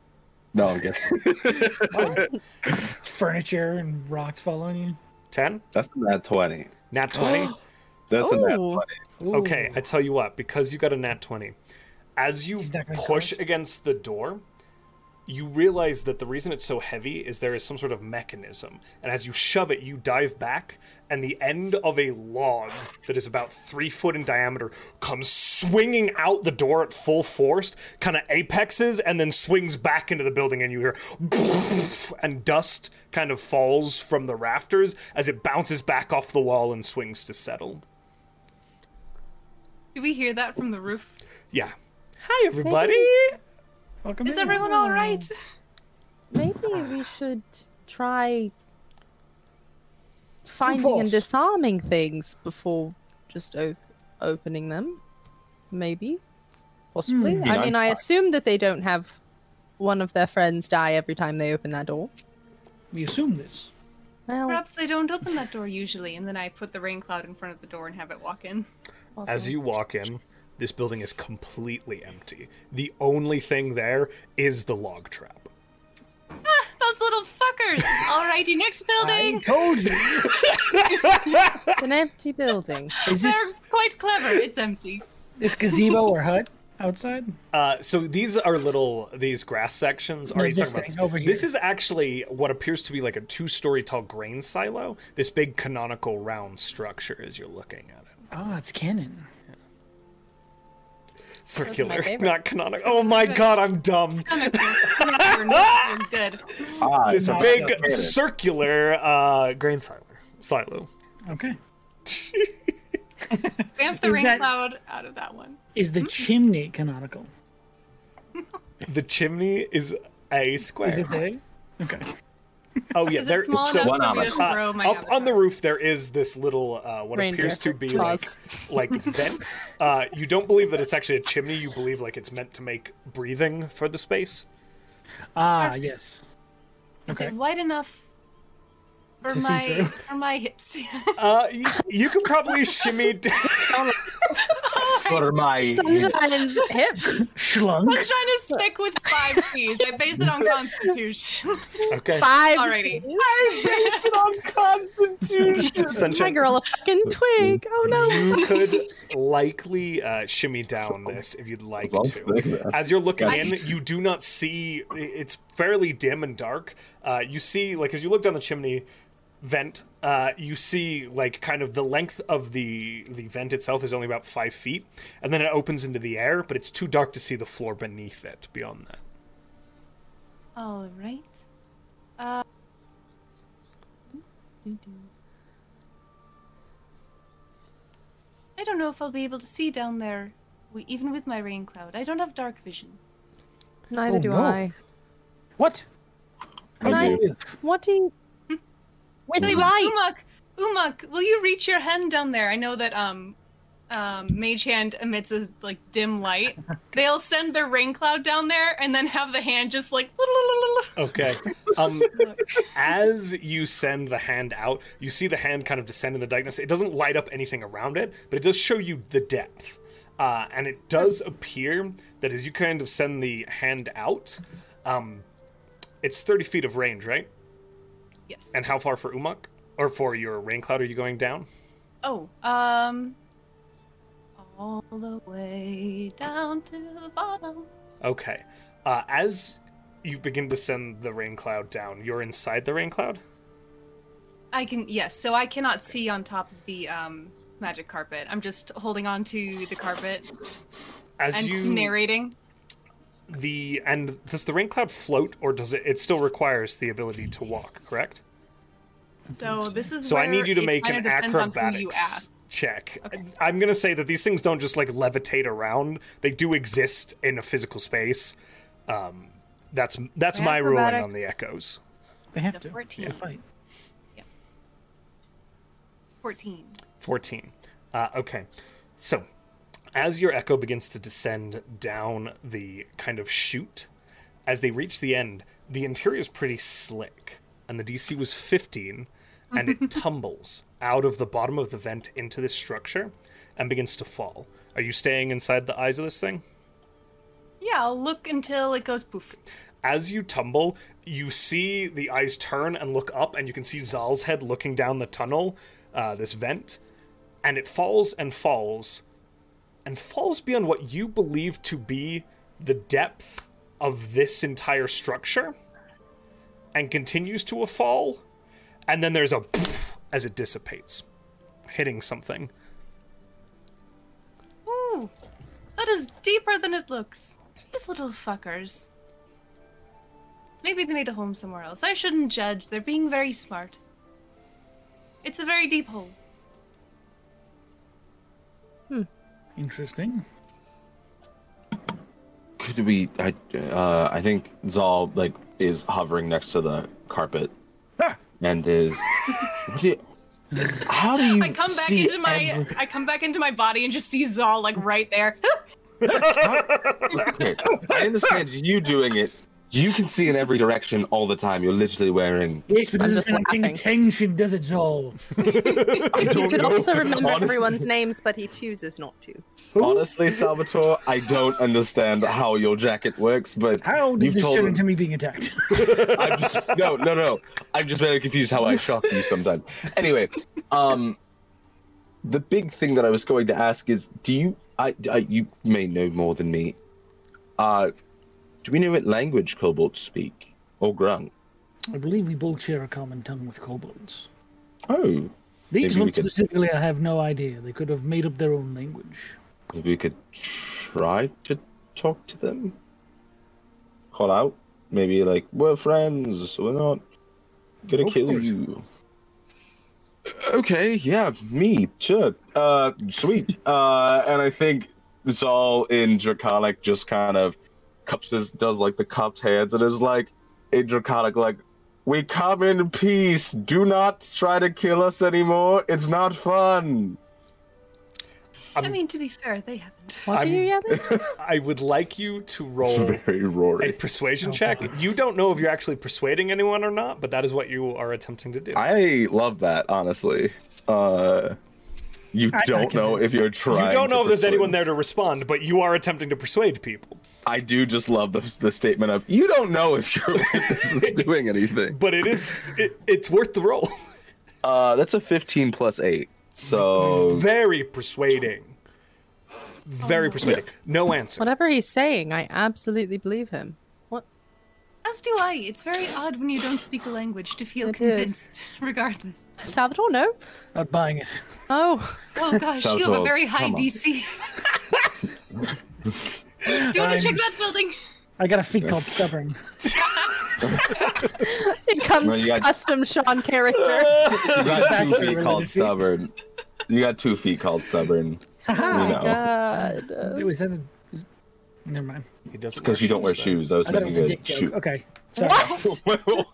Speaker 3: No, I'm kidding.
Speaker 4: Furniture and rocks following
Speaker 1: 10?
Speaker 3: That's a nat twenty.
Speaker 1: Nat 20?
Speaker 3: That's a
Speaker 2: Ooh.
Speaker 3: nat twenty.
Speaker 4: you. Ooh.
Speaker 1: Okay, I tell you what, because you got a nat 20, as you
Speaker 4: He's not gonna
Speaker 1: push
Speaker 4: tell
Speaker 1: against the door, you realize that the reason it's so heavy is there is some sort of mechanism. And as you shove it, you dive back, and the end of a log that is about three foot in diameter comes swinging out the door at full force, kind of apexes, and then swings back into the building. And you hear, and dust kind of falls from the rafters as it bounces back off the wall and swings to settle.
Speaker 5: Do we hear that from the roof?
Speaker 1: Yeah. Hi, everybody.
Speaker 4: Welcome
Speaker 5: Is
Speaker 4: in.
Speaker 5: everyone all right?
Speaker 4: Oh.
Speaker 2: Maybe we should try finding
Speaker 4: Divorce.
Speaker 2: and disarming things before just o- opening them. Maybe. Possibly.
Speaker 4: Hmm.
Speaker 2: I mean, I
Speaker 3: Nine-five.
Speaker 2: assume that they don't have one of their friends die every time they open that door.
Speaker 4: We assume this.
Speaker 2: Well,
Speaker 5: Perhaps they don't open that door usually, and then I put the rain cloud in front of the door and have it walk in.
Speaker 1: As you walk in, this building is completely empty. The only thing there is the log trap.
Speaker 5: Those little fuckers! Alrighty, next
Speaker 4: I
Speaker 5: building!
Speaker 4: told you.
Speaker 2: it's an empty building.
Speaker 4: Is
Speaker 5: They're
Speaker 4: this
Speaker 5: quite clever. It's empty.
Speaker 4: this gazebo or hut outside?
Speaker 1: Uh, so these are little these grass sections. Are
Speaker 4: No,
Speaker 1: you
Speaker 4: this
Speaker 1: talking about
Speaker 4: thing
Speaker 1: this?
Speaker 4: over here.
Speaker 1: this is actually what appears to be like a two-story tall grain silo. This big canonical round structure as you're looking at it.
Speaker 4: Oh, it's cannon.
Speaker 1: Circular,
Speaker 2: favorite.
Speaker 1: not canonical. Oh my god, I'm dumb.
Speaker 5: Stomach hurts. You're not- you're good.
Speaker 3: Ah,
Speaker 1: This
Speaker 4: not
Speaker 1: big
Speaker 4: okay.
Speaker 1: circular uh, grain silo. Silo.
Speaker 4: Okay.
Speaker 5: Vamp the
Speaker 4: Is
Speaker 5: rain
Speaker 4: that-
Speaker 5: cloud out of that one.
Speaker 4: Is
Speaker 3: Hmm?
Speaker 4: the chimney canonical?
Speaker 1: The chimney is a square.
Speaker 4: Is it big? Okay.
Speaker 1: Oh yeah,
Speaker 5: Is
Speaker 1: there.
Speaker 5: it small
Speaker 1: so
Speaker 5: enough
Speaker 3: one
Speaker 5: for me to
Speaker 3: avatar.
Speaker 5: grow my
Speaker 1: Uh, up on the
Speaker 5: avatar?
Speaker 1: roof there is this little uh, what
Speaker 2: Reindeer
Speaker 1: appears to be like,
Speaker 2: claws.
Speaker 1: like vent. Uh, you don't believe that it's actually a chimney. You believe like it's meant to make breathing for the space.
Speaker 4: Ah, yes.
Speaker 5: Is
Speaker 4: Okay.
Speaker 5: it wide enough for
Speaker 4: To see
Speaker 5: my
Speaker 4: through.
Speaker 5: for my hips?
Speaker 1: Uh, you, you could probably shimmy. d-
Speaker 3: for my.
Speaker 2: Sunshines hips.
Speaker 4: Schlunk.
Speaker 5: Sunshine is thick with five C's. I base it on Constitution.
Speaker 1: okay.
Speaker 2: Five.
Speaker 5: Alrighty.
Speaker 2: My
Speaker 1: Sunshine.
Speaker 2: girl, a fucking twig. Oh no.
Speaker 1: You could likely uh, shimmy down this if you'd like to. As you're looking
Speaker 3: Got
Speaker 1: in, you do not see. It's fairly dim and dark. Uh, you see, like, as you look down the chimney vent, uh, you see, like, kind of the length of the the vent itself is only about five feet, and then it opens into the air. But it's too dark to see the floor beneath it. Beyond that,
Speaker 5: All right. Uh, I don't know if I'll be able to see down there, w- even with my rain cloud. I don't have dark vision.
Speaker 2: Neither
Speaker 4: Oh,
Speaker 2: do
Speaker 4: no.
Speaker 2: I.
Speaker 4: What? Oh,
Speaker 3: I do.
Speaker 2: What do you? With
Speaker 5: Hey,
Speaker 2: light.
Speaker 5: Umak, Umak, will you reach your hand down there? I know that um, um, Mage Hand emits a like dim light. They'll send their rain cloud down there, and then have the hand just like.
Speaker 1: Okay. Um, as you send the hand out, you see the hand kind of descend in the darkness. It doesn't light up anything around it, but it does show you the depth. Uh, and it does appear that as you kind of send the hand out, um, it's 30 feet of range, right?
Speaker 5: Yes.
Speaker 1: And how far for Umak? Or for your rain cloud are you going down?
Speaker 5: Oh, um, all the way down to the bottom.
Speaker 1: Okay. Uh, as you begin to send the rain cloud down, you're inside the rain cloud?
Speaker 5: I can yes, so I cannot see on top of the um magic carpet. I'm just holding on to the carpet
Speaker 1: As
Speaker 5: and
Speaker 1: you
Speaker 5: narrating.
Speaker 1: the and does the rain cloud float or does it? It still requires the ability to walk, correct?
Speaker 5: So this is.
Speaker 1: So I
Speaker 5: where
Speaker 1: need you to
Speaker 5: it
Speaker 1: make
Speaker 5: kinda
Speaker 1: an
Speaker 5: depends on who you
Speaker 1: acrobatics
Speaker 5: ask.
Speaker 1: check.
Speaker 5: Okay.
Speaker 1: I'm gonna say that these things don't just like levitate around; they do exist in a physical space. Um, that's that's my ruling on
Speaker 2: Acrobatics.
Speaker 1: the echoes.
Speaker 4: They have
Speaker 5: The
Speaker 4: to.
Speaker 5: 14.
Speaker 4: They fight.
Speaker 5: Fourteen.
Speaker 1: 14. Uh, okay. So, as your echo begins to descend down the kind of chute, as they reach the end, the interior is pretty slick, and the DC was 15, and it tumbles out of the bottom of the vent into this structure and begins to fall. Are you staying inside the eyes of this thing?
Speaker 5: Yeah, I'll look until it goes poof.
Speaker 1: as you tumble, you see the eyes turn and look up, and you can see Zal's head looking down the tunnel, uh, this vent, and it falls and falls, and falls beyond what you believe to be the depth of this entire structure, and continues to a fall, and then there's a poof as it dissipates, hitting something.
Speaker 5: Ooh, that is deeper than it looks. These little fuckers. Maybe they made a home somewhere else. I shouldn't judge. They're being very smart. It's a very deep hole.
Speaker 4: Interesting.
Speaker 3: Could we? I uh, I think Zal like is hovering next to the carpet,
Speaker 4: Ah!
Speaker 3: and is. what do you, how do you
Speaker 5: I come back
Speaker 3: Hmm, see
Speaker 5: into my
Speaker 3: every-
Speaker 5: I come back into my body and just see Zal like right there.
Speaker 3: Okay, I understand you doing it. You can see in every direction all the time. You're literally wearing.
Speaker 4: Yes, but
Speaker 2: I'm
Speaker 4: doesn't
Speaker 2: just
Speaker 4: paying
Speaker 2: laughing.
Speaker 4: attention, does it, Zol?
Speaker 3: I
Speaker 2: He
Speaker 3: don't
Speaker 2: could
Speaker 3: know,
Speaker 2: also remember
Speaker 3: honestly.
Speaker 2: everyone's names, but he chooses not to.
Speaker 3: Honestly, Salvatore, I don't understand how your jacket works, but
Speaker 4: How did
Speaker 3: you've
Speaker 4: this
Speaker 3: told
Speaker 4: turn
Speaker 3: him.
Speaker 4: into me being attacked?
Speaker 3: I'm just no, no, no. I'm just very confused how I shock you sometimes. Anyway, um, the big thing that I was going to ask is, do you? I, I you may know more than me. Uh, do we know what language kobolds speak or grung?
Speaker 4: I believe we both share a common tongue with kobolds.
Speaker 3: Oh, Maybe
Speaker 4: These
Speaker 3: we
Speaker 4: ones
Speaker 3: could-
Speaker 4: specifically, I have no idea. They could have made up their own language.
Speaker 3: maybe we could try to talk to them. Call out, maybe like we're friends. We're not gonna
Speaker 4: Of
Speaker 3: kill
Speaker 4: course.
Speaker 3: you. Okay, yeah, me, sure. Uh, sweet. Uh, and I think Zal in Draconic just kind of cups his, does like the cupped hands and is like, in Draconic, like, we come in peace. Do not try to kill us anymore. It's not fun.
Speaker 5: I
Speaker 1: Um,
Speaker 5: mean, to be fair, they haven't.
Speaker 2: What
Speaker 1: I'm-
Speaker 2: do you yell?
Speaker 1: I would like you to
Speaker 3: It's
Speaker 1: roll
Speaker 3: very
Speaker 1: a
Speaker 3: roaring.
Speaker 1: persuasion check. You don't know if you're actually persuading anyone or not, but that is what you are attempting to do.
Speaker 3: I love that, honestly. Uh, you
Speaker 4: not
Speaker 3: don't know if
Speaker 4: convinced.
Speaker 3: you're trying.
Speaker 1: you don't
Speaker 3: to
Speaker 1: know if there's
Speaker 3: persuade-
Speaker 1: anyone there to respond, but you are attempting to persuade people.
Speaker 3: I do just love the, the statement of you don't know if your witness is doing anything.
Speaker 1: But it is it, it's worth the roll.
Speaker 3: Uh, that's a 15 plus eight. So
Speaker 1: Very persuading. Very persuading. No answer.
Speaker 2: Whatever he's saying, I absolutely believe him. What?
Speaker 5: As do I. It's very odd when you don't speak a language to feel
Speaker 2: It is.
Speaker 5: convinced, regardless.
Speaker 2: Salvador? No.
Speaker 4: Not buying it.
Speaker 2: Oh,
Speaker 5: Oh gosh, you have a
Speaker 3: Salvatore,
Speaker 5: very high
Speaker 3: come on.
Speaker 5: DC. Do you want
Speaker 4: I'm-
Speaker 5: to check that building?
Speaker 4: I got a feat called stubborn.
Speaker 2: it comes
Speaker 3: No, you got-
Speaker 2: custom Sean character.
Speaker 3: you got
Speaker 4: That's
Speaker 3: two
Speaker 4: a
Speaker 3: feet
Speaker 4: really
Speaker 3: called
Speaker 4: good feat.
Speaker 3: stubborn. You got two feet called stubborn.
Speaker 4: Haha.
Speaker 3: You know,
Speaker 2: Oh, God.
Speaker 4: It was that. A... is- Never mind.
Speaker 1: He doesn't
Speaker 3: because you don't wear
Speaker 1: though.
Speaker 3: shoes. I was
Speaker 4: I thought it
Speaker 3: making
Speaker 4: was a dick
Speaker 3: good
Speaker 4: joke.
Speaker 3: shoot.
Speaker 4: Okay. Sorry.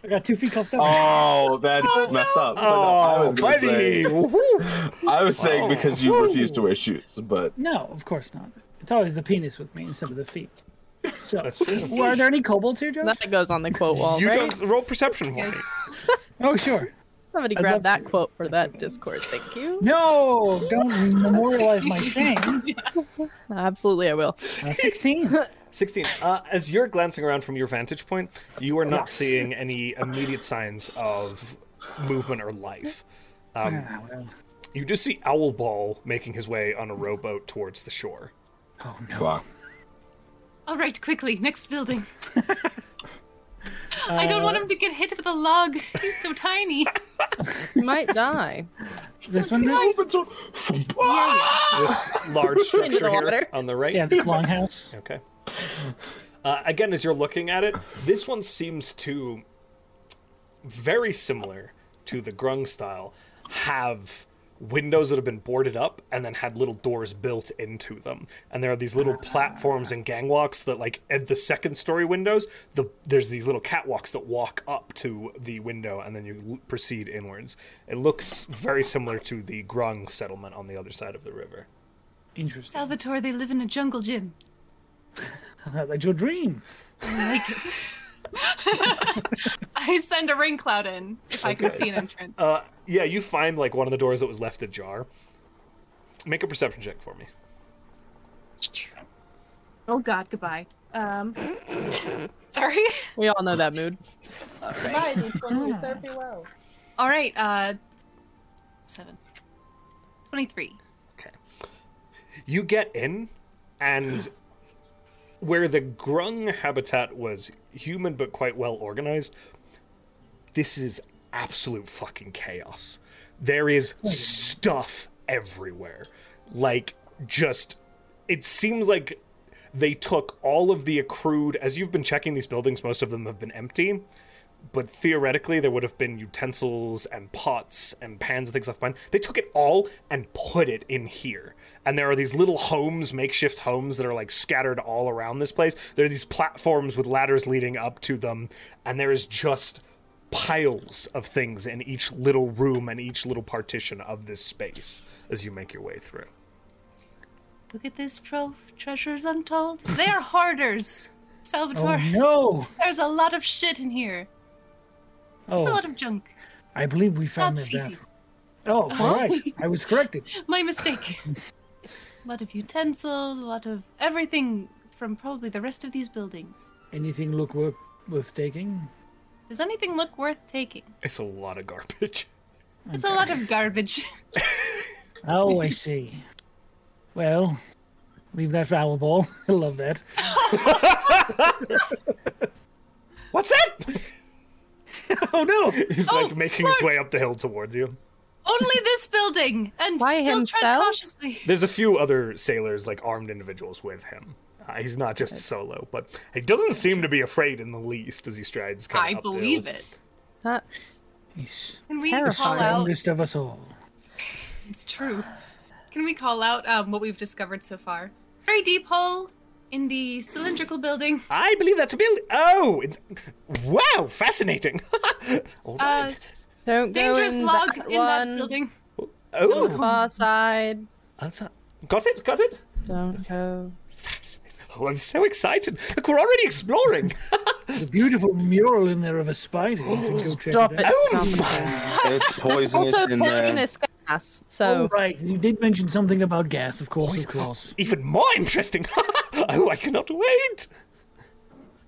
Speaker 4: I got two feet called stubborn.
Speaker 3: oh, that's messed up. But no, I
Speaker 1: Oh,
Speaker 3: was gonna
Speaker 1: buddy!
Speaker 3: say-
Speaker 1: Woohoo!
Speaker 3: I was saying
Speaker 1: Wow.
Speaker 3: because you refuse to wear shoes, but
Speaker 4: No, of course not. It's always the penis with me instead of the feet. So,
Speaker 1: That's true.
Speaker 4: well, are there any kobolds here, Joe?
Speaker 2: That goes on the quote wall,
Speaker 1: You
Speaker 2: right?
Speaker 1: don't roll perception for me.
Speaker 4: Oh, sure.
Speaker 2: Somebody
Speaker 4: I'd
Speaker 2: grab
Speaker 4: love
Speaker 2: that quote for that Discord. Thank you.
Speaker 4: No, don't memorialize my thing.
Speaker 2: Absolutely, I will.
Speaker 4: Uh, 16.
Speaker 1: Um, 16. Uh, as you're glancing around from your vantage point, you are not seeing any immediate signs of movement or life. Um,
Speaker 4: Ah, well.
Speaker 1: You do see Owl Ball making his way on a rowboat towards the shore.
Speaker 4: Oh, no.
Speaker 3: fuck.
Speaker 5: All right, quickly, next building. I don't
Speaker 4: Uh,
Speaker 5: want him to get hit with a log. He's so tiny.
Speaker 2: You might die.
Speaker 4: This one next?
Speaker 1: This large
Speaker 2: Into
Speaker 1: structure
Speaker 2: the
Speaker 1: here
Speaker 2: water.
Speaker 1: on the right.
Speaker 4: Yeah, this long house.
Speaker 1: Okay. Uh, again, as you're looking at it, this one seems to very similar to the Grung style, have windows that have been boarded up and then had little doors built into them. And there are these little platforms and gangwalks that, like, at the second story windows, the there's these little catwalks that walk up to the window and then you l- proceed inwards. It looks very similar to the Grung settlement on the other side of the river.
Speaker 4: Interesting.
Speaker 5: Salvatore, they live in a jungle gym.
Speaker 4: like your dream.
Speaker 5: I send a rain cloud in if I can see an entrance.
Speaker 1: Uh, yeah, you find like one of the doors that was left ajar. Make a perception check for me.
Speaker 5: Oh God, goodbye. Um, sorry.
Speaker 2: We all know that mood.
Speaker 6: Bye, each one we serve you well.
Speaker 5: All right. Uh, seven. Twenty-three.
Speaker 1: You get in, and where the grung habitat was human but quite well organized, this is absolute fucking chaos. There is stuff everywhere. Like, just. It seems like they took all of the accrued. As you've been checking these buildings, most of them have been empty but theoretically there would have been utensils and pots and pans and things left behind. They took it all and put it in here. And there are these little homes, makeshift homes that are like scattered all around this place. There are these platforms with ladders leading up to them, and there is just piles of things in each little room and each little partition of this space as you make your way through.
Speaker 5: Look at this trove, treasures untold. They are hoarders.
Speaker 4: Oh
Speaker 5: Salvatore,
Speaker 4: no!
Speaker 5: there's a lot of shit in here. Just a
Speaker 4: Oh,
Speaker 5: lot of junk,
Speaker 4: I believe we
Speaker 5: not
Speaker 4: found the
Speaker 5: feces.
Speaker 4: Oh, all right. I was corrected.
Speaker 5: My mistake. a lot of utensils, a lot of everything from probably the rest of these buildings.
Speaker 4: Anything look worth worth taking?
Speaker 5: Does anything look worth taking?
Speaker 1: It's a lot of garbage.
Speaker 5: It's a lot of garbage.
Speaker 4: Oh, I see. Well, leave that for our ball. I love that.
Speaker 1: What's that?
Speaker 4: Oh no!
Speaker 1: He's
Speaker 5: Oh,
Speaker 1: like making his way up the hill towards you.
Speaker 5: Only this building, and
Speaker 2: By
Speaker 5: still tread
Speaker 2: himself?
Speaker 5: cautiously.
Speaker 1: There's a few other sailors, like armed individuals, with him. Uh, he's not just solo, but he doesn't seem to be afraid in the least as he strides. kinda
Speaker 5: I
Speaker 1: up the hill.
Speaker 5: believe it.
Speaker 2: That's
Speaker 4: He's
Speaker 5: Can we
Speaker 4: the
Speaker 5: call out?
Speaker 4: strongest of us all.
Speaker 5: It's true. Can we call out um, what we've discovered so far? Very deep hole in the cylindrical building.
Speaker 1: I believe that's a build. Oh, it's wow, fascinating. All
Speaker 5: Uh,
Speaker 1: right.
Speaker 2: don't go
Speaker 5: dangerous
Speaker 2: in
Speaker 5: log
Speaker 2: that
Speaker 5: in
Speaker 2: one.
Speaker 5: that building.
Speaker 2: Go
Speaker 1: oh,
Speaker 2: far side.
Speaker 1: that's a- got it, got it.
Speaker 2: Don't go.
Speaker 1: Fascinating. Oh, I'm so excited. Look, we're already exploring.
Speaker 4: There's a beautiful mural in there of a spider. You should go check
Speaker 2: Stop
Speaker 4: it.
Speaker 2: it.
Speaker 4: out.
Speaker 1: Oh
Speaker 2: Stop it.
Speaker 1: my!
Speaker 3: It's poisonous
Speaker 2: Also
Speaker 3: in
Speaker 2: poisonous gas. So
Speaker 4: Oh, right. You did mention something about gas, of course, of course.
Speaker 1: Even more interesting. oh, I cannot wait.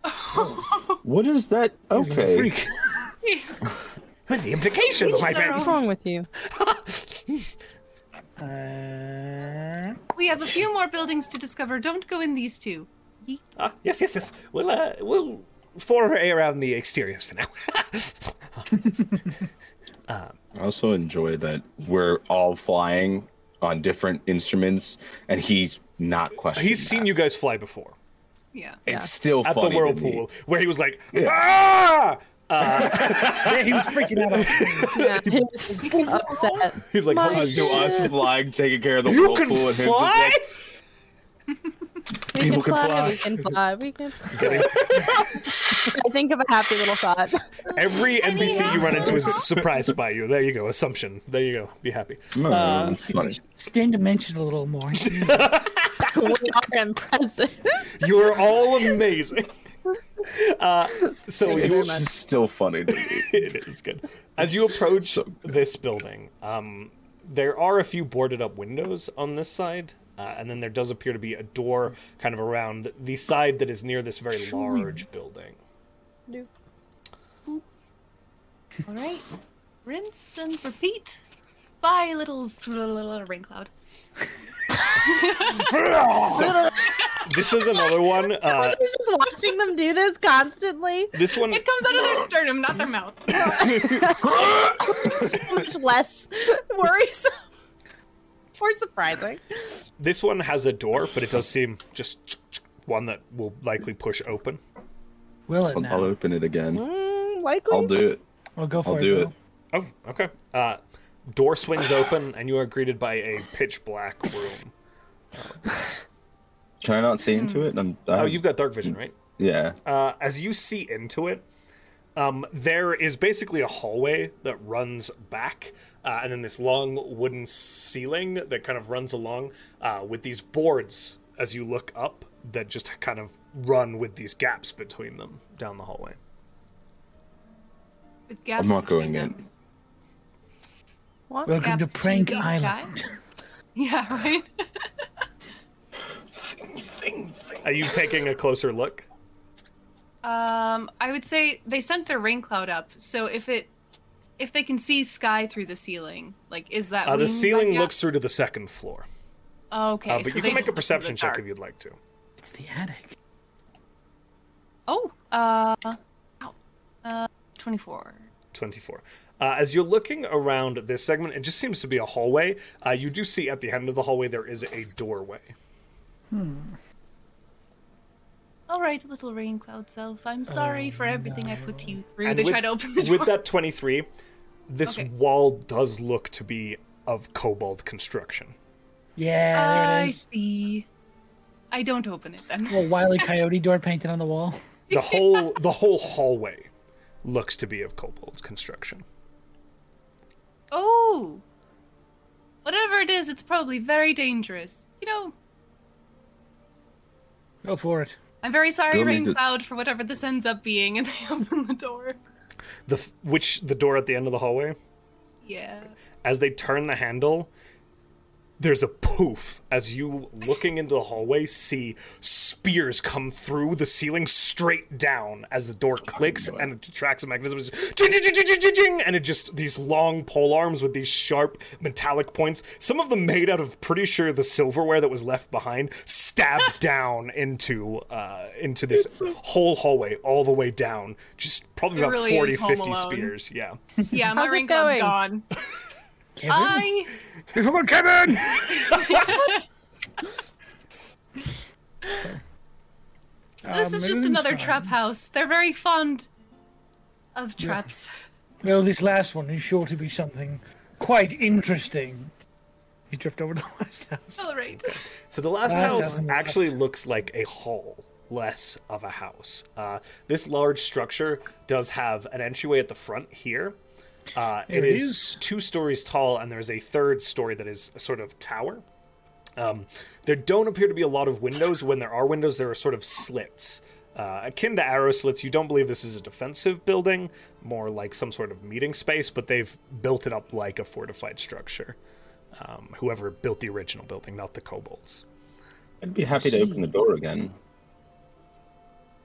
Speaker 3: there. What is that? Okay.
Speaker 4: Freak.
Speaker 5: Yes.
Speaker 1: The implications, my
Speaker 5: They're
Speaker 1: friends.
Speaker 2: what's wrong with you?
Speaker 4: Uh,
Speaker 5: We have a few more buildings to discover. Don't go in these two. Yeet.
Speaker 1: Ah, yes, yes, yes. We'll uh, we'll foray around the exteriors for now.
Speaker 3: I also enjoy that we're all flying on different instruments, and he's not questioning.
Speaker 1: He's seen
Speaker 3: that.
Speaker 1: you guys fly before
Speaker 5: Yeah.
Speaker 3: It's still
Speaker 1: at
Speaker 3: funny
Speaker 1: the
Speaker 3: to
Speaker 1: whirlpool,
Speaker 3: me.
Speaker 1: where he was like, ah!
Speaker 4: yeah, he was freaking out.
Speaker 2: Yeah, he's upset.
Speaker 1: He's like,
Speaker 2: My
Speaker 1: "Hold on,
Speaker 3: To us flying, taking care of the
Speaker 1: you
Speaker 3: whirlpool,
Speaker 1: can
Speaker 3: and him just
Speaker 1: fly.
Speaker 3: like,
Speaker 2: We
Speaker 3: People
Speaker 2: can
Speaker 3: can
Speaker 2: fly.
Speaker 3: fly.
Speaker 2: We can fly. We can. fly.
Speaker 1: Getting-
Speaker 2: I think of a happy little thought.
Speaker 1: Every NPC you run into is surprised by you. There you go. Assumption. There you go. Be happy.
Speaker 3: "No, it's funny.
Speaker 4: Stand dimension a little more.
Speaker 2: we are impressive.
Speaker 1: You are all amazing. Uh, so
Speaker 2: Thank you
Speaker 1: you
Speaker 2: very much.
Speaker 3: It's still funny to me."
Speaker 1: it is good. As you approach
Speaker 3: so good.
Speaker 1: this building, um, there are a few boarded up windows on this side, uh, and then there does appear to be a door kind of around the side that is near this very large building.
Speaker 5: All right. Rinse and repeat. Bye, little, little rain cloud.
Speaker 1: This is another one. Uh,
Speaker 2: I was just watching them do this constantly.
Speaker 1: this one.
Speaker 5: It comes out of their sternum, not their mouth.
Speaker 2: So much less worrisome or surprising.
Speaker 1: This one has a door, but it does seem just one that will likely push open.
Speaker 4: Will it
Speaker 3: I'll,
Speaker 4: now?
Speaker 3: I'll open it again.
Speaker 2: Mm, likely.
Speaker 3: I'll do it.
Speaker 4: well, go for
Speaker 3: I'll
Speaker 4: it.
Speaker 3: do it.
Speaker 4: Will.
Speaker 1: Oh, okay. Uh, door swings open, and you are greeted by a pitch black room.
Speaker 3: Can I not see into it? I'm, I
Speaker 1: Oh,
Speaker 3: have-
Speaker 1: you've got dark vision, right?
Speaker 3: yeah.
Speaker 1: Uh, as you see into it, um, there is basically a hallway that runs back, uh, and then this long wooden ceiling that kind of runs along uh, with these boards as you look up that just kind of run with these gaps between them down the hallway.
Speaker 5: With gaps
Speaker 3: I'm not going
Speaker 5: between them.
Speaker 3: in.
Speaker 2: What?
Speaker 4: Welcome
Speaker 5: Gaps
Speaker 4: to Prank
Speaker 5: the
Speaker 4: Island.
Speaker 5: sky? Yeah, right.
Speaker 1: Are you taking a closer look?
Speaker 5: Um, I would say they sent their rain cloud up, so if it, if they can see sky through the ceiling, like is that
Speaker 1: Uh, the
Speaker 5: winged by
Speaker 1: ceiling
Speaker 5: gap?
Speaker 1: looks through to the second floor,
Speaker 5: okay.
Speaker 1: uh, but
Speaker 5: so
Speaker 1: you
Speaker 5: they
Speaker 1: can make
Speaker 5: just
Speaker 1: a
Speaker 5: look through the
Speaker 1: perception check
Speaker 5: dark.
Speaker 1: if you'd like to.
Speaker 4: It's the attic.
Speaker 5: Oh, uh, ow. uh, twenty-four.
Speaker 1: 24. Uh, as you're looking around this segment, it just seems to be a hallway. Uh, you do see at the end of the hallway there is a doorway.
Speaker 5: All right, little rain cloud self. I'm sorry for everything I put you through.
Speaker 1: And
Speaker 5: they
Speaker 1: with-
Speaker 5: try to open the door.
Speaker 1: With that 23, this
Speaker 5: Okay.
Speaker 1: wall does look to be of cobalt construction.
Speaker 4: Yeah, there it
Speaker 5: I
Speaker 4: is.
Speaker 5: see. I don't open it then.
Speaker 4: Little Wile E. Coyote door painted on the wall.
Speaker 1: The whole the whole hallway looks to be of cobalt construction.
Speaker 5: Oh, whatever it is, it's probably very dangerous. You know,
Speaker 4: Go for it.
Speaker 5: I'm very sorry,
Speaker 3: Don't need
Speaker 5: Rain
Speaker 3: to-
Speaker 5: Cloud, for whatever this ends up being, and they open the door.
Speaker 1: The f- which the door at the end of the hallway,
Speaker 5: Yeah.
Speaker 1: as they turn the handle, there's a poof as you looking into the hallway see spears come through the ceiling straight down as the door clicks
Speaker 3: knew it.
Speaker 1: and it tracks a mechanism It's just ching, ching, ching, ching, ching, ching, ching, and it just these long pole arms with these sharp metallic points some of them made out of pretty sure the silverware that was left behind stab down into uh into this whole hallway all the way down just probably
Speaker 5: It
Speaker 1: about
Speaker 5: really is
Speaker 1: 40
Speaker 5: Home
Speaker 1: 50
Speaker 5: Alone.
Speaker 1: spears yeah
Speaker 5: Yeah, my
Speaker 2: How's it
Speaker 5: Rain Cloud's
Speaker 2: going?
Speaker 5: gone.
Speaker 4: Kevin?
Speaker 5: I.
Speaker 1: Come on, Kevin!
Speaker 4: um,
Speaker 5: This is just another trap house. They're very fond of traps.
Speaker 4: Well, this last one is sure to be something quite interesting. You drift over to the last house.
Speaker 5: All right.
Speaker 1: So the last
Speaker 4: Last
Speaker 1: house
Speaker 4: house on the
Speaker 1: actually looks like a hall, less of a house. Uh, this large structure does have an entryway at the front here. Uh, it
Speaker 4: There it
Speaker 1: is,
Speaker 4: is.
Speaker 1: two stories tall, and there's a third story that is a sort of tower. Um, there don't appear to be a lot of windows. When there are windows, there are sort of slits. Uh, akin to arrow slits, you don't believe this is a defensive building, more like some sort of meeting space, but they've built it up like a fortified structure. Um, whoever built the original building, not the kobolds.
Speaker 3: I'd be happy to open the door again.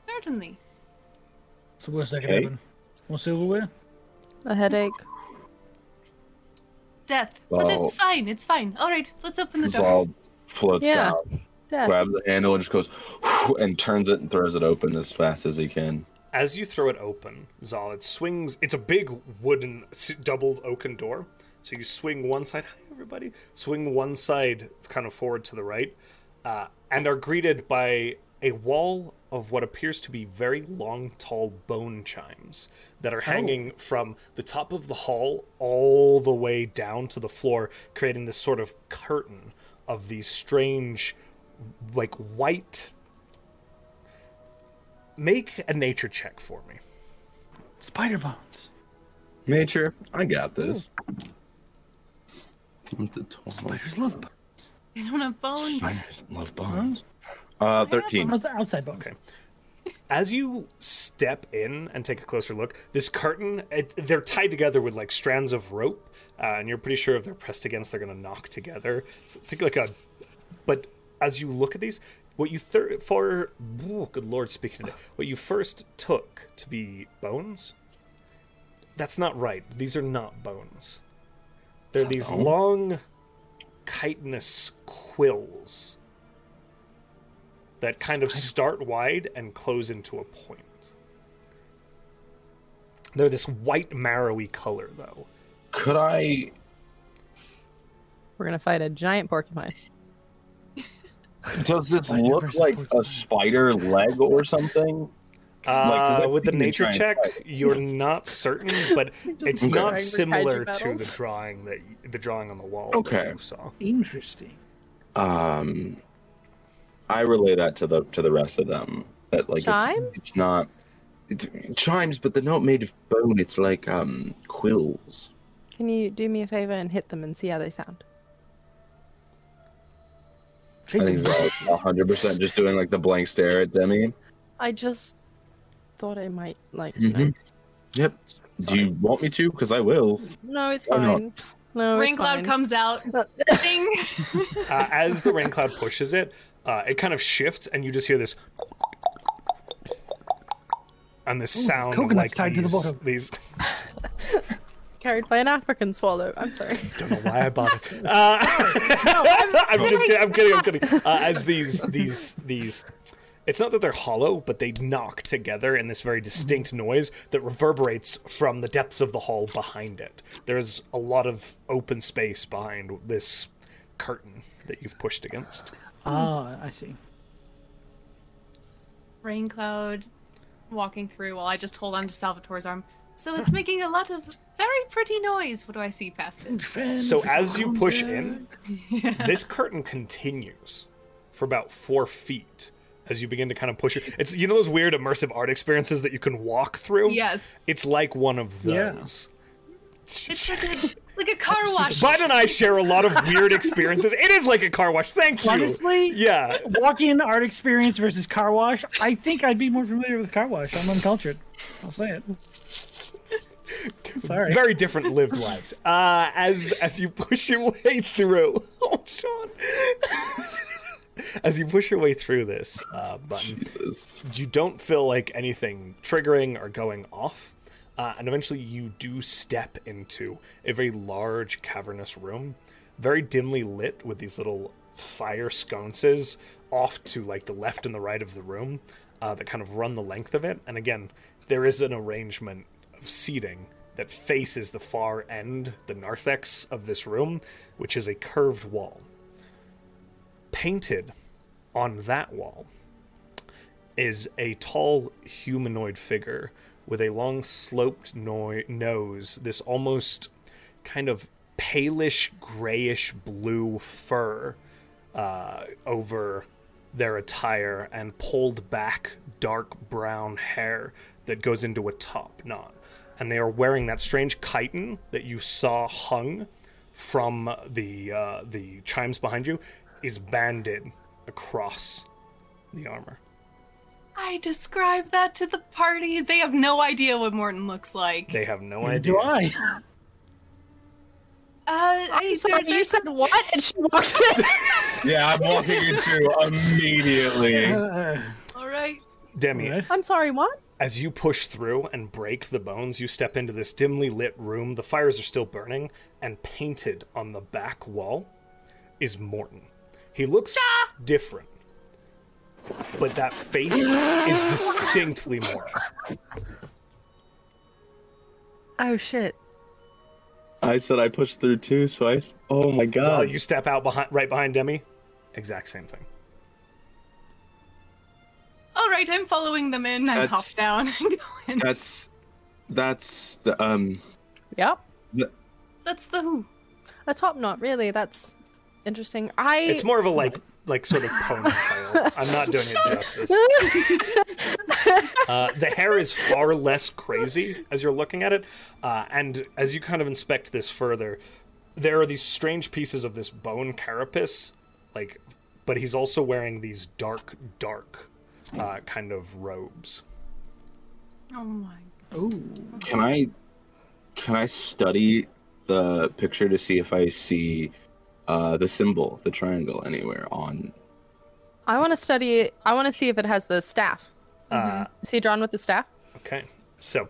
Speaker 5: Certainly.
Speaker 4: It's the worst that could
Speaker 3: Okay.
Speaker 4: happen. More silverware?
Speaker 2: A headache.
Speaker 5: Death. but
Speaker 3: Well-
Speaker 5: it's fine. It's fine. All right. Let's open the door.
Speaker 3: Zal floats
Speaker 2: Yeah.
Speaker 3: down,
Speaker 2: Death.
Speaker 3: grabs the handle, and just goes and turns it and throws it open as fast as he can.
Speaker 1: As you throw it open, Zal, it swings. It's a big wooden, s- double oaken door. So you swing one side. Hi, everybody. Swing one side kind of forward to the right, uh, and are greeted by a wall of what appears to be very long, tall bone chimes that are hanging from the top of the hall all the way down to the floor, creating this sort of curtain of these strange, like white. Make a nature check for me.
Speaker 4: Spider bones.
Speaker 3: Nature, I got this. I'm the tall-
Speaker 4: Spiders love bones.
Speaker 5: They don't have bones.
Speaker 3: Spiders love bones. Uh, thirteen.
Speaker 4: Not the outside bones.
Speaker 1: Okay. as you step in and take a closer look, this curtain, it, they're tied together with like strands of rope, uh, and you're pretty sure if they're pressed against, they're going to knock together. So think like a. But as you look at these, what you thir- for, ooh, good lord, speaking today, what you first took to be bones, that's not right. These are not bones. They're these long, chitinous quills that kind of start wide and close into a point. They're this white marrowy color, though.
Speaker 3: Could I?
Speaker 2: We're gonna fight a giant porcupine.
Speaker 3: Does this
Speaker 4: I never
Speaker 3: look like
Speaker 4: support
Speaker 3: a
Speaker 4: you.
Speaker 3: spider leg or something? does
Speaker 1: Uh,
Speaker 3: that
Speaker 1: with the
Speaker 3: mean you
Speaker 1: nature
Speaker 3: try and
Speaker 1: check,
Speaker 3: fight?
Speaker 1: you're not certain, but it's
Speaker 3: Okay.
Speaker 1: not
Speaker 2: the
Speaker 1: similar
Speaker 2: kaiju
Speaker 1: to the
Speaker 2: battles.
Speaker 1: drawing that the drawing on the wall
Speaker 3: Okay.
Speaker 1: that you saw.
Speaker 4: Interesting.
Speaker 3: Um, I relay that to the to the rest of them. That like
Speaker 2: Chimes?
Speaker 3: it's it's not it, it chimes, but they're not made of bone. It's like um quills.
Speaker 2: Can you do me a favor and hit them and see how they sound?
Speaker 3: I think they're hundred percent just doing like the blank stare at Demi.
Speaker 2: I just thought I might like to.
Speaker 3: Mhm.
Speaker 1: Mm-hmm.
Speaker 2: know.
Speaker 3: Yep. Do you want me to? Because I will.
Speaker 2: No, it's
Speaker 1: Oh,
Speaker 3: Why not?
Speaker 2: fine. No,
Speaker 5: Rain
Speaker 2: it's
Speaker 5: cloud
Speaker 2: fine.
Speaker 5: comes out. Ding.
Speaker 1: Uh, as the rain cloud pushes it, uh, it kind of shifts, and you just hear this and this
Speaker 4: Ooh,
Speaker 1: sound of
Speaker 4: coconut's
Speaker 1: like
Speaker 4: tied to the
Speaker 1: these,
Speaker 4: bottom.
Speaker 1: these.
Speaker 2: Carried by an African swallow. I'm sorry.
Speaker 1: Don't know why I bought it. Uh, I'm just kidding. I'm kidding. I'm kidding. Uh, as these these these. It's not that they're hollow, but they knock together in this very distinct noise that reverberates from the depths of the hall behind it. There's a lot of open space behind this curtain that you've pushed against.
Speaker 4: Ah, I see.
Speaker 5: Rain cloud walking through while I just hold on to Salvatore's arm. So it's making a lot of very pretty noise. What do I see past it?
Speaker 1: So as you push in, this curtain continues for about four feet as you begin to kind of push it. It's you know those weird immersive art experiences that you can walk through.
Speaker 5: Yes.
Speaker 1: it's like one of
Speaker 4: Yeah.
Speaker 1: those.
Speaker 5: It's like a, like a car wash.
Speaker 1: Bud and I share a lot of weird experiences. It is like a car wash. Thank you.
Speaker 4: Honestly?
Speaker 1: yeah.
Speaker 4: walk-in art experience versus car wash. I think I'd be more familiar with car wash. I'm uncultured. I'll say it. Sorry.
Speaker 1: Very different lived lives. Uh, as as you push your way through, oh Sean, as you push your way through this uh, button,
Speaker 3: Jesus.
Speaker 1: you don't feel like anything triggering or going off. Uh, and eventually you do step into a very large cavernous room, very dimly lit with these little fire sconces off to like the left and the right of the room uh, that kind of run the length of it. And again, there is an arrangement of seating that faces the far end, the narthex of this room, which is a curved wall. Painted on that wall is a tall humanoid figure with a long sloped no- nose, this almost kind of palish grayish blue fur uh, over their attire and pulled back dark brown hair that goes into a top knot. And they are wearing that strange chitin that you saw hung from the uh, the chimes behind you is banded across the armor.
Speaker 5: I described that to the party. They have no idea what Morton looks like.
Speaker 1: They have no
Speaker 4: Why
Speaker 1: idea.
Speaker 4: do I?
Speaker 5: uh, I,
Speaker 2: I'm sorry,
Speaker 5: there-
Speaker 2: you said
Speaker 5: there's-
Speaker 2: what? And she walked in.
Speaker 3: Yeah, I'm walking into immediately.
Speaker 4: Uh,
Speaker 5: All right.
Speaker 1: Demi,
Speaker 4: alright.
Speaker 2: I'm sorry, what?
Speaker 1: as you push through and break the bones, you step into this dimly lit room. The fires are still burning, and painted on the back wall is Morton. He looks different, but that face is distinctly Morton.
Speaker 2: Oh shit.
Speaker 3: I said I pushed through too, so I. Oh my god.
Speaker 1: So you step out behind, right behind Demi. Exact same thing.
Speaker 5: All right. I'm following them in. I hop
Speaker 3: That's-
Speaker 5: down and go in.
Speaker 3: That's that's the um
Speaker 2: Yep.
Speaker 5: That's the who.
Speaker 2: A top knot, really. That's interesting. I.
Speaker 1: It's more of a like, like sort of ponytail. I'm not doing it justice. Uh, the hair is far less crazy as you're looking at it. Uh, and as you kind of inspect this further, there are these strange pieces of this bone carapace, like, but he's also wearing these dark, dark uh, kind of robes.
Speaker 5: Oh my.
Speaker 4: Ooh.
Speaker 3: can I can I study the picture to see if I see uh the symbol, the triangle anywhere on
Speaker 2: I want to study. I want to see if it has the staff.
Speaker 1: Uh,
Speaker 2: Is he drawn with the staff?
Speaker 1: okay, so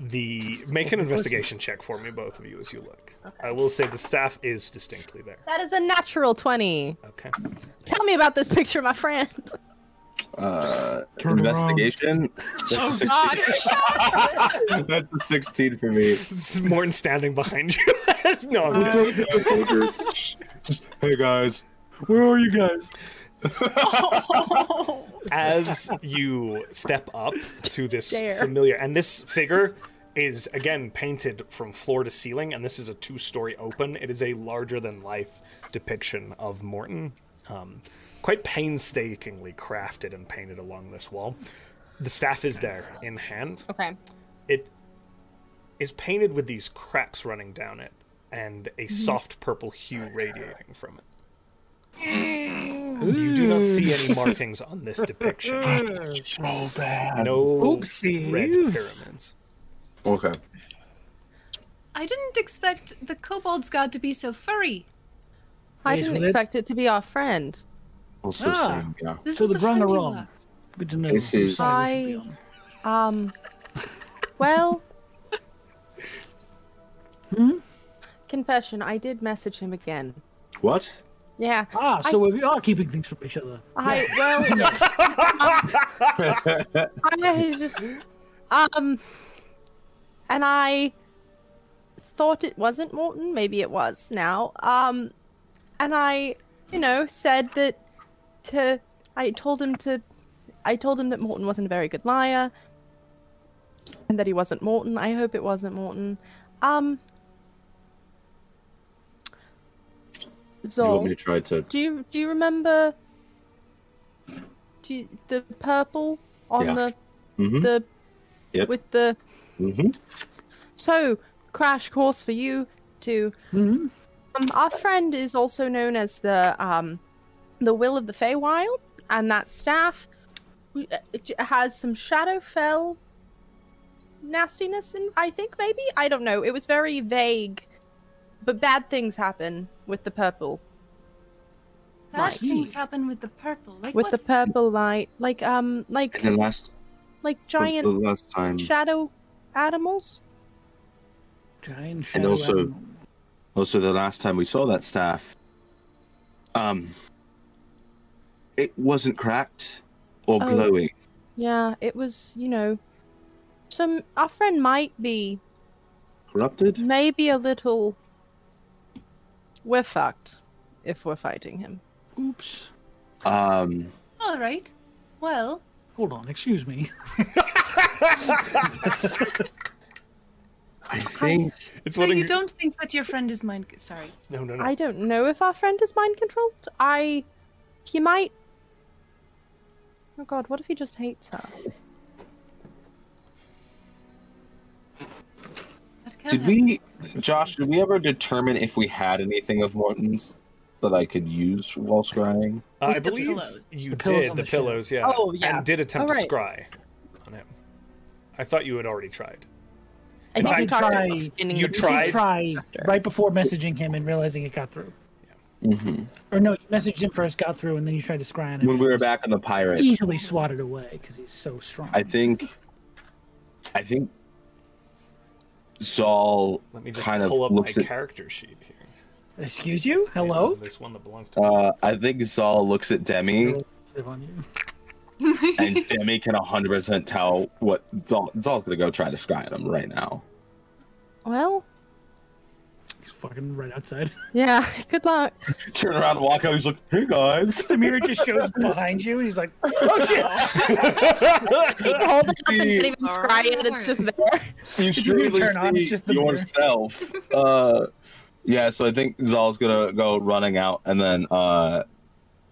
Speaker 1: the make an investigation check for me, both of you, as you look. I will say the staff is distinctly there.
Speaker 2: That is a natural twenty.
Speaker 1: Okay.
Speaker 2: Tell me about this picture, my friend.
Speaker 3: uh
Speaker 4: Turn around.
Speaker 3: investigation? That's a
Speaker 5: Oh
Speaker 3: 16.
Speaker 5: God.
Speaker 3: That's a sixteen for me.
Speaker 1: S- Morton standing behind you. no, I'm
Speaker 3: Just, hey guys.
Speaker 4: Where are you guys?
Speaker 1: as you step up to this
Speaker 2: Dare.
Speaker 1: familiar and this figure is again painted from floor to ceiling and this is a two-story open it is a larger than life depiction of morton um, quite painstakingly crafted and painted along this wall the staff is there in hand
Speaker 2: Okay.
Speaker 1: it is painted with these cracks running down it and a soft purple hue radiating from it you do not see any markings on this depiction.
Speaker 3: so bad.
Speaker 1: No
Speaker 4: Oopsies.
Speaker 1: red pyramids.
Speaker 3: Okay.
Speaker 5: I didn't expect the kobold's god to be so furry.
Speaker 2: I
Speaker 4: Please,
Speaker 2: didn't
Speaker 4: will it-
Speaker 2: expect it to be our friend.
Speaker 3: Also
Speaker 4: Ah.
Speaker 3: same, yeah.
Speaker 5: This
Speaker 4: So
Speaker 5: is
Speaker 4: the Grung are
Speaker 5: funky
Speaker 4: wrong.
Speaker 5: box.
Speaker 4: Good to know.
Speaker 3: This
Speaker 4: which
Speaker 3: is-
Speaker 4: side we should be on.
Speaker 2: Um, well,
Speaker 4: Hmm?
Speaker 2: confession, I did message him again.
Speaker 3: What?
Speaker 2: Yeah,
Speaker 4: Ah, so we are keeping things from each other.
Speaker 2: I well, yes, I just um, and I thought it wasn't Morton. Maybe it was now. Um, and I, you know, said that to I told him to I told him that Morton wasn't a very good liar, and that he wasn't Morton. I hope it wasn't Morton. Um.
Speaker 3: Do you
Speaker 2: So,
Speaker 3: want me to try to?
Speaker 2: do you do you remember do you, the purple on
Speaker 3: Yeah.
Speaker 2: the
Speaker 3: Mhm.
Speaker 2: the
Speaker 3: Yep.
Speaker 2: with the
Speaker 3: Mhm.
Speaker 2: so crash course for you too.
Speaker 4: Hmm?
Speaker 2: Um, our friend is also known as the um the will of the Feywild, and that staff w- it has some Shadowfell nastiness in. I think maybe I don't know. It was very vague, but bad things happen with the purple.
Speaker 5: Bad
Speaker 4: Right.
Speaker 5: things happen with the purple. Like
Speaker 2: with
Speaker 5: what?
Speaker 2: the purple light, like um, like
Speaker 3: And then last,
Speaker 2: like
Speaker 3: the-
Speaker 2: giant
Speaker 3: the last time,
Speaker 2: shadow animals.
Speaker 4: Giant
Speaker 3: And
Speaker 4: shadow
Speaker 3: also-
Speaker 4: animal.
Speaker 3: also Oh, the last time we saw that staff, um, it wasn't cracked or
Speaker 2: Oh.
Speaker 3: glowing.
Speaker 2: Yeah, it was you know, some our friend might be
Speaker 3: Corrupted?
Speaker 2: maybe a little. We're fucked if we're fighting him.
Speaker 4: Oops.
Speaker 3: Um,
Speaker 5: All right. Well,
Speaker 4: Hold on, excuse me.
Speaker 3: I think
Speaker 1: It's
Speaker 5: so
Speaker 1: what
Speaker 5: you
Speaker 1: it-
Speaker 5: don't think that your friend is mine? Sorry.
Speaker 1: No, no, no.
Speaker 2: I don't know if our friend is mind controlled. I, he might. Oh God, what if he just hates us?
Speaker 5: That can
Speaker 3: did
Speaker 5: happen.
Speaker 3: we, Josh? Did we ever determine if we had anything of Morton's that I could use while scrying?
Speaker 1: Uh, I
Speaker 5: The
Speaker 1: believe
Speaker 5: pillows.
Speaker 1: you
Speaker 4: The pillows
Speaker 1: did
Speaker 4: on
Speaker 1: the
Speaker 4: the ship.
Speaker 1: pillows, yeah.
Speaker 2: Oh, yeah.
Speaker 1: And did attempt to
Speaker 2: Alright.
Speaker 1: scry on him. I thought you had already tried.
Speaker 2: I
Speaker 1: In
Speaker 2: think we
Speaker 1: fact,
Speaker 2: talked about
Speaker 4: try-
Speaker 2: skinning
Speaker 1: you
Speaker 2: the-
Speaker 4: You
Speaker 1: tried-
Speaker 4: did try right before messaging him and realizing it got through.
Speaker 3: Mm-hmm.
Speaker 4: Or no, you messaged him first, got through, and then you tried to scry on him.
Speaker 3: When we were back on the pirate,
Speaker 4: easily swatted away because he's so strong.
Speaker 3: I think, I think Zal
Speaker 1: Let me just
Speaker 3: kind of
Speaker 1: pull up my
Speaker 3: looks at.
Speaker 1: character sheet here.
Speaker 4: Excuse you? Hello?
Speaker 1: And this one that belongs to
Speaker 3: Uh, I think Zal looks at Demi,
Speaker 4: Live on you.
Speaker 3: and Demi can 100% tell what Zal, Zal's gonna go try to scry at him right now.
Speaker 2: Well,
Speaker 4: He's fucking right outside.
Speaker 2: yeah. Good luck.
Speaker 3: Turn around and walk out. He's like, "Hey guys,
Speaker 4: the mirror just shows behind you, and he's like, oh shit!
Speaker 2: He hold it up and
Speaker 3: Yeah.
Speaker 2: didn't even scry it. It's just there.
Speaker 3: you
Speaker 4: Did you
Speaker 3: truly
Speaker 4: turn on? It's
Speaker 3: see
Speaker 4: just the mirror."
Speaker 3: yourself." uh, yeah, so I think Zal's gonna go running out and then uh,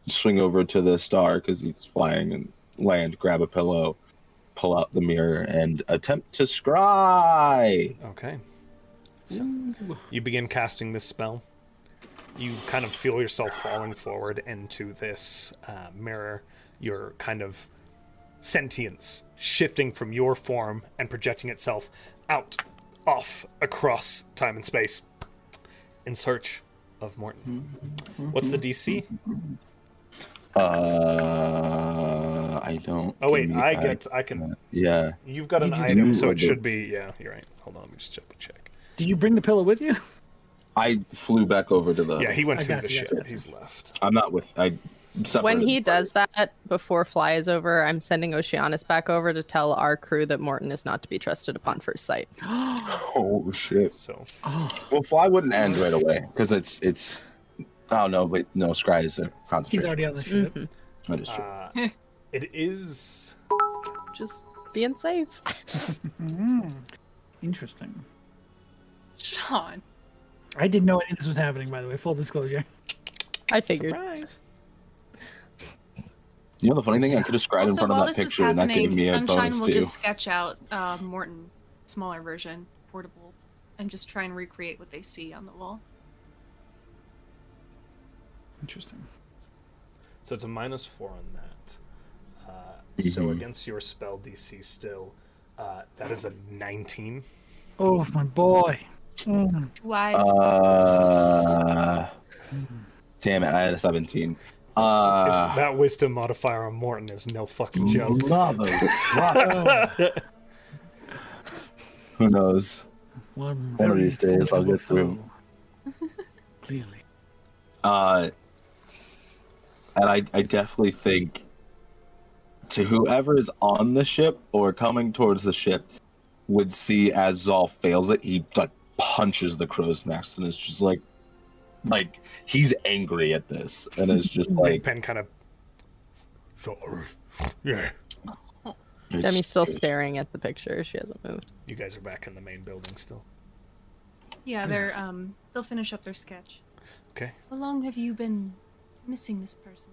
Speaker 3: swing over to the star because he's flying and land, grab a pillow, pull out the mirror, and attempt to scry.
Speaker 1: Okay. So, you begin casting this spell. You kind of feel yourself falling forward into this uh, mirror. Your kind of sentience shifting from your form and projecting itself out, off, across time and space in search of Morton.
Speaker 4: Mm-hmm.
Speaker 1: What's the DC?
Speaker 3: Uh, I don't.
Speaker 1: Oh, wait,
Speaker 3: give me-
Speaker 1: I get. I can.
Speaker 3: Yeah.
Speaker 1: You've got an
Speaker 4: You do-
Speaker 1: item, so
Speaker 3: You
Speaker 1: it
Speaker 3: do.
Speaker 1: should be. Yeah, you're right. Hold on, let me just double check.
Speaker 4: Did you bring the pillow with you?
Speaker 3: I flew back over to the.
Speaker 1: Yeah, he went
Speaker 4: Oh. I
Speaker 1: to
Speaker 4: got
Speaker 1: the
Speaker 4: you, got
Speaker 1: ship.
Speaker 4: you.
Speaker 1: He's left.
Speaker 3: I'm not with. I.
Speaker 2: When
Speaker 3: separated.
Speaker 2: he does that before Fly is over, I'm sending Oceanus back over to tell our crew that Morton is not to be trusted upon first sight.
Speaker 3: Oh shit.
Speaker 1: So
Speaker 3: Well, fly wouldn't end right away because it's it's Oh no, wait, no, Scry is a
Speaker 4: He's
Speaker 3: concentration.
Speaker 4: already on the ship.
Speaker 2: Mhm.
Speaker 3: That is true.
Speaker 1: Uh, it is.
Speaker 2: Just being safe.
Speaker 4: Mm. Interesting.
Speaker 5: Sean.
Speaker 4: I didn't know any of this was happening, by the way. Full disclosure.
Speaker 2: I figured.
Speaker 1: Surprise.
Speaker 3: you know the funny thing? I could have Scryed in
Speaker 5: also,
Speaker 3: front
Speaker 5: while
Speaker 3: of that
Speaker 5: this is
Speaker 3: picture, and that gave
Speaker 5: happening,
Speaker 3: me a
Speaker 5: Sunshine
Speaker 3: bonus
Speaker 5: will
Speaker 3: too.
Speaker 5: just sketch out uh, Morton, smaller version, portable, and just try and recreate what they see on the wall.
Speaker 4: Interesting.
Speaker 1: So it's a minus four on that. Uh, So
Speaker 3: Mhm.
Speaker 1: against your spell DC still, uh, that is a 19.
Speaker 4: Oh my boy. Mm.
Speaker 5: Two eyes.
Speaker 3: Uh, damn it! I had a seventeen.
Speaker 1: It's-
Speaker 3: Uh,
Speaker 1: that wisdom modifier on Morton is no fucking joke.
Speaker 3: Mm-hmm. motherfucker. Who knows?
Speaker 4: One
Speaker 3: One of
Speaker 4: very
Speaker 3: these days I'll get
Speaker 4: formidable foe. Clearly.
Speaker 3: Uh, and I, I definitely think to whoever is on the ship or coming towards the ship would see as Zol fails it, he like punches the crow's nest and it's just like, like he's angry at this, and it's just like
Speaker 1: Pen kind of. Sorry. Yeah.
Speaker 3: it's-
Speaker 2: Demi's still
Speaker 3: it's-
Speaker 2: staring at the picture. She hasn't moved.
Speaker 1: You guys are back in the main building still.
Speaker 5: yeah,
Speaker 3: hmm.
Speaker 5: they're um, they'll finish up their sketch.
Speaker 1: Okay.
Speaker 5: How long have you been missing this person?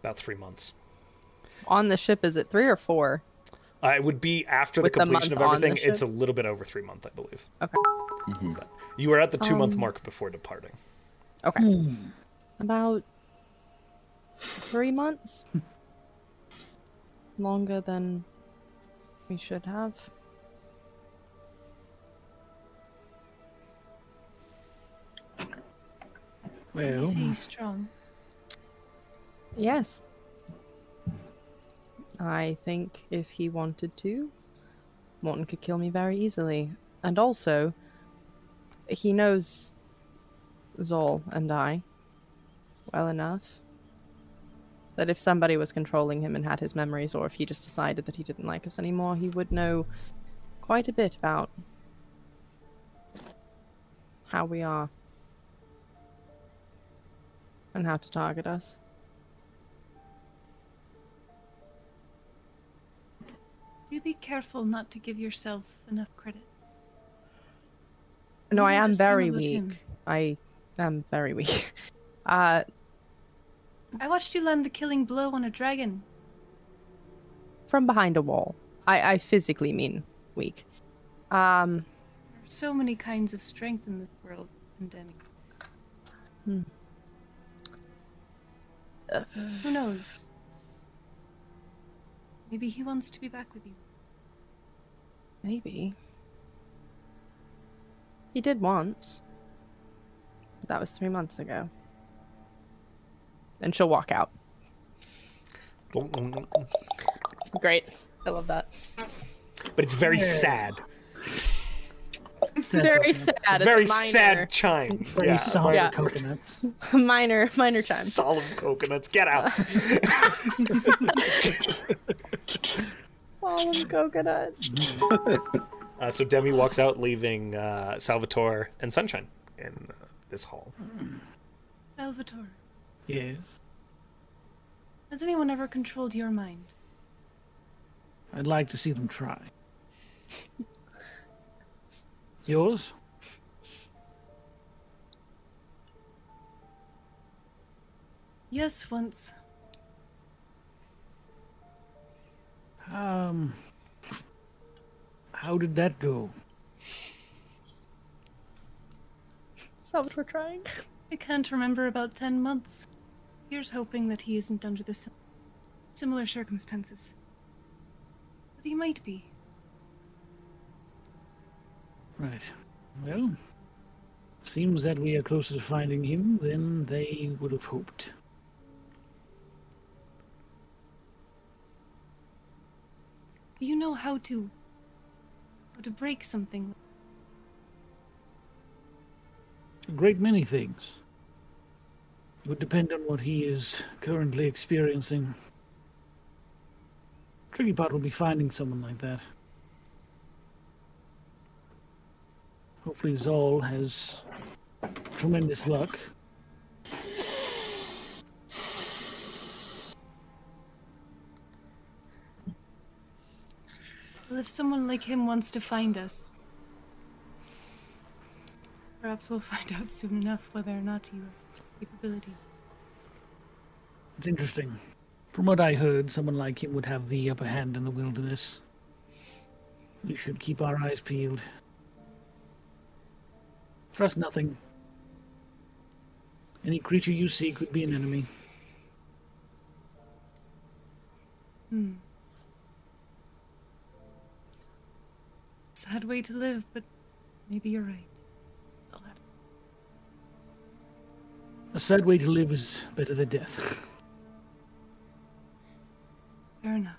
Speaker 1: About three months.
Speaker 2: On the ship, is it three or four?
Speaker 1: Uh, it would be after
Speaker 2: With
Speaker 1: the
Speaker 2: the
Speaker 1: completion of
Speaker 2: month on the
Speaker 1: everything. It's a
Speaker 2: ship?
Speaker 1: little bit over three months, I believe.
Speaker 3: Mhm.
Speaker 1: But you were at the two month
Speaker 2: Um,
Speaker 1: mark before departing.
Speaker 2: Okay.
Speaker 4: Mm.
Speaker 2: About three months. Longer than we should have.
Speaker 5: You
Speaker 4: Well,
Speaker 5: say he's strong.
Speaker 2: Yes. I think if he wanted to, Morton could kill me very easily. And also, he knows Zol and I well enough that if somebody was controlling him and had his memories, or if he just decided that he didn't like us anymore, he would know quite a bit about how we are and how to target us.
Speaker 5: Do be careful not to give yourself enough credit.
Speaker 2: No,
Speaker 5: You
Speaker 2: I
Speaker 5: know
Speaker 2: am
Speaker 5: the same
Speaker 2: very
Speaker 5: about
Speaker 2: weak.
Speaker 5: him.
Speaker 2: I am very weak. Uh,
Speaker 5: I watched you land the killing blow on a dragon.
Speaker 2: from behind a wall. I, I physically mean weak. Um,
Speaker 5: There are so many kinds of strength in this world, Demi.
Speaker 2: uh,
Speaker 5: Who knows? Maybe he wants to be back with you.
Speaker 2: maybe. He did once. But that was three months ago. And she'll walk out.
Speaker 1: But
Speaker 2: Great. I love that.
Speaker 1: it's very sad.
Speaker 2: It's very sad. It's
Speaker 1: very
Speaker 2: minor,
Speaker 1: sad chimes.
Speaker 4: very
Speaker 1: yeah,
Speaker 4: solid
Speaker 2: Yeah.
Speaker 4: coconuts.
Speaker 2: Minor, minor time.
Speaker 1: Solemn coconuts, get out.
Speaker 2: Solemn coconut.
Speaker 1: uh, so Demi walks out, leaving uh, Salvatore and Sunshine in uh, this hall.
Speaker 5: Salvatore,
Speaker 4: Yes.
Speaker 5: has anyone ever controlled your mind?
Speaker 4: I'd like to see them try. Yours?
Speaker 5: Yes, once.
Speaker 4: Um. How did that go?
Speaker 2: Salvatore trying.
Speaker 5: I can't remember about ten months. Here's hoping that he isn't under the sim- similar circumstances. But he might be.
Speaker 4: Right. Well, seems that we are closer to finding him than they would have hoped.
Speaker 5: Do you know how to how to break something?
Speaker 4: A great many things. It would depend on what he is currently experiencing. Tricky part will be finding someone like that. Hopefully, Zol has Tremendous luck.
Speaker 5: Well, if someone like him wants to find us, perhaps we'll find out soon enough whether or not you have the capability.
Speaker 4: It's interesting. From what I heard, someone like him would have the upper hand in the wilderness. We should keep our eyes peeled. Trust nothing. Any creature you see could be an enemy.
Speaker 5: Hmm. Sad way to live, but maybe you're right. I'll have-
Speaker 4: A sad way to live is better than death.
Speaker 5: Fair enough.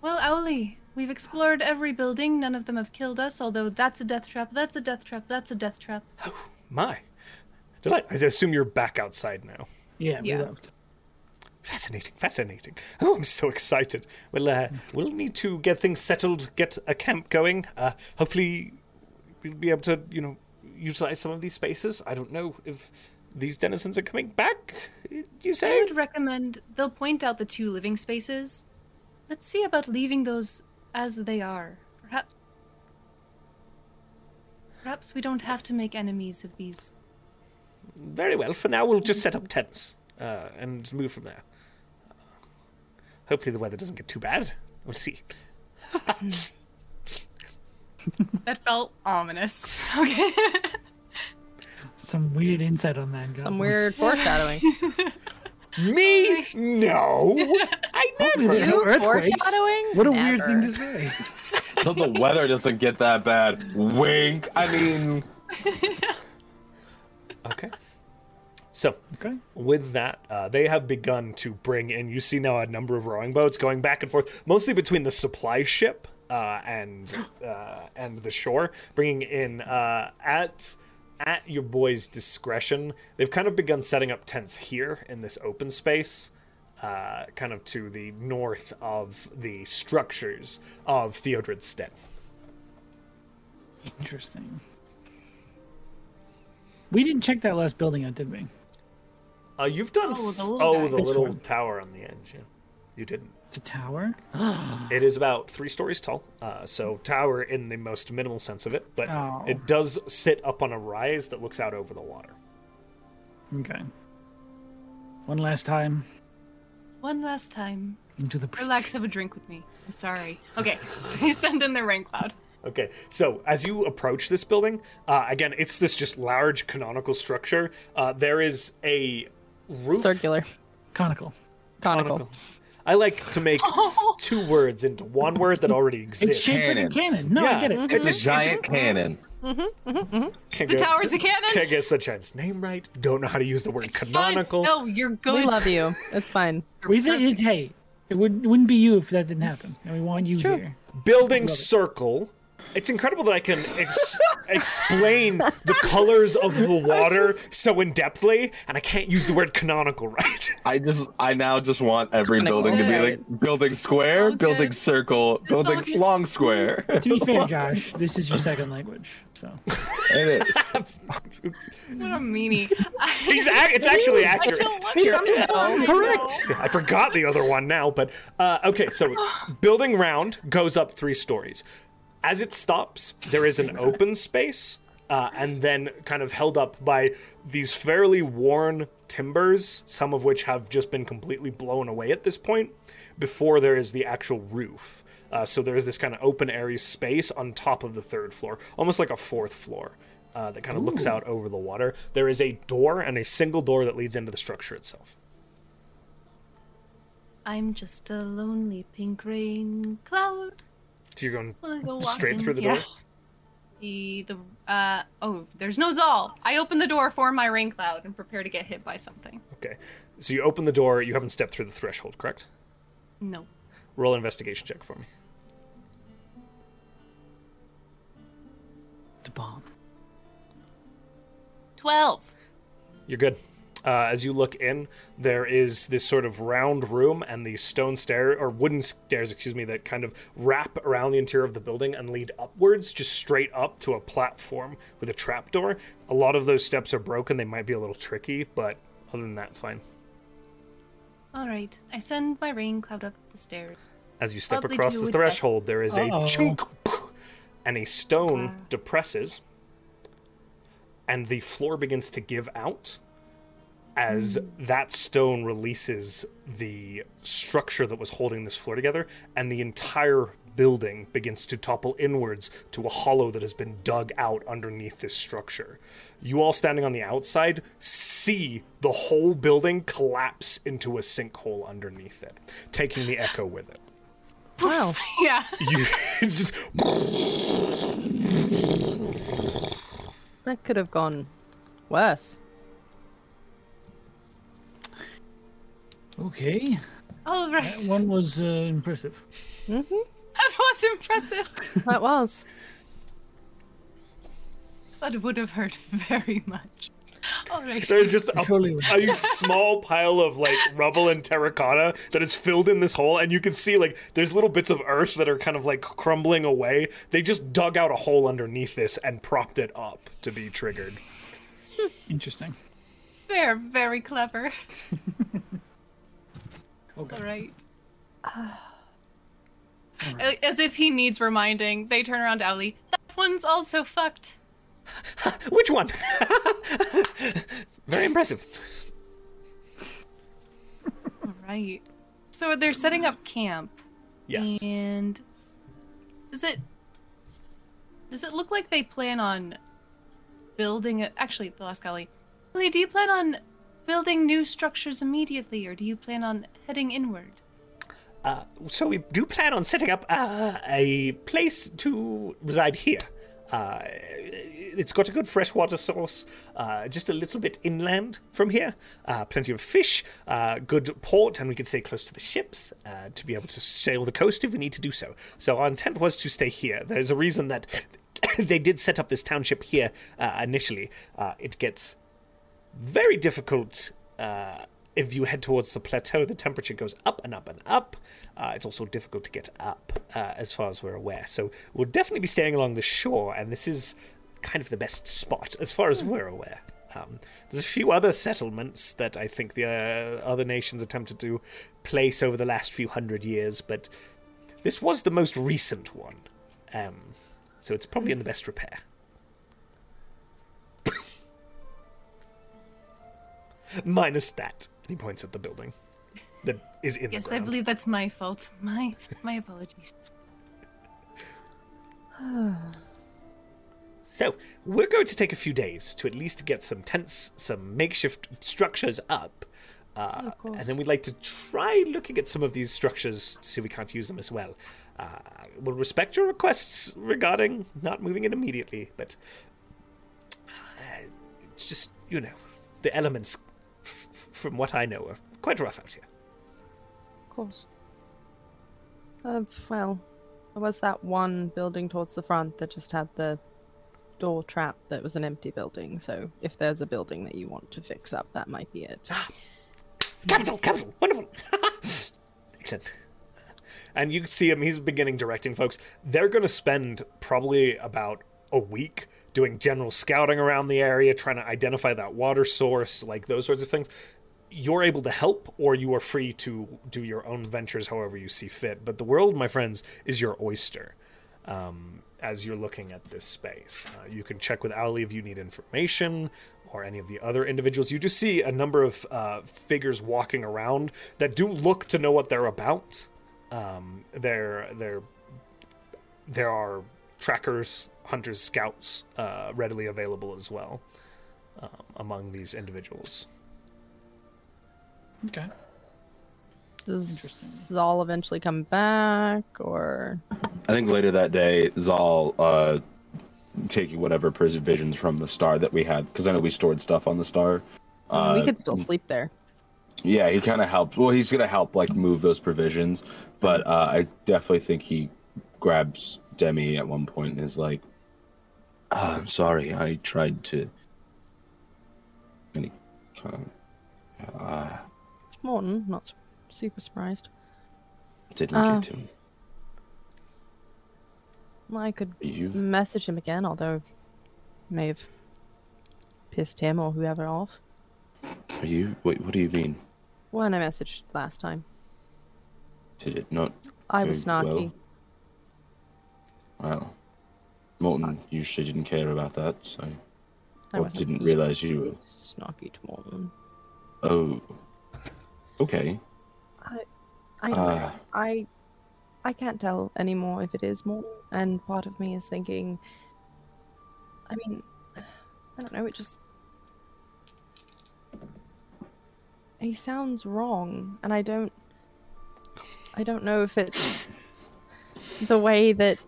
Speaker 5: Well, Owly, we've explored every building. None of them have killed us, although that's a death trap, that's a death trap, that's a death trap.
Speaker 1: My. Did I? I assume you're back outside now.
Speaker 4: Yeah, we
Speaker 5: Yeah.
Speaker 4: left.
Speaker 1: Fascinating, fascinating. Oh, I'm so excited. Well, uh, we'll need to get things settled, get a camp going. Uh, hopefully, we'll be able to, you know, utilize some of these spaces. I don't know if these denizens are coming back. You
Speaker 5: I
Speaker 1: say?
Speaker 5: would recommend they'll point out the two living spaces. Let's see about leaving those as they are. Perhaps Perhaps we don't have to make enemies of these.
Speaker 1: Very well. For now, we'll just set up tents uh, and move from there. Hopefully, the weather doesn't get too bad. We'll see.
Speaker 5: That felt ominous. Okay.
Speaker 4: Some weird insight on that.
Speaker 2: Some weird foreshadowing.
Speaker 1: Me? No. I
Speaker 4: Hopefully
Speaker 1: never.
Speaker 4: there's no earthquakes.
Speaker 2: foreshadowing?
Speaker 4: What a weird thing
Speaker 2: Never.
Speaker 4: to say.
Speaker 3: Hope the weather doesn't get that bad. Wink. I mean,
Speaker 1: Okay. So,
Speaker 4: Okay.
Speaker 1: with that, uh, they have begun to bring in. You see now a number of rowing boats going back and forth, mostly between the supply ship uh, and uh, and the shore, bringing in uh, at at your boy's discretion. They've kind of begun setting up tents here in this open space, uh, kind of to the north of the structures of Theodred's den.
Speaker 4: Interesting. We didn't check that last building out, did we?
Speaker 1: Uh, you've done
Speaker 5: Oh, the
Speaker 1: f-
Speaker 5: little
Speaker 1: oh
Speaker 5: guy.
Speaker 1: the
Speaker 4: This
Speaker 1: little
Speaker 4: one.
Speaker 1: tower on the end. Yeah. You didn't.
Speaker 4: It's a tower.
Speaker 1: It is about three stories tall, uh, so tower in the most minimal sense of it, but
Speaker 4: Oh.
Speaker 1: it does sit up on a rise that looks out over the water.
Speaker 4: Okay. One last time
Speaker 5: One last time.
Speaker 4: into the. breach.
Speaker 5: Relax, have a drink with me. I'm sorry. Okay. You send in the rain cloud.
Speaker 1: Okay, so as you approach this building, uh, again, it's this just large canonical structure. Uh, there is a roof.
Speaker 2: Circular.
Speaker 4: Conical.
Speaker 2: Conical.
Speaker 1: I like to make
Speaker 5: Oh.
Speaker 1: two words into one word that already
Speaker 4: It's
Speaker 1: exists.
Speaker 4: shaped like a
Speaker 3: Cannons.
Speaker 4: cannon. No,
Speaker 1: yeah,
Speaker 4: I get
Speaker 2: Mm-hmm.
Speaker 4: it.
Speaker 1: It's a
Speaker 3: it's a giant cannon.
Speaker 1: Can't
Speaker 5: The
Speaker 1: get-
Speaker 5: tower's a cannon.
Speaker 1: Can't get such a name right. Don't know how to use the word
Speaker 5: It's fine.
Speaker 1: canonical.
Speaker 5: No, you're good.
Speaker 2: We love you. It's fine.
Speaker 4: We think it, hey, it would it wouldn't be you if that didn't happen, and we want you
Speaker 2: true.
Speaker 4: here.
Speaker 1: building circle. It's incredible that I can ex- explain the colors of the water so in depthly, and I can't use the word canonical right.
Speaker 3: I just, I now just want every
Speaker 2: Conical.
Speaker 3: building to be
Speaker 5: Alright.
Speaker 3: like building square,
Speaker 5: all good.
Speaker 3: building circle, building
Speaker 5: all good.
Speaker 3: long square.
Speaker 4: To be fair, Josh, this is your second language, so
Speaker 3: it is.
Speaker 5: What a meanie.
Speaker 1: It's, ac- it's actually
Speaker 5: I
Speaker 1: accurate.
Speaker 5: don't want to know.
Speaker 4: correct.
Speaker 1: I forgot the other one now, but uh, okay. So, building round goes up three stories. As it stops, there is an open space, uh, and then kind of held up by these fairly worn timbers, some of which have just been completely blown away at this point. Before there is the actual roof, uh, so there is this kind of open airy space on top of the third floor, almost like a fourth floor. Uh, that kind of looks out over the water. There is a door and a single door that leads into the structure itself.
Speaker 5: I'm just a lonely pink rain cloud.
Speaker 1: So you're going
Speaker 5: Will I go
Speaker 1: Straight
Speaker 5: walking?
Speaker 1: through the
Speaker 5: Yeah.
Speaker 1: door?
Speaker 5: The, the uh oh, there's no Zol. I open the door for my rain cloud and prepare to get hit by something.
Speaker 1: Okay. So you open the door. You haven't stepped through the threshold, correct?
Speaker 5: No.
Speaker 1: Roll an investigation check for me.
Speaker 4: it's a bomb.
Speaker 5: Twelve.
Speaker 1: You're good. uh, as you look in, there is this sort of round room and these stone stair or wooden stairs, excuse me, that kind of wrap around the interior of the building and lead upwards, just straight up to a platform with a trapdoor. A lot of those steps are broken; they might be a little tricky, but other than that, fine.
Speaker 5: All right, I send my rain cloud up the stairs.
Speaker 1: As you step
Speaker 5: Probably
Speaker 1: across
Speaker 5: do
Speaker 1: the
Speaker 5: with that.
Speaker 1: threshold, there is a
Speaker 4: Uh-oh.
Speaker 1: chunk, and a stone
Speaker 5: Ah.
Speaker 1: depresses, and the floor begins to give out as that stone releases the structure that was holding this floor together, and the entire building begins to topple inwards to a hollow that has been dug out underneath this structure. You all standing on the outside see the whole building collapse into a sinkhole underneath it, taking the echo with it.
Speaker 2: Wow.
Speaker 5: Yeah.
Speaker 1: You, it's just
Speaker 2: That could have gone worse.
Speaker 4: Okay.
Speaker 5: All
Speaker 4: That
Speaker 5: right.
Speaker 4: one was uh, impressive.
Speaker 5: That was impressive.
Speaker 2: That was.
Speaker 5: That would have hurt very much. All right.
Speaker 1: there's just a,
Speaker 4: Surely was.
Speaker 1: a small pile of like rubble and terracotta that is filled in this hole, and you can see like there's little bits of earth that are kind of like crumbling away. They just dug out a hole underneath this and propped it up to be triggered.
Speaker 4: Interesting.
Speaker 5: They're very clever.
Speaker 4: Okay.
Speaker 5: All right. A- As if he needs reminding, they turn around to Owly. That one's also fucked.
Speaker 1: Which one? Very impressive.
Speaker 5: All right. So they're setting up camp.
Speaker 1: Yes.
Speaker 5: And does it does it look like they plan on building it? Actually, the last galley. Lee, do you plan on building new structures immediately, or do you plan on heading inward?
Speaker 1: Uh, so we do plan on setting up uh, a place to reside here. Uh, it's got a good freshwater source, uh, just a little bit inland from here. Uh, plenty of fish, uh, good port, and we could stay close to the ships uh, to be able to sail the coast if we need to do so. So our intent was to stay here. There's a reason that they did set up this township here uh, initially. Uh, it gets very difficult uh, if you head towards the plateau. The temperature goes up and up and up. Uh, it's also difficult to get up, uh, as far as we're aware. So we'll definitely be staying along the shore, and this is kind of the best spot, as far as we're aware. Um, there's a few other settlements that I think the uh, other nations attempted to place over the last few hundred years, but this was the most recent one. Um, so it's probably in the best repair. Minus that. And he points at the building that is in
Speaker 5: Yes,
Speaker 1: the
Speaker 5: I
Speaker 1: ground.
Speaker 5: believe that's my fault. My my apologies.
Speaker 1: So, we're going to take a few days to at least get some tents, some makeshift structures up. Uh,
Speaker 2: Of course.
Speaker 1: and then we'd like to try looking at some of these structures, see if we can't use them as well. Uh, we'll respect your requests regarding not moving in immediately, but uh, it's just, you know, the elements, f- f- from what I know, are quite rough out here.
Speaker 2: Of course. Uh, well, there was that one building towards the front that just had the door trap that was an empty building. So if there's a building that you want to fix up, that might be it.
Speaker 1: Capital, capital, wonderful. Excellent. And you see him, he's beginning directing folks. They're going to spend probably about a week doing general scouting around the area, trying to identify that water source, like those sorts of things. You're able to help, or you are free to do your own ventures however you see fit. But the world, my friends, is your oyster um, as you're looking at this space. Uh, you can check with Ali if you need information or any of the other individuals. You do see a number of uh, figures walking around that do look to know what they're about. Um, they're, they're, there are trackers, hunters, scouts uh, readily available as well um, among these individuals.
Speaker 4: Okay.
Speaker 2: Does Zal eventually come back, or
Speaker 3: I think later that day, Zal uh, taking whatever provisions from the star that we had, because I know we stored stuff on the star. Uh,
Speaker 2: we could still sleep there?
Speaker 3: Yeah, he kind of helped. Well, he's gonna help like move those provisions, but uh, I definitely think he grabs Demi at one point and is like, "Oh, "Ah, "I'm sorry, I tried to." And he kind of Uh,
Speaker 2: Morton, not s- super surprised.
Speaker 3: didn't
Speaker 2: Ah.
Speaker 3: get him.
Speaker 2: I could
Speaker 3: You
Speaker 2: message him again, although may have pissed him or whoever off.
Speaker 3: are you? Wait, what do you mean?
Speaker 2: When I messaged last time,
Speaker 3: Did it not?
Speaker 2: I was
Speaker 3: go Mm, well?
Speaker 2: snarky.
Speaker 3: Well, Morton usually didn't care about that, so
Speaker 2: I
Speaker 3: or
Speaker 2: wasn't
Speaker 3: didn't realize you were.
Speaker 2: snarky to Morton.
Speaker 3: Oh, okay.
Speaker 2: I don't know.
Speaker 3: Uh,
Speaker 2: I I can't tell anymore if it is Morton, and part of me is thinking I mean I don't know, it just He sounds wrong and I don't I don't know if it's the way that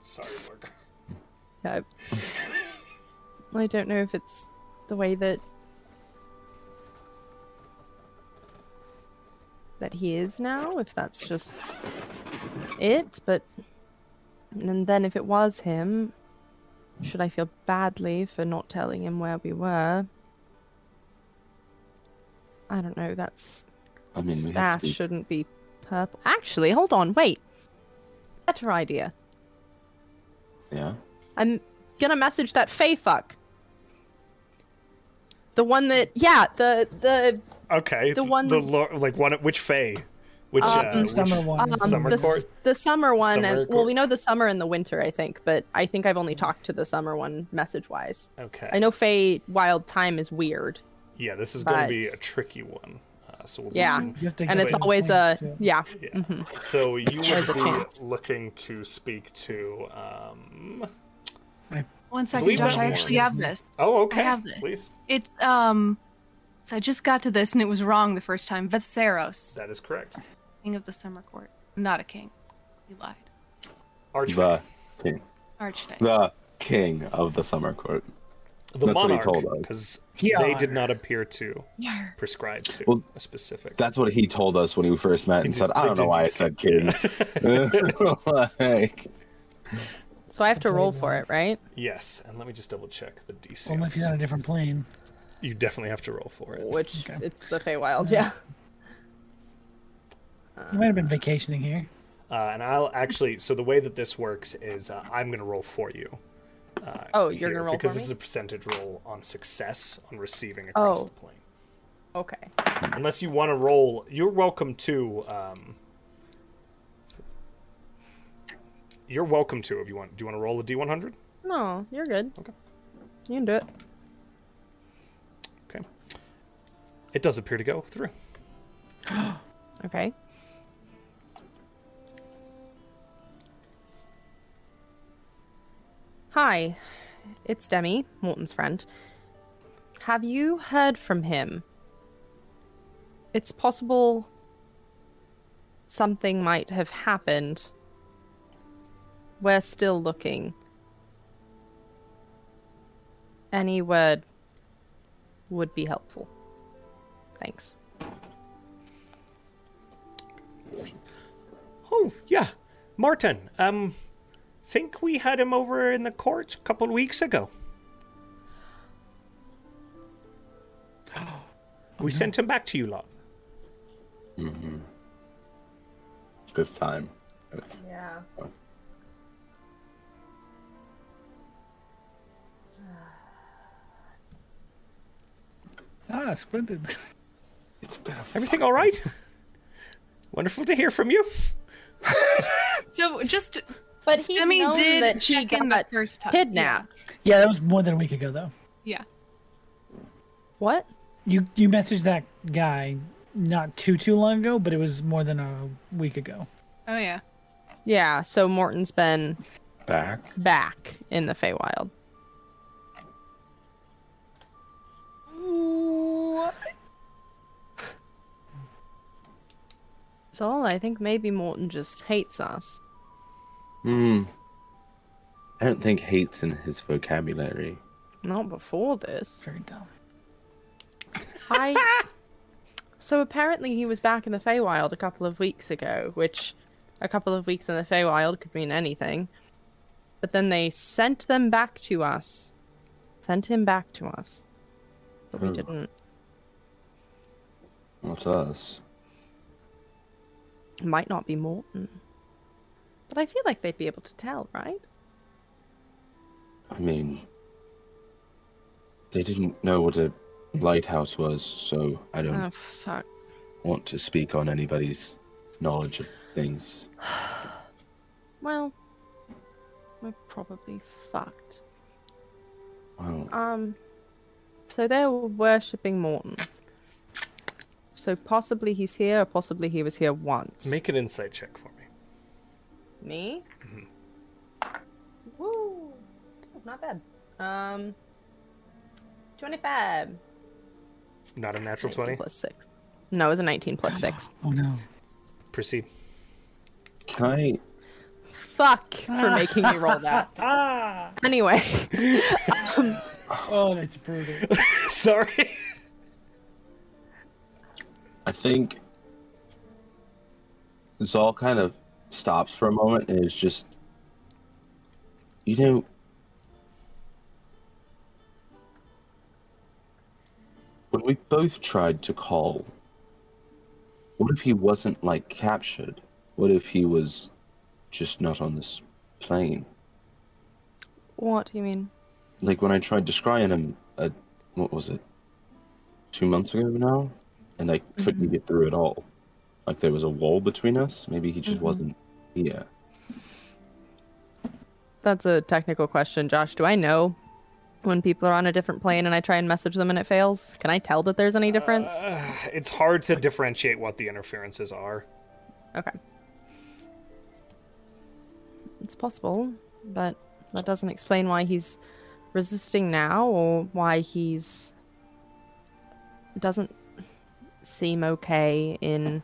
Speaker 1: Sorry, Morgan.
Speaker 2: uh, I don't know if it's the way that that he is now, if that's just it, but and then if it was him, should I feel badly for not telling him where we were? I don't know, that's
Speaker 3: I mean, we have
Speaker 2: staff
Speaker 3: to be
Speaker 2: shouldn't be purple. Actually, hold on, wait. Better idea.
Speaker 3: Yeah.
Speaker 2: I'm gonna message that Fey fuck. The one that, yeah, the the
Speaker 1: Okay.
Speaker 2: The one-
Speaker 1: The lo- like one. Which Fey? Which
Speaker 2: Um,
Speaker 1: uh, which-
Speaker 4: Summer one.
Speaker 2: um,
Speaker 1: Summer
Speaker 2: the,
Speaker 1: court?
Speaker 2: s- the summer one,
Speaker 1: Summer
Speaker 2: and well,
Speaker 1: court.
Speaker 2: we know the summer and the winter, I think, but I think I've only talked to the summer one message wise.
Speaker 1: Okay.
Speaker 2: I know Fey Wild Time is weird,
Speaker 1: Yeah, this is going to
Speaker 2: but-
Speaker 1: be a tricky one. Uh, so we'll do
Speaker 2: Yeah.
Speaker 1: some-
Speaker 4: You have to
Speaker 2: and
Speaker 4: give
Speaker 2: it's
Speaker 4: it
Speaker 2: always uh, a
Speaker 4: points to-
Speaker 2: yeah.
Speaker 1: Yeah.
Speaker 2: mhm.
Speaker 1: So you
Speaker 2: There's a
Speaker 1: would
Speaker 2: chance.
Speaker 1: be looking to speak to. Um...
Speaker 5: One second,
Speaker 1: Believe it
Speaker 5: Josh.
Speaker 1: or
Speaker 5: I
Speaker 1: not.
Speaker 5: actually have this.
Speaker 1: Oh, okay.
Speaker 5: have this.
Speaker 1: Please.
Speaker 5: It's um. So I just got to this and it was wrong the first time. Vetseros,
Speaker 1: That is correct.
Speaker 5: king of the summer court, not a king. You lied.
Speaker 1: Archfey.
Speaker 3: the king,
Speaker 5: Archfey.
Speaker 3: the king of the summer court.
Speaker 1: The,
Speaker 3: that's what he
Speaker 1: monarch,
Speaker 3: told us.
Speaker 1: because
Speaker 4: Yeah.
Speaker 1: they did not appear to
Speaker 5: Yar.
Speaker 1: prescribe to
Speaker 3: Well,
Speaker 1: a specific.
Speaker 3: That's what he told us when we first met and said,
Speaker 1: did-
Speaker 3: "I
Speaker 1: they
Speaker 3: don't know
Speaker 1: did
Speaker 3: why I
Speaker 1: use
Speaker 3: said
Speaker 1: king."
Speaker 3: king." like,
Speaker 2: So I have to roll for it, right?
Speaker 1: Yes, and let me just double check the DC.
Speaker 4: Only if
Speaker 1: on
Speaker 4: you're
Speaker 1: this.
Speaker 4: on a different plane.
Speaker 1: You definitely have to roll for it.
Speaker 2: Which
Speaker 4: Okay.
Speaker 2: it's the Fey Wild, yeah.
Speaker 4: You might have been vacationing here.
Speaker 1: Uh, and I'll actually. So the way that this works is uh, I'm going to roll for you. Uh,
Speaker 2: Oh, you're
Speaker 1: here,
Speaker 2: gonna roll
Speaker 1: because
Speaker 2: for
Speaker 1: this
Speaker 2: me?
Speaker 1: is a percentage roll on success on receiving across
Speaker 2: Oh.
Speaker 1: the plane.
Speaker 2: Okay.
Speaker 1: Unless you want to roll, you're welcome to. Um, you're welcome to if you want. Do you want to roll a d100?
Speaker 2: No, Oh, you're good.
Speaker 1: Okay.
Speaker 2: You can do it.
Speaker 1: It does appear to go through.
Speaker 2: Okay. Hi, it's Demi, Morton's friend. Have you heard from him? It's possible something might have happened. We're still looking. Any word would be helpful. Thanks.
Speaker 1: Oh yeah, Martin. Um, think we had him over in the court a couple weeks ago. We sent him back to you lot.
Speaker 3: this time. It's-
Speaker 6: Yeah.
Speaker 4: Ah, splendid.
Speaker 3: It's been a
Speaker 1: Everything all right? Wonderful to hear from you.
Speaker 5: So just
Speaker 2: But he
Speaker 5: Demi did
Speaker 2: that
Speaker 5: check
Speaker 2: he
Speaker 5: in the
Speaker 2: got
Speaker 5: first time.
Speaker 2: kidnapped.
Speaker 4: Yeah, that was more than a week ago, though.
Speaker 5: Yeah. yeah.
Speaker 2: What?
Speaker 4: You you messaged that guy not too too long ago, but it was more than a week ago.
Speaker 5: Oh yeah.
Speaker 2: Yeah, so Morton's been
Speaker 3: back.
Speaker 2: back in the Feywild. So I think maybe Morton just hates us.
Speaker 3: Hmm. I don't think hate's in his vocabulary.
Speaker 2: Not before this.
Speaker 4: Very dumb.
Speaker 2: I. So apparently he was back in the Feywild a couple of weeks ago, which a couple of weeks in the Feywild could mean anything. But then they sent them back to us. Sent him back to us. But we
Speaker 3: Oh.
Speaker 2: didn't.
Speaker 3: Not us.
Speaker 2: It might not be Morton. But I feel like they'd be able to tell, right?
Speaker 3: I mean, they didn't know what a lighthouse was, so I don't
Speaker 2: Oh, fuck.
Speaker 3: want to speak on anybody's knowledge of things.
Speaker 2: Well, we're probably fucked.
Speaker 3: Well,
Speaker 2: Um, so they're worshipping Morton. So possibly he's here, or possibly he was here once.
Speaker 1: Make an insight check for me.
Speaker 2: me?
Speaker 1: Mhm.
Speaker 6: Woo!
Speaker 2: Not bad. Um, twenty-five.
Speaker 1: Not a natural
Speaker 2: 19
Speaker 1: 20.
Speaker 2: plus six. No, it was a nineteen plus six.
Speaker 4: Oh no.
Speaker 1: Proceed.
Speaker 3: can I?
Speaker 2: Fuck for making me roll that.
Speaker 4: Ah!
Speaker 2: Anyway,
Speaker 4: Oh, that's brutal.
Speaker 1: Sorry.
Speaker 3: I think Zal kind of stops for a moment and is just, you know, when we both tried to call, what if he wasn't like captured? What if he was just not on this plane?
Speaker 2: what do you mean?
Speaker 3: like when I tried describing him, uh, what was it, two months ago now, and I couldn't
Speaker 2: Mhm.
Speaker 3: get through at all. Like there was a wall between us. Maybe he just
Speaker 2: Mhm.
Speaker 3: wasn't here.
Speaker 2: That's a technical question, Josh. Do I know when people are on a different plane and I try and message them and it fails? Can I tell that there's any difference?
Speaker 1: Uh, it's hard to differentiate what the interferences are.
Speaker 2: Okay. It's possible, but that doesn't explain why he's resisting now or why he's doesn't seem okay in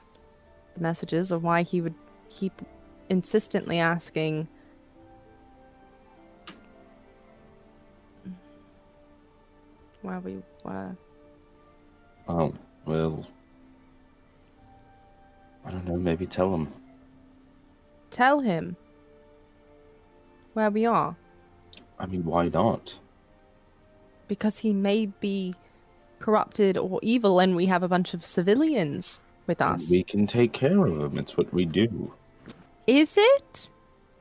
Speaker 2: the messages or why he would keep insistently asking where we were.
Speaker 3: Oh well, I don't know. Maybe tell him.
Speaker 2: Tell him where we are.
Speaker 3: I mean, why not?
Speaker 2: because he may be corrupted or evil and we have a bunch of civilians with
Speaker 3: And
Speaker 2: us.
Speaker 3: We can take care of him. It's what we do.
Speaker 2: Is it?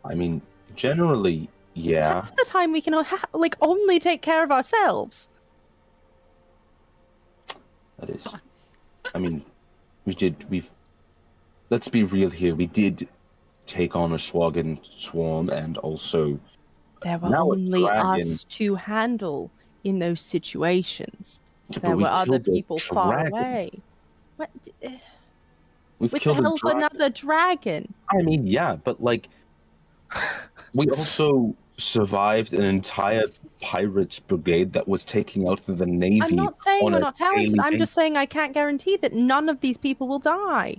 Speaker 3: I mean, generally, yeah.
Speaker 2: Half the time we can o- ha- like only take care of ourselves.
Speaker 3: That is. I mean, we did. We've. Let's be real here. We did take on a Schwagen swarm, and also
Speaker 2: There were
Speaker 3: Now a
Speaker 2: only
Speaker 3: dragon-
Speaker 2: us to handle in those situations.
Speaker 3: but
Speaker 2: There
Speaker 3: we
Speaker 2: were other
Speaker 3: killed a
Speaker 2: people far
Speaker 3: dragon.
Speaker 2: away. What? d- eh, With
Speaker 3: We've
Speaker 2: the
Speaker 3: killed a
Speaker 2: help of
Speaker 3: dragon.
Speaker 2: another dragon.
Speaker 3: I mean, yeah, but like, we also survived an entire pirates brigade that was taking out the navy.
Speaker 2: I'm not saying
Speaker 3: on
Speaker 2: we're
Speaker 3: a
Speaker 2: not talented.
Speaker 3: daily
Speaker 2: I'm
Speaker 3: basis.
Speaker 2: just saying I can't guarantee that none of these people will die.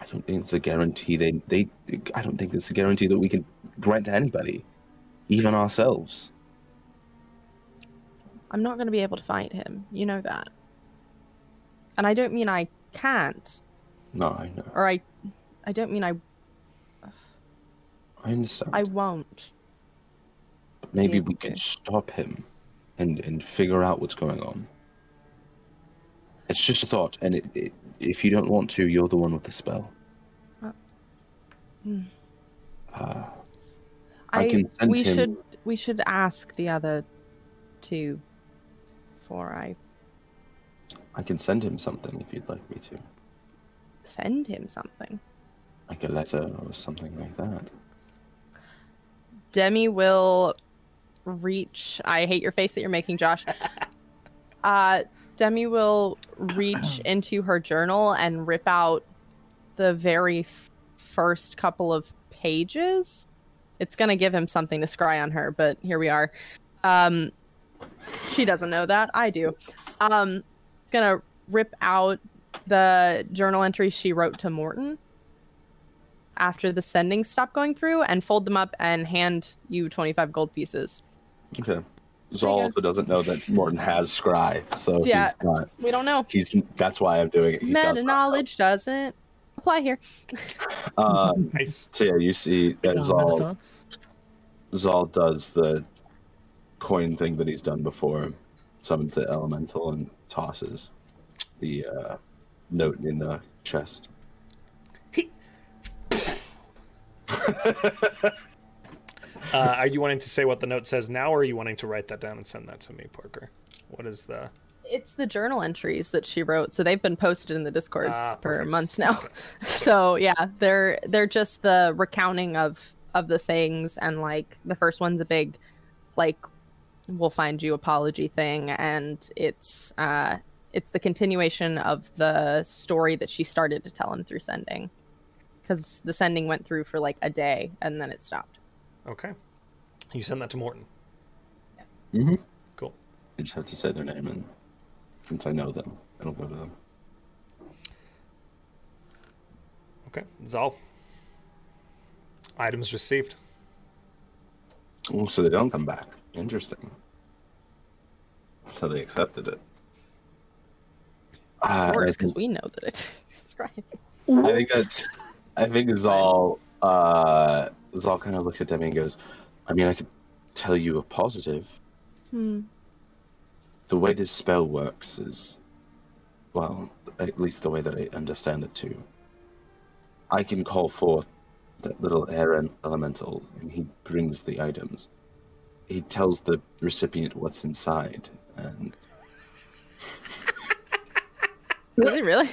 Speaker 3: I don't think it's a guarantee. They, they. I don't think it's a guarantee that we can grant to anybody, even ourselves.
Speaker 2: I'm not going to be able to fight him. You know that. And I don't mean I can't,
Speaker 3: No, I know.
Speaker 2: or I, I don't mean I
Speaker 3: I understand.
Speaker 2: I won't.
Speaker 3: Maybe
Speaker 2: able
Speaker 3: we
Speaker 2: to.
Speaker 3: could stop him and and figure out what's going on. It's just a thought, and it, it, if you don't want to, you're the one with the spell.
Speaker 2: Uh, hmm.
Speaker 3: Uh,
Speaker 2: I,
Speaker 3: I can send
Speaker 2: we
Speaker 3: him-
Speaker 2: should we should ask the other two before I
Speaker 3: I can send him something if you'd like me to,
Speaker 2: send him something.
Speaker 3: like a letter or something like that.
Speaker 2: Demi will reach. I hate your face that you're making, Josh. Uh, Demi will reach into her journal and rip out the very f- first couple of pages. It's gonna give him something to scry on her, but here we are. Um, she doesn't know that. I do. Um, gonna rip out the journal entries she wrote to Morton after the sendings stop going through and fold them up and hand you 25 gold pieces.
Speaker 3: Okay.
Speaker 2: There
Speaker 3: Zal
Speaker 2: you
Speaker 3: also doesn't know that Morton has scry, so
Speaker 2: Yeah.
Speaker 3: he's not.
Speaker 2: We don't know.
Speaker 3: He's that's why I'm doing it. He
Speaker 2: Meta
Speaker 3: does not know.
Speaker 2: knowledge doesn't apply here.
Speaker 3: Uh,
Speaker 1: Nice.
Speaker 3: so yeah, you see that Zal
Speaker 4: thoughts?
Speaker 3: Zal does the coin thing that he's done before, summons the elemental and tosses the uh, note in the chest.
Speaker 1: He- Uh, are you wanting to say what the note says now, or are you wanting to write that down and send that to me, Parker? What is the?
Speaker 2: It's the journal entries that she wrote, so they've been posted in the Discord
Speaker 1: Ah,
Speaker 2: for
Speaker 1: perfect.
Speaker 2: months now.
Speaker 1: Okay.
Speaker 2: So yeah, they're they're just the recounting of of the things and like the first one's a big like we'll find you apology thing and it's uh it's the continuation of the story that she started to tell him through sending cuz the sending went through for like a day and then it stopped.
Speaker 1: Okay. You send that to Morton.
Speaker 3: Mm-hmm.
Speaker 1: Cool.
Speaker 3: You just have to say their name, and since I know them, it'll go to them.
Speaker 1: Okay. Zal. Items received.
Speaker 3: Oh, so they don't come back. Interesting. So they accepted it. Uh, and I,
Speaker 2: Works cuz
Speaker 3: think,
Speaker 2: we know that it is right.
Speaker 3: I think that's. I think Zal. Uh, Zal kind of looks at Demi and goes, "I mean, I could tell you a positive.
Speaker 2: Hmm.
Speaker 3: The way this spell works is, well, at least the way that I understand it too. I can call forth that little air en- elemental, and he brings the items. He tells the recipient what's inside, and
Speaker 2: Does he really?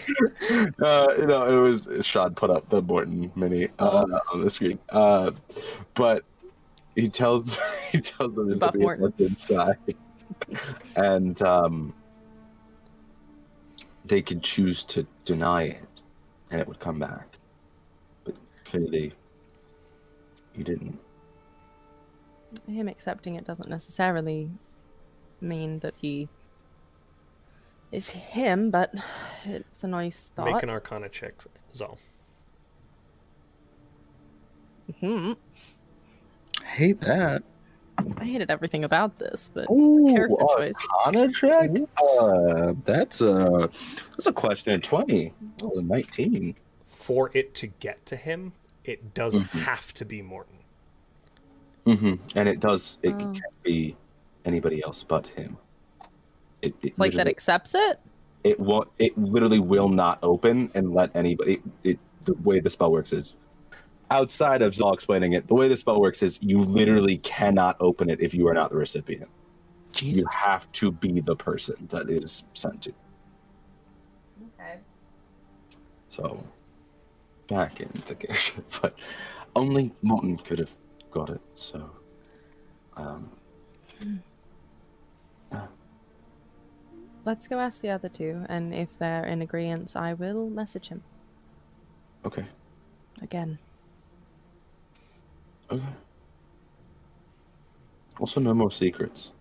Speaker 3: uh, you know, it was Shad put up the Morton mini uh, on the screen. Uh, but he tells he tells them
Speaker 2: Buff
Speaker 3: to be
Speaker 2: Morton.
Speaker 3: what's inside, and um, they could choose to deny it, and it would come back. But clearly, you didn't.
Speaker 2: him accepting it doesn't necessarily mean that he is him, but it's a nice
Speaker 1: Make
Speaker 2: thought.
Speaker 1: an Arcana check, Zal.
Speaker 2: Mhm.
Speaker 3: Hate that.
Speaker 2: I hated everything about this, but it's a
Speaker 3: Ooh,
Speaker 2: character
Speaker 4: oh,
Speaker 3: uh,
Speaker 2: choice.
Speaker 3: Arcana check. Uh, that's a that's a question at twenty. Oh, 19.
Speaker 1: For it to get to him, it does
Speaker 3: Mhm.
Speaker 1: have to be Morton.
Speaker 3: hmm And it does. It
Speaker 2: Oh.
Speaker 3: can't be anybody else but him. It, it
Speaker 2: Like that
Speaker 3: literally-
Speaker 2: accepts it?
Speaker 3: It won't. It literally will not open and let anybody. It, it, the way the spell works is, outside of Zal explaining it, the way the spell works is you literally cannot open it if you are not the recipient.
Speaker 4: Jesus.
Speaker 3: You have to be the person that is sent to.
Speaker 6: Okay.
Speaker 3: So, back into character, but only Morton could have got it. So, um,
Speaker 2: Let's go ask the other two, and if they're in agreement, I will message him
Speaker 3: okay,
Speaker 2: again.
Speaker 3: okay. Also, no more secrets.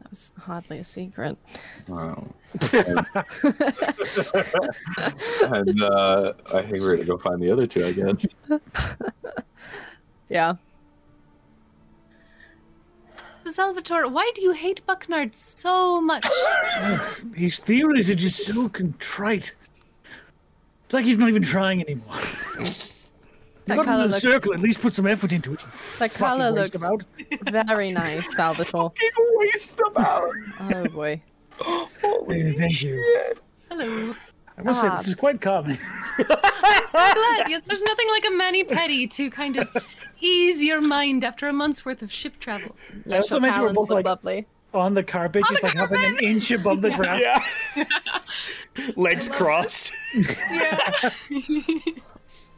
Speaker 2: That was hardly a secret.
Speaker 3: Wow. and uh, I think we're gonna go find the other two, I guess.
Speaker 2: yeah.
Speaker 5: Salvatore, why do you hate Bucknard so much?
Speaker 4: His theories are just so contrite. It's like he's not even trying anymore. You
Speaker 2: That
Speaker 4: got
Speaker 2: colour
Speaker 4: in the
Speaker 2: looks-
Speaker 4: circle, at least put some effort into it. you
Speaker 2: That
Speaker 4: fucking
Speaker 2: colour
Speaker 4: waste
Speaker 2: looks-
Speaker 4: about.
Speaker 2: Very nice, Salvatore.
Speaker 3: waste about.
Speaker 2: Oh boy.
Speaker 4: Hey, thank you.
Speaker 5: Hello.
Speaker 4: I must say,
Speaker 2: Ah.
Speaker 4: this is quite calming.
Speaker 5: I'm so glad. Yes, there's nothing like a mani pedi to kind of ease your mind after a month's worth of ship travel.
Speaker 2: Yes,
Speaker 4: also
Speaker 2: your
Speaker 4: meant you were
Speaker 2: talons
Speaker 4: both
Speaker 2: look
Speaker 4: like-
Speaker 2: lovely.
Speaker 4: On the carpet,
Speaker 5: On
Speaker 4: just
Speaker 5: the
Speaker 4: like having an inch above the ground.
Speaker 1: Yeah. Legs crossed.
Speaker 5: Yeah.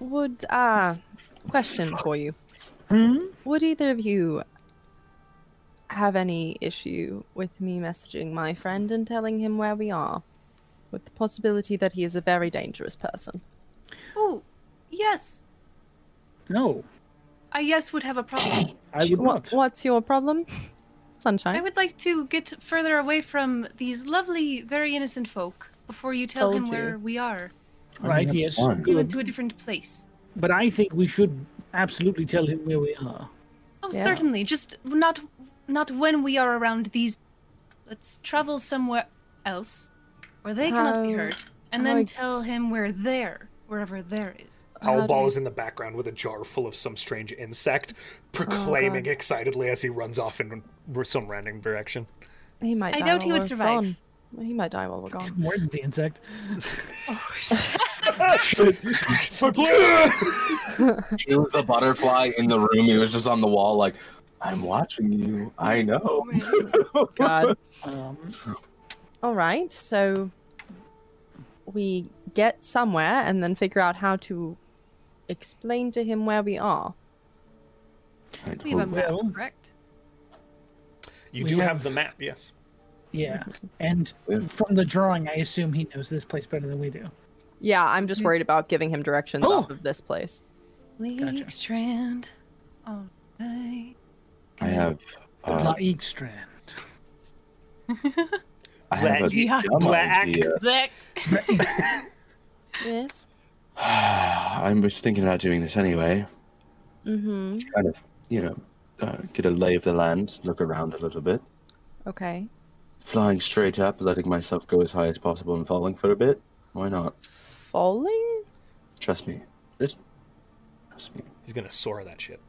Speaker 2: Would uh question for you.
Speaker 4: Hmm?
Speaker 2: Would either of you have any issue with me messaging my friend and telling him where we are? With the possibility that he is a very dangerous person.
Speaker 5: oh, yes.
Speaker 4: No,
Speaker 5: I yes would have a problem.
Speaker 4: I would
Speaker 2: Wha-
Speaker 4: not.
Speaker 2: what's your problem?
Speaker 5: I
Speaker 2: Sunshine.
Speaker 5: would like to get further away from these lovely, very innocent folk before you tell
Speaker 2: Told
Speaker 5: him
Speaker 2: you.
Speaker 5: where we are.
Speaker 4: Right, yes,
Speaker 5: We went
Speaker 4: Good.
Speaker 5: to a different place.
Speaker 4: But I think we should absolutely tell him where we are.
Speaker 5: Oh,
Speaker 2: Yeah.
Speaker 5: certainly. Just not not when we are around these. Let's travel somewhere else where they cannot be
Speaker 2: How-
Speaker 5: heard, and
Speaker 2: how
Speaker 5: then
Speaker 2: ex-
Speaker 5: tell him we're there, wherever there is.
Speaker 2: How do
Speaker 1: Owlball
Speaker 2: you-
Speaker 1: is in the background with a jar full of some strange insect,
Speaker 2: Oh,
Speaker 1: proclaiming excitedly as he runs off in some random direction.
Speaker 2: He might
Speaker 5: I
Speaker 2: die
Speaker 5: doubt he
Speaker 2: while
Speaker 5: would
Speaker 2: we're
Speaker 5: survive.
Speaker 2: gone. Well, he might die while we're gone.
Speaker 4: More than the insect.
Speaker 5: Oh,
Speaker 3: He was a butterfly in the room. He was just on the wall, like, I'm watching you. I know.
Speaker 5: Oh
Speaker 2: God.
Speaker 4: Um,
Speaker 2: All right, so we get somewhere and then figure out how to explain to him where we are.
Speaker 5: We have a map,
Speaker 4: Well-
Speaker 5: correct?
Speaker 1: You
Speaker 4: We
Speaker 1: do have
Speaker 4: have-
Speaker 1: the map, yes.
Speaker 4: yeah, and
Speaker 3: Yeah.
Speaker 4: from the drawing, I assume he knows this place better than we do.
Speaker 2: Yeah, I'm just worried about giving him directions
Speaker 4: Oh!
Speaker 2: off of this place.
Speaker 4: Gotcha.
Speaker 5: Strand. Oh, I...
Speaker 3: I have. Uh,
Speaker 4: La Eek Strand.
Speaker 3: I have a
Speaker 5: Black.
Speaker 3: dumb
Speaker 1: Black.
Speaker 3: idea.
Speaker 5: That
Speaker 2: Yes.
Speaker 3: I was thinking about doing this anyway.
Speaker 2: Mm-hmm.
Speaker 3: Kind of, you know, uh, get a lay of the land, look around a little bit.
Speaker 2: Okay.
Speaker 3: Flying straight up, letting myself go as high as possible and falling for a bit. Why not?
Speaker 2: Falling?
Speaker 3: Trust me. Just trust me.
Speaker 1: He's gonna soar that shit.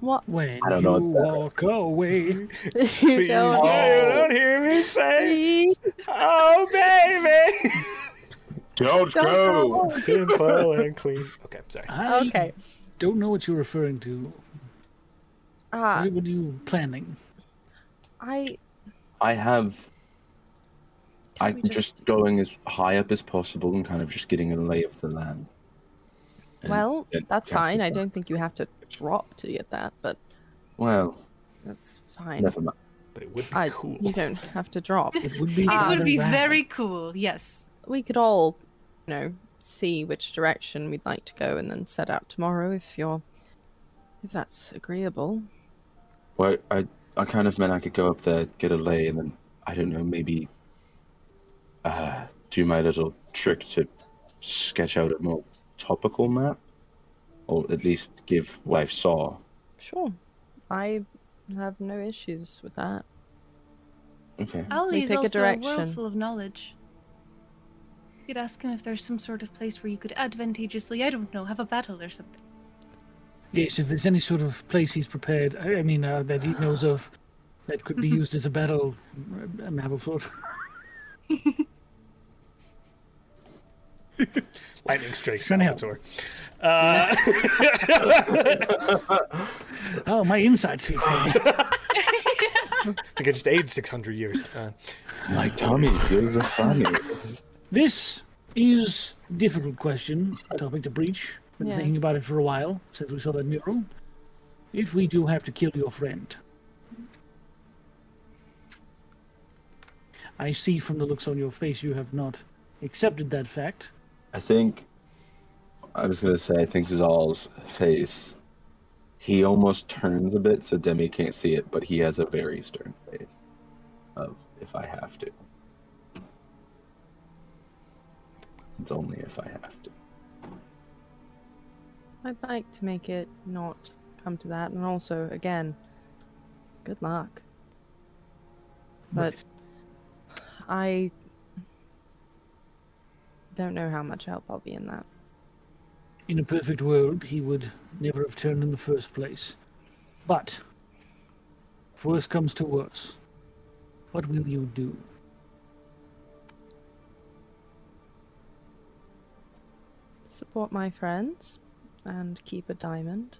Speaker 2: What?
Speaker 4: When
Speaker 3: I don't
Speaker 4: you
Speaker 3: know what that-
Speaker 4: walk away,
Speaker 2: you
Speaker 1: Please,
Speaker 2: don't
Speaker 1: you don't hear me say,
Speaker 2: see?
Speaker 1: "Oh, baby."
Speaker 3: Don't,
Speaker 2: Don't go.
Speaker 1: Simple and clean. Okay, sorry.
Speaker 4: I
Speaker 2: Okay.
Speaker 4: don't know what you're referring to.
Speaker 2: Ah,
Speaker 4: what were you planning?
Speaker 2: I.
Speaker 3: I have. I'm
Speaker 2: we
Speaker 3: just...
Speaker 2: just-
Speaker 3: going as high up as possible and kind of just getting a lay of the land. And-
Speaker 2: Well,
Speaker 3: and
Speaker 2: that's
Speaker 3: count
Speaker 2: fine.
Speaker 3: it
Speaker 2: I
Speaker 3: back.
Speaker 2: don't think you have to drop to get that, but
Speaker 3: Well,
Speaker 2: that's fine.
Speaker 3: never mind.
Speaker 1: But it would be
Speaker 2: I,
Speaker 1: cool.
Speaker 2: you don't have to drop.
Speaker 4: It would be.
Speaker 5: it
Speaker 2: Ah.
Speaker 5: would
Speaker 4: rather
Speaker 5: be
Speaker 4: rad.
Speaker 5: very cool, yes.
Speaker 2: we could all, you know, see which direction we'd like to go and then set out tomorrow if you're if that's agreeable.
Speaker 3: Well, I, I kind of meant I could go up there, get a lay, and then I don't know, maybe uh, do my little trick to sketch out a more topical map, or at least give wife saw.
Speaker 2: Sure. I have no issues with that.
Speaker 3: Okay.
Speaker 5: Ali
Speaker 2: We
Speaker 5: is
Speaker 2: pick a
Speaker 5: also
Speaker 2: direction.
Speaker 5: world full of knowledge. You could ask him if there's some sort of place where you could advantageously, I don't know, have a battle or something.
Speaker 4: Yes, if there's any sort of place he's prepared, I I mean, uh, that he knows of, that could be used as a battle uh, map of sort.
Speaker 1: Lightning strikes
Speaker 4: Send him.
Speaker 1: Salvatore. Uh,
Speaker 4: Oh, my insights. he's saying.
Speaker 1: I could just aid 600 years. Uh,
Speaker 3: My tummy feels a funny.
Speaker 4: this is a difficult question, a topic to breach. Been thinking
Speaker 2: Yes.
Speaker 4: about it for a while since we saw that mural. If we do have to kill your friend, I see from the looks on your face you have not accepted that fact.
Speaker 3: I think I was gonna say I think Zal's face. He almost turns a bit so Demi can't see it, but he has a very stern face of if I have to. It's only if I have to.
Speaker 2: I'd like to make it not come to that and also again good luck. But I don't know how much help I'll be in that.
Speaker 4: In a perfect world, he would never have turned in the first place. But, if worse comes to worse, what will you do?
Speaker 2: Support my friends and keep a diamond.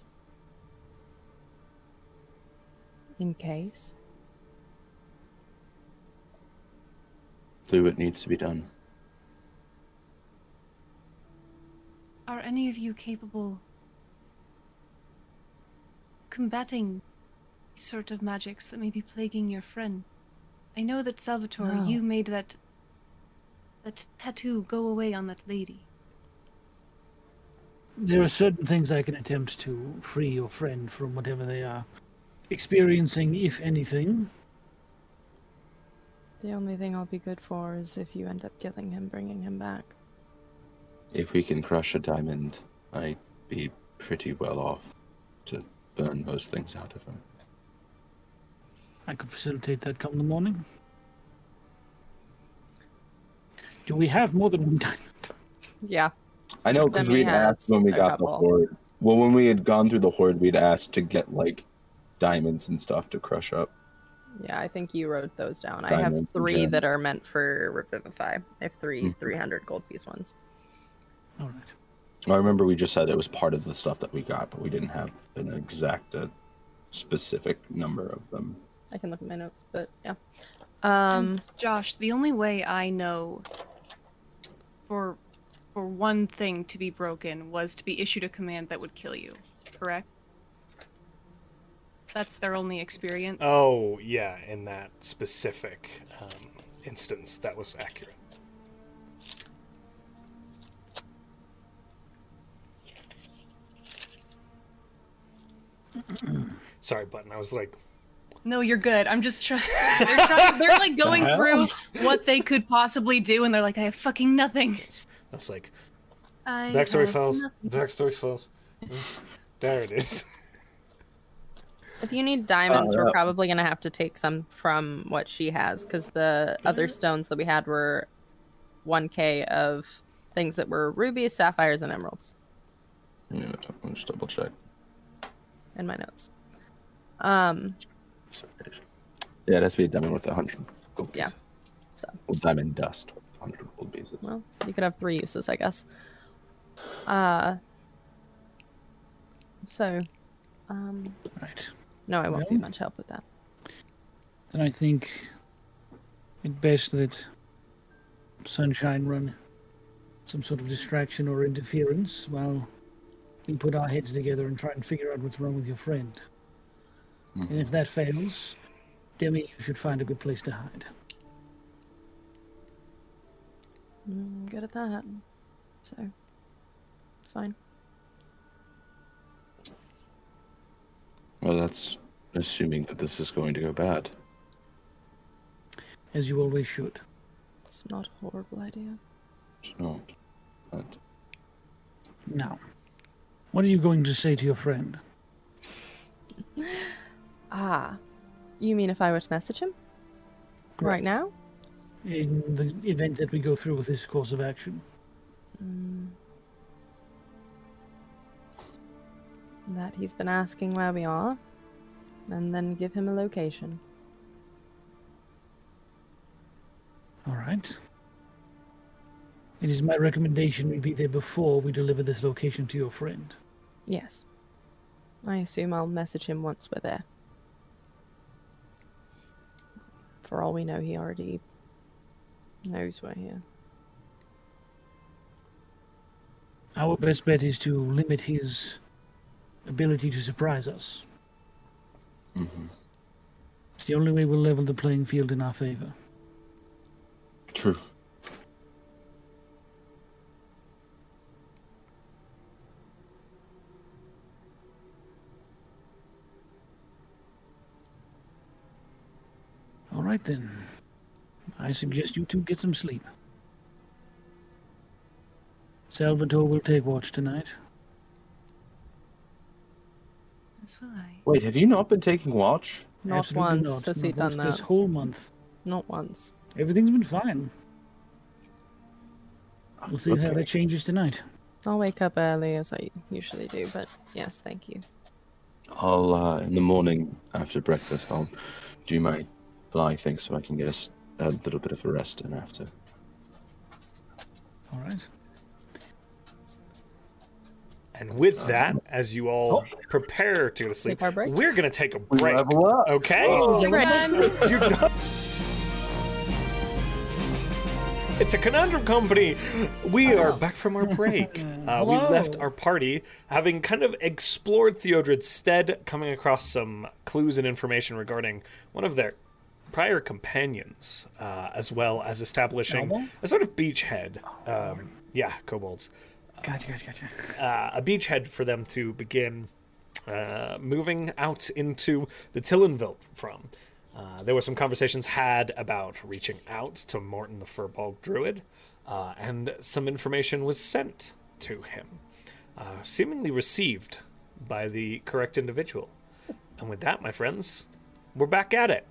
Speaker 2: In case.
Speaker 3: Do what needs to be done.
Speaker 5: Are any of you capable combating these sort of magics that may be plaguing your friend? I know that Salvatore,
Speaker 2: No.
Speaker 5: you made that that tattoo go away on that lady.
Speaker 4: There are certain things I can attempt to free your friend from whatever they are experiencing, if anything.
Speaker 2: The only thing I'll be good for is if you end up killing him, bringing him back.
Speaker 3: If we can crush a diamond, I'd be pretty well off to burn those things out of him.
Speaker 4: I could facilitate that come the morning. Do we have more than one diamond?
Speaker 2: Yeah.
Speaker 3: I know because
Speaker 2: Demi
Speaker 3: we'd asked
Speaker 2: has
Speaker 3: when we
Speaker 2: a
Speaker 3: got the
Speaker 2: couple.
Speaker 3: horde. Well, when we had gone through the horde, we'd asked to get like diamonds and stuff to crush up.
Speaker 2: Yeah, I think you wrote those down. I have
Speaker 3: Diamond
Speaker 2: three
Speaker 3: gem.
Speaker 2: that are meant for Revivify. I have 3
Speaker 3: Mhm.
Speaker 2: 300 gold piece ones.
Speaker 4: All right.
Speaker 3: I remember we just said it was part of the stuff that we got, but we didn't have an exact, uh, specific number of them.
Speaker 2: I can look at my notes, but yeah. Um,
Speaker 5: Josh, the only way I know for for one thing to be broken was to be issued a command that would kill you, correct? That's their only experience.
Speaker 1: Oh, yeah, in that specific um, instance, that was accurate. Sorry, Button. I was like,
Speaker 5: No, you're good. I'm just trying. They're, trying, they're like going
Speaker 3: hell?
Speaker 5: through what they could possibly do, and they're like, I have fucking nothing.
Speaker 1: I was like,
Speaker 5: I
Speaker 1: backstory
Speaker 5: have
Speaker 1: files,
Speaker 5: nothing.
Speaker 1: backstory files. there it is.
Speaker 2: if you need diamonds,
Speaker 3: Uh,
Speaker 2: we're probably going to have to take some from what she has because the other stones that we had were 1k of things that were rubies, sapphires, and emeralds
Speaker 3: Yeah, I'll just double check.
Speaker 2: in my notes. Um,
Speaker 3: Yeah, it has to be a diamond worth 100 gold
Speaker 2: Yeah,
Speaker 3: pieces.
Speaker 2: so.
Speaker 3: Well, diamond dust worth 100 gold pieces.
Speaker 2: well, you could have three uses, I guess. Uh, so, um,
Speaker 4: All right.
Speaker 2: no, I won't be
Speaker 4: No?
Speaker 2: much help with that.
Speaker 4: Then I think it best that Sunshine run some sort of distraction or interference while we put our heads together and try and figure out what's wrong with your friend. And if that fails, Demi, you should find a good place to hide.
Speaker 2: Mm, good at that. So it's fine.
Speaker 3: Well, that's assuming that this is going to go bad.
Speaker 4: As you always should.
Speaker 2: It's not a horrible idea.
Speaker 3: It's not. But
Speaker 4: Now, what are you going to say to your friend?
Speaker 2: Ah, you mean if I were to message him right now?
Speaker 4: In the event that we go through with this course of action.
Speaker 2: Mm. That he's been asking where we are, and then give him a location.
Speaker 4: All right. It is my recommendation we be there before we deliver this location to your friend.
Speaker 2: Yes. I assume I'll message him once we're there. For all we know, he already knows we're here.
Speaker 4: Our best bet is to limit his ability to surprise us.
Speaker 3: Mhm.
Speaker 4: It's the only way we'll level the playing field in our favor.
Speaker 3: True.
Speaker 4: All right then. I suggest you two get some sleep. Salvatore will take watch tonight.
Speaker 5: That's what I.
Speaker 3: Wait, have you not been taking watch?
Speaker 2: Not
Speaker 4: Absolutely
Speaker 2: once
Speaker 4: not.
Speaker 2: has
Speaker 4: Not
Speaker 2: he done
Speaker 4: once
Speaker 2: that.
Speaker 4: This whole month,
Speaker 2: Not once.
Speaker 4: everything's been fine. We'll see how
Speaker 3: Okay.
Speaker 4: that changes tonight.
Speaker 2: I'll wake up early as I usually do, but yes, thank you.
Speaker 3: I'll uh, in the morning after breakfast. I'll do my fly thing so I can get a s- a, little bit of a rest in after.
Speaker 4: All right.
Speaker 1: And with that, as you all prepare to go to sleep,
Speaker 2: Take our break?
Speaker 1: we're going to take a break.
Speaker 3: up.
Speaker 1: Okay? You don't. It's a conundrum company. We are back from our break. Uh, we
Speaker 4: Hello.
Speaker 1: left our party having kind of explored Theodred's stead, coming across some clues and information regarding one of their prior companions, uh, as well as establishing
Speaker 4: Kobold?
Speaker 1: a sort of beachhead. Um, yeah, kobolds
Speaker 4: Gotcha, gotcha, gotcha.
Speaker 1: uh, a beachhead for them to begin uh, moving out into the Tillenville from. Uh, there were some conversations had about reaching out to Morton the Furbolg Druid, uh, and some information was sent to him, uh, seemingly received by the correct individual. And with that, my friends, we're back at it.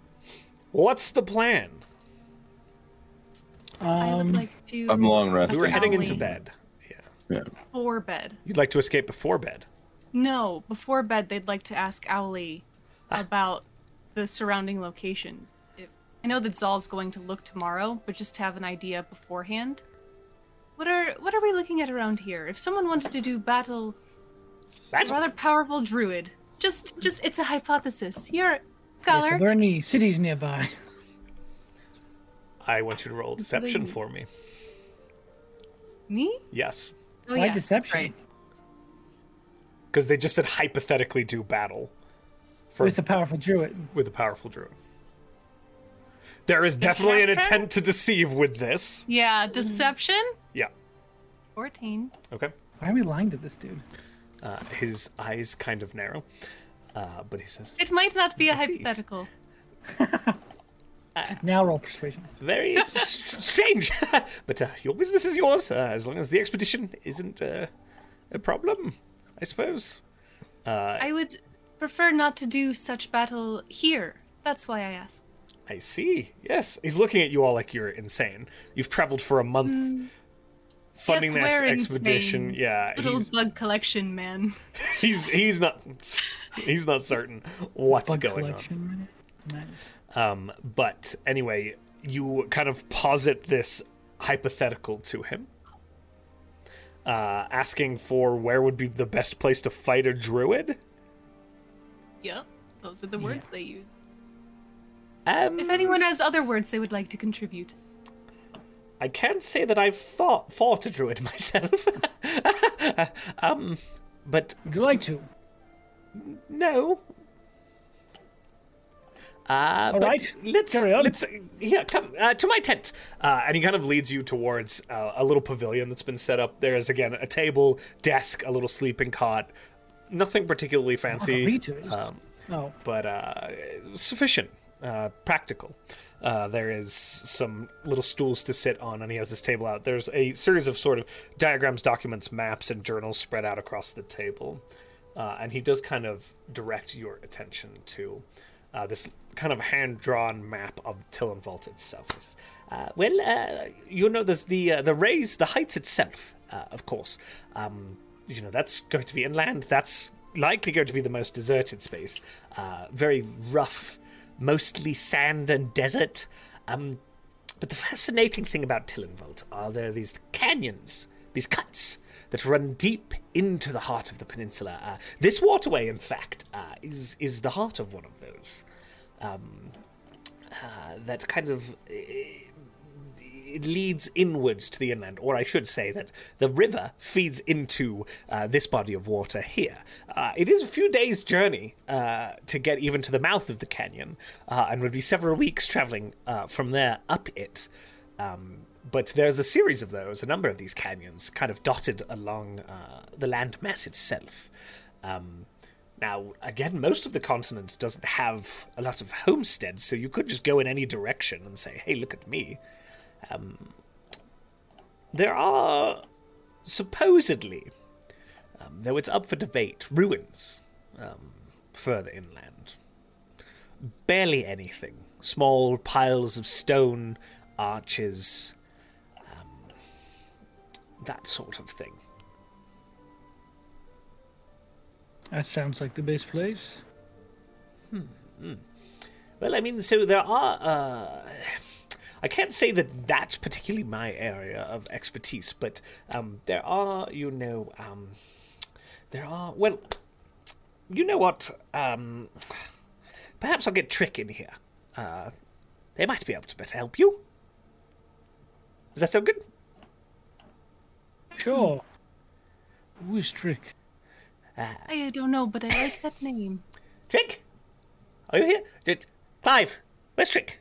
Speaker 1: What's the plan?
Speaker 5: I would
Speaker 4: Um,
Speaker 5: like to.
Speaker 3: I'm long resting.
Speaker 1: We were heading into
Speaker 5: Probably.
Speaker 1: bed. Yeah.
Speaker 5: Before bed.
Speaker 1: You'd like to escape before bed.
Speaker 5: No, before bed, they'd like to ask Owly about the surrounding locations. If- I know that Zal's going to look tomorrow, but just to have an idea beforehand. What are what are we looking at around here? If someone wanted to do battle, a
Speaker 1: That's
Speaker 5: rather powerful druid, just just it's a hypothesis. You're a
Speaker 4: Yes,
Speaker 5: scholar.
Speaker 4: are there any cities nearby?
Speaker 1: I want you to roll deception
Speaker 5: Blue.
Speaker 1: for me.
Speaker 5: Me?
Speaker 1: Yes,
Speaker 5: Oh
Speaker 4: Why
Speaker 5: yeah,
Speaker 4: deception?
Speaker 5: That's right.
Speaker 1: because they just said hypothetically do battle for
Speaker 4: With a powerful druid.
Speaker 1: with a powerful druid. There is definitely an
Speaker 5: Deception?
Speaker 1: intent to deceive with this.
Speaker 5: Yeah, deception.
Speaker 1: Yeah.
Speaker 5: Fourteen.
Speaker 1: Okay.
Speaker 4: Why are we lying to this dude?
Speaker 1: Uh, his eyes kind of narrow, uh, but he says,
Speaker 5: It might not be a
Speaker 1: I see.
Speaker 5: hypothetical.
Speaker 4: Now roll persuasion.
Speaker 1: "Very s- s- strange, but uh, your business is yours uh, as long as the expedition isn't uh, a problem, I suppose." Uh,
Speaker 5: I would prefer not to do such battle here. That's why I asked.
Speaker 1: I see. Yes, he's looking at you all like you're insane. You've traveled for a month, funding
Speaker 5: Mm.
Speaker 1: this
Speaker 5: Yes, we're
Speaker 1: expedition.
Speaker 5: insane.
Speaker 1: Yeah,
Speaker 5: Little
Speaker 1: he's,
Speaker 5: bug collection, man.
Speaker 1: he's he's not he's not certain what's going on.
Speaker 4: collection. Nice.
Speaker 1: Um, but anyway, you kind of posit this hypothetical to him, uh, asking for where would be the best place to fight a druid.
Speaker 5: Yep, those are the
Speaker 4: Yeah.
Speaker 5: words they use.
Speaker 1: Um,
Speaker 5: If anyone has other words they would like to contribute,
Speaker 1: I can't say that I've thought fought a druid myself. um, but
Speaker 4: Would you like to?
Speaker 1: no. Uh, but
Speaker 4: right,
Speaker 1: let's
Speaker 4: carry on.
Speaker 1: let's here come uh, to my tent, uh, and he kind of leads you towards uh, a little pavilion that's been set up. There is again a table, desk, a little sleeping cot, nothing particularly fancy,
Speaker 4: Margaritas?
Speaker 1: um,
Speaker 4: Oh,
Speaker 1: but uh, sufficient, uh, practical. Uh, there is some little stools to sit on, and he has this table out. There's a series of sort of diagrams, documents, maps, and journals spread out across the table. Uh, and he does kind of direct your attention to uh, this kind of hand drawn map of Tillenvault itself. He says, uh, well, uh, you know, there's the, uh, the rays, the heights itself, uh, of course. Um, you know, that's going to be inland. That's likely going to be the most deserted space. Uh, very rough, mostly sand and desert. Um, but the fascinating thing about Tillenvolt are there are these canyons, these cuts that run deep into the heart of the peninsula. Uh, this waterway, in fact, uh, is is the heart of one of those. Um, uh, that kind of eh, it leads inwards to the inland, or I should say that the river feeds into uh, this body of water here. Uh, it is a few days' journey uh, to get even to the mouth of the canyon, uh, and would be several weeks traveling uh, from there up it. Um, but there's a series of those, a number of these canyons, kind of dotted along uh, the landmass itself. Um, now, again, most of the continent doesn't have a lot of homesteads, so you could just go in any direction and say, hey, look at me there are supposedly, um, though it's up for debate, ruins um, further inland. Barely anything. Small piles of stone, arches, um, that sort of thing.
Speaker 4: that sounds like the best place.
Speaker 1: Well, I mean, so there are. Uh, I can't say that that's particularly my area of expertise, but um, there are, you know, um, there are. Well, you know what? Um, perhaps I'll get Trick in here. Uh, they might be able to better help you. Does that sound good?
Speaker 4: Sure. Who is Trick?
Speaker 5: I don't know, but I like that name.
Speaker 1: Trick? Are you here? Did... Clive, where's Trick?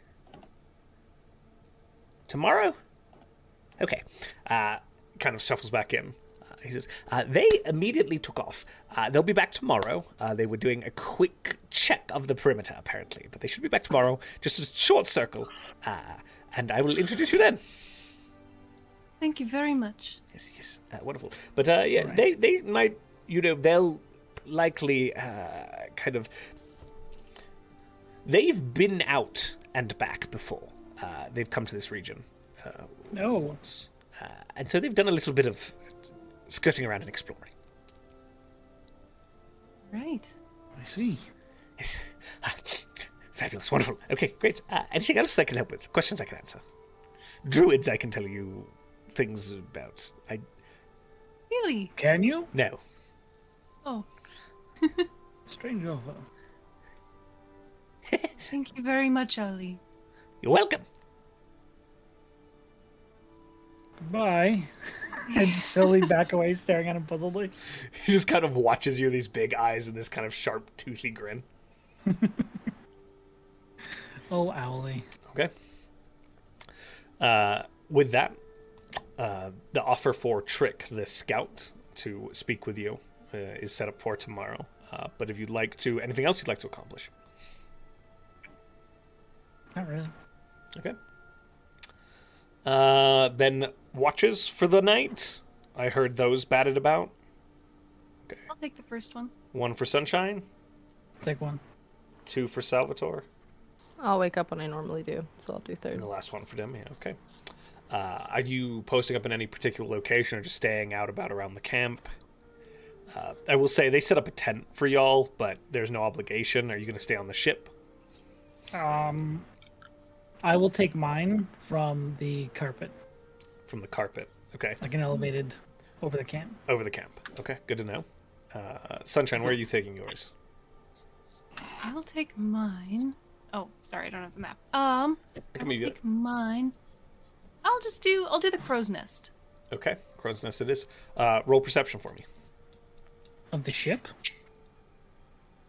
Speaker 1: Tomorrow? Okay. Uh, kind of shuffles back in. Uh, he says, uh, they immediately took off. Uh, they'll be back tomorrow. Uh, they were doing a quick check of the perimeter, apparently, but they should be back tomorrow. Just a short circle. Uh, and I will introduce you then.
Speaker 5: Thank you very much.
Speaker 1: Yes, yes, uh, wonderful. But uh, yeah, they they might you know they'll likely uh, kind of they've been out and back before. Uh, they've come to this region,
Speaker 4: No.
Speaker 1: uh, and so they've done a little bit of skirting around and exploring.
Speaker 5: Right.
Speaker 4: I see.
Speaker 1: Yes. Fabulous, wonderful. Okay, great. Uh, anything else I can help with? Questions I can answer? Druids I can tell you things about. I
Speaker 5: Really?
Speaker 4: Can you?
Speaker 1: no.
Speaker 5: Oh,
Speaker 4: Strange offer.
Speaker 5: thank you very much, Ali.
Speaker 1: You're welcome.
Speaker 4: Goodbye. and slowly back away, staring at him puzzledly.
Speaker 1: He just kind of watches you with these big eyes and this kind of sharp, toothy grin.
Speaker 4: Oh, Owly.
Speaker 1: Okay. Uh, with that, uh, the offer for Trick, the scout, to speak with you uh, is set up for tomorrow. Uh, but if you'd like to, anything else you'd like to accomplish?
Speaker 4: Not really.
Speaker 1: Okay. Uh, then watches for the night. I heard those batted about.
Speaker 5: I'll take the first one.
Speaker 1: One for Sunshine,
Speaker 4: Take one.
Speaker 1: two for Salvatore,
Speaker 2: I'll wake up when I normally do, so I'll do
Speaker 1: and
Speaker 2: third.
Speaker 1: the last one for Demi. Okay. Uh, are you posting up in any particular location or just staying out about around the camp? Uh, I will say they set up a tent for y'all, but there's no obligation. Are you going to stay on the ship?
Speaker 4: Um, I will take mine from the carpet,
Speaker 1: From the carpet. Okay.
Speaker 4: like an elevated over the camp.
Speaker 1: Over the camp. Okay. Good to know. Uh, Sunshine, where are you taking yours?
Speaker 5: I'll take mine. Oh, sorry, I don't have the map. Um,
Speaker 1: I
Speaker 5: I'll
Speaker 1: can move you-
Speaker 5: take mine. I'll just do. I'll do the crow's nest.
Speaker 1: Okay. Crow's Nest it is. Uh, roll perception for me.
Speaker 4: Of the ship?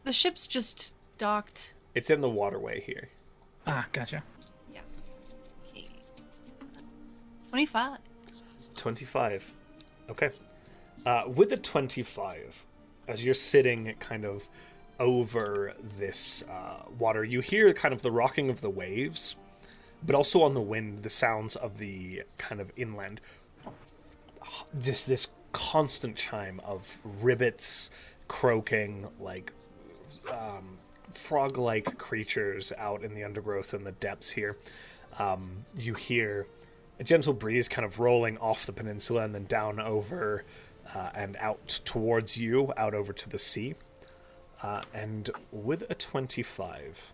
Speaker 5: The ship's just docked.
Speaker 1: It's in the waterway here.
Speaker 4: Ah, gotcha.
Speaker 5: Twenty-five.
Speaker 1: 25. Okay. Uh, with a 25, as you're sitting kind of over this uh, water, you hear kind of the rocking of the waves, but also on the wind, the sounds of the kind of inland. Just this constant chime of ribbits croaking, like um, frog like creatures out in the undergrowth and the depths here. Um, you hear a gentle breeze kind of rolling off the peninsula and then down over uh, and out towards you, out over to the sea. Uh, and with a 25,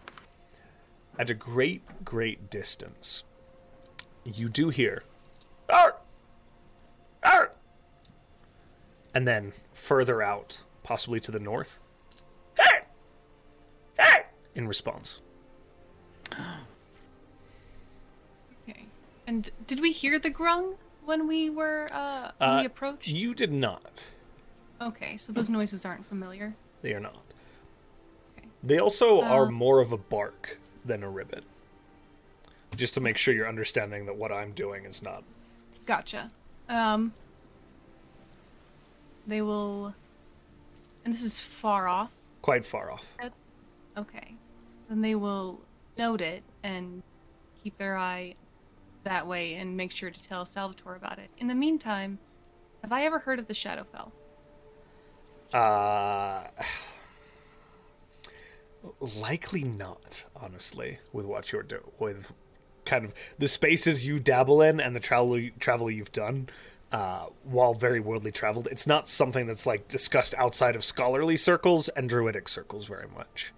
Speaker 1: at a great, great distance, you do hear. Arr! Arr! And then further out, possibly to the north, "Arr! Arr!" in response.
Speaker 5: Okay. And did we hear the grung when we were uh, when
Speaker 1: Uh,
Speaker 5: we approached?
Speaker 1: You did not.
Speaker 5: Okay, so those noises aren't familiar.
Speaker 1: They are not.
Speaker 5: Okay.
Speaker 1: They also are
Speaker 5: Uh,
Speaker 1: more of a bark than a ribbit. Just to make sure you're understanding that what I'm doing is not.
Speaker 5: Gotcha. Um, they will. And this is far off.
Speaker 1: Quite far off.
Speaker 5: Okay. Then they will note it and keep their eye that way and make sure to tell Salvatore about it. In the meantime, have I ever heard of the Shadowfell?
Speaker 1: Uh, likely not, honestly, with what you're doing, with kind of the spaces you dabble in and the travel travel you've done. Uh, while very worldly traveled, it's not something that's like discussed outside of scholarly circles and druidic circles very much.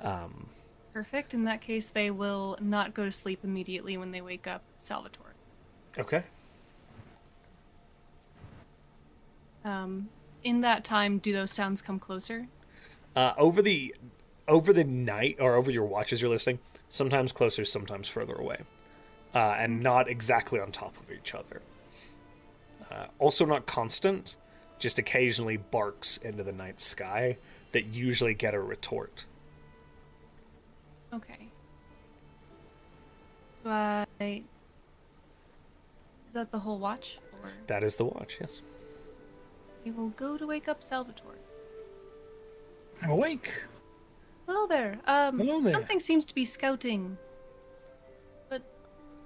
Speaker 1: Um,
Speaker 5: Perfect. In that case, they will not go to sleep immediately when they wake up, Salvatore.
Speaker 1: okay.
Speaker 5: Um, in that time, do those sounds come closer?
Speaker 1: Uh, over the over the night or over your watch as you're listening, sometimes closer, sometimes further away, uh, and not exactly on top of each other. Uh, also, not constant, just occasionally barks into the night sky that usually get a retort.
Speaker 5: Okay. Do I. Is that the whole watch? Or
Speaker 1: That is the watch, yes.
Speaker 5: he will go to wake up Salvatore.
Speaker 4: I'm awake.
Speaker 5: Hello there. Um,
Speaker 4: Hello there.
Speaker 5: Something seems to be scouting, but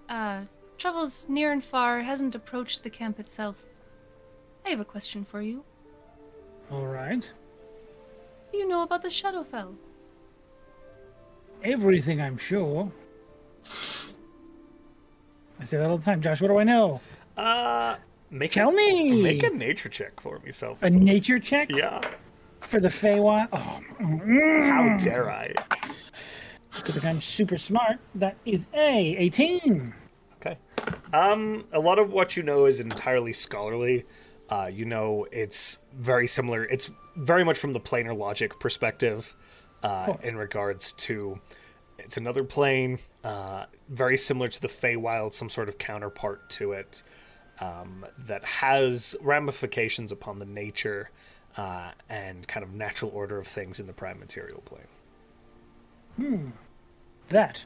Speaker 5: uh, travels near and far hasn't approached the camp itself. I have a question for you.
Speaker 4: All right.
Speaker 5: Do you know about the Shadowfell?
Speaker 4: Everything, I'm sure. I say that all the time. Josh, what do I know?
Speaker 1: Uh, make
Speaker 4: Tell
Speaker 1: a,
Speaker 4: me!
Speaker 1: Make a nature check for me, self.
Speaker 4: A nature check
Speaker 1: yeah.
Speaker 4: for the Feywild? Oh, mm,
Speaker 1: How dare I?
Speaker 4: Just because I'm super smart, that is a 18.
Speaker 1: Okay. Um, a lot of what you know is entirely scholarly. Uh, you know, it's very similar. It's very much from the planar logic perspective uh,
Speaker 4: course.
Speaker 1: in regards to it's another plane, uh, very similar to the Feywild, some sort of counterpart to it um, that has ramifications upon the nature uh, and kind of natural order of things in the prime material plane.
Speaker 4: That.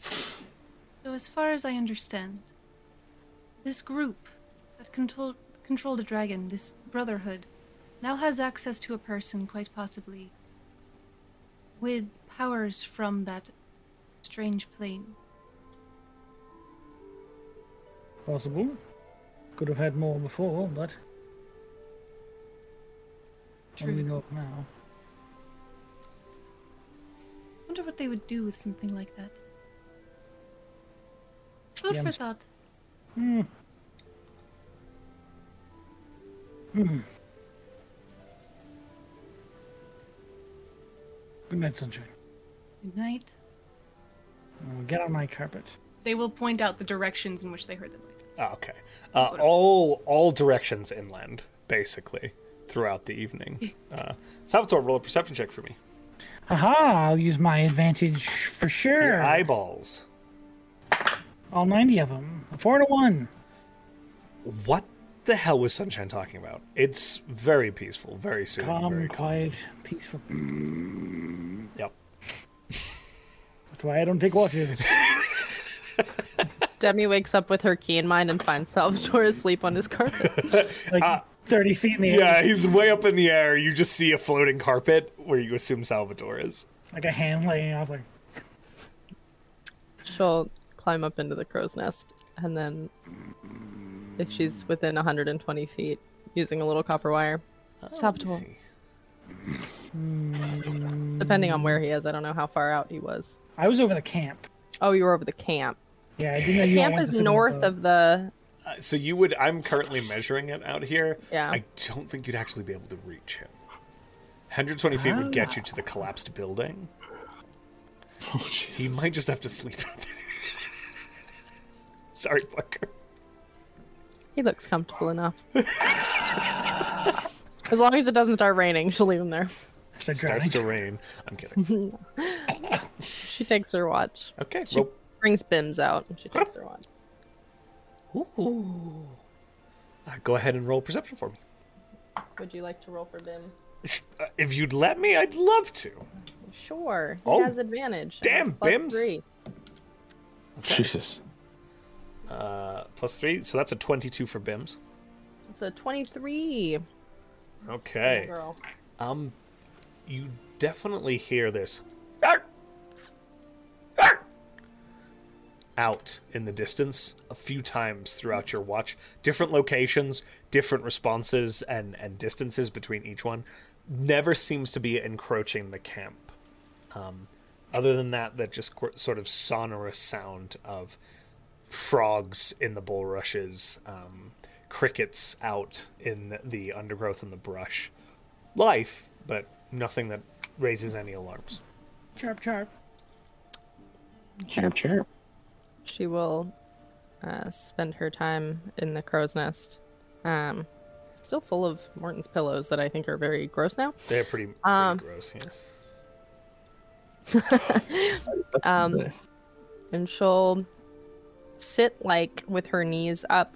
Speaker 5: So, as far as I understand, this group that control, controlled the dragon, this brotherhood, now has access to a person, quite possibly, with powers from that strange plane.
Speaker 4: Possible. Could have had more before, but only
Speaker 5: True.
Speaker 4: not now.
Speaker 5: wonder what they would do with something like that. It's Food
Speaker 4: Yeah,
Speaker 5: for
Speaker 4: I'm-
Speaker 5: thought.
Speaker 4: Hmm. Hmm. Good night, sunshine.
Speaker 5: Good night.
Speaker 4: I'll get on my carpet.
Speaker 5: They will point out the directions in which they heard the noises.
Speaker 1: Ah, okay. Uh, all all directions inland, basically, throughout the evening. Uh, Salvatore, roll a perception check for me.
Speaker 4: Aha! I'll use my advantage for
Speaker 1: Your
Speaker 4: sure.
Speaker 1: eyeballs.
Speaker 4: All 90 of them. A 4 to 1.
Speaker 1: What the hell was Sunshine talking about? It's very peaceful, very soothing.
Speaker 4: Calm,
Speaker 1: very
Speaker 4: quiet, peaceful.
Speaker 1: Yep.
Speaker 4: That's why I don't take watches.
Speaker 2: Demi wakes up with her key in mind and finds Salvatore asleep on his carpet.
Speaker 4: Like 30 feet in the air.
Speaker 1: Ah. Yeah, he's way up in the air. You just see a floating carpet where you assume Salvatore is.
Speaker 4: Like a hand laying off. Like,
Speaker 2: She'll climb up into the crow's nest and then, if she's within 120 feet, using a little copper wire, Salvatore. Depending on where he is, I don't know how far out he was.
Speaker 4: I was over the camp.
Speaker 2: Oh, you were over the camp.
Speaker 4: Yeah, I didn't know you all
Speaker 2: camp
Speaker 4: went to
Speaker 2: is
Speaker 4: Sonoma.
Speaker 2: north of the.
Speaker 1: Uh, so you would. I'm currently measuring it out here.
Speaker 2: Yeah.
Speaker 1: I don't think you'd actually be able to reach him. 120 feet would get you to the collapsed building.
Speaker 3: Oh, Jesus.
Speaker 1: You might just have to sleep out there. Sorry, Parker.
Speaker 2: He looks comfortable enough. as long as it doesn't start raining, she'll leave him there.
Speaker 4: So
Speaker 1: Starts
Speaker 4: drowning.
Speaker 1: to rain. I'm kidding.
Speaker 2: She takes her watch.
Speaker 1: Okay.
Speaker 2: She
Speaker 1: Well,
Speaker 2: brings Bims out and she takes her watch.
Speaker 1: ooh. Uh, go ahead and roll perception for me.
Speaker 2: Would you like to roll for Bims?
Speaker 1: Sh- uh, If you'd let me, I'd love to.
Speaker 2: Sure. He
Speaker 1: Oh.
Speaker 2: has advantage.
Speaker 1: Damn,
Speaker 2: Plus
Speaker 1: Bims.
Speaker 2: Three.
Speaker 3: Jesus.
Speaker 1: Uh, plus three, so that's a 22 for Bims.
Speaker 2: So 23.
Speaker 1: Okay.
Speaker 2: Girl.
Speaker 1: Um, you definitely hear this. "Arr! Arr!" Out in the distance a few times throughout your watch. Different locations, different responses, and, and distances between each one. Never seems to be encroaching the camp. Um, other than that, that just qu- sort of sonorous sound of frogs in the bulrushes, um, crickets out in the undergrowth and the brush life, but nothing that raises any alarms.
Speaker 4: Chirp, chirp.
Speaker 3: Chirp, chirp.
Speaker 2: She will uh, spend her time in the crow's nest. Um, still full of Morton's pillows that I think are very gross now.
Speaker 1: They're pretty, pretty
Speaker 2: Um,
Speaker 1: gross, yes.
Speaker 2: Um, and she'll sit like with her knees up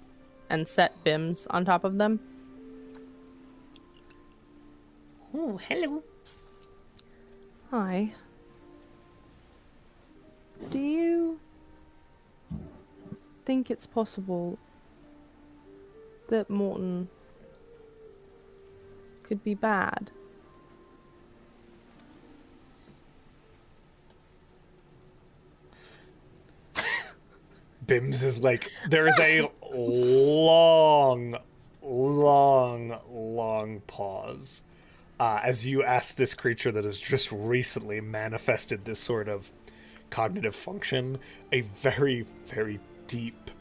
Speaker 2: and set bims on top of them.
Speaker 1: Oh, hello.
Speaker 2: Hi. Do you think it's possible that Morton could be bad?
Speaker 1: Bims is like, there is a long, long, long pause uh, as you ask this creature that has just recently manifested this sort of cognitive function a very, very deep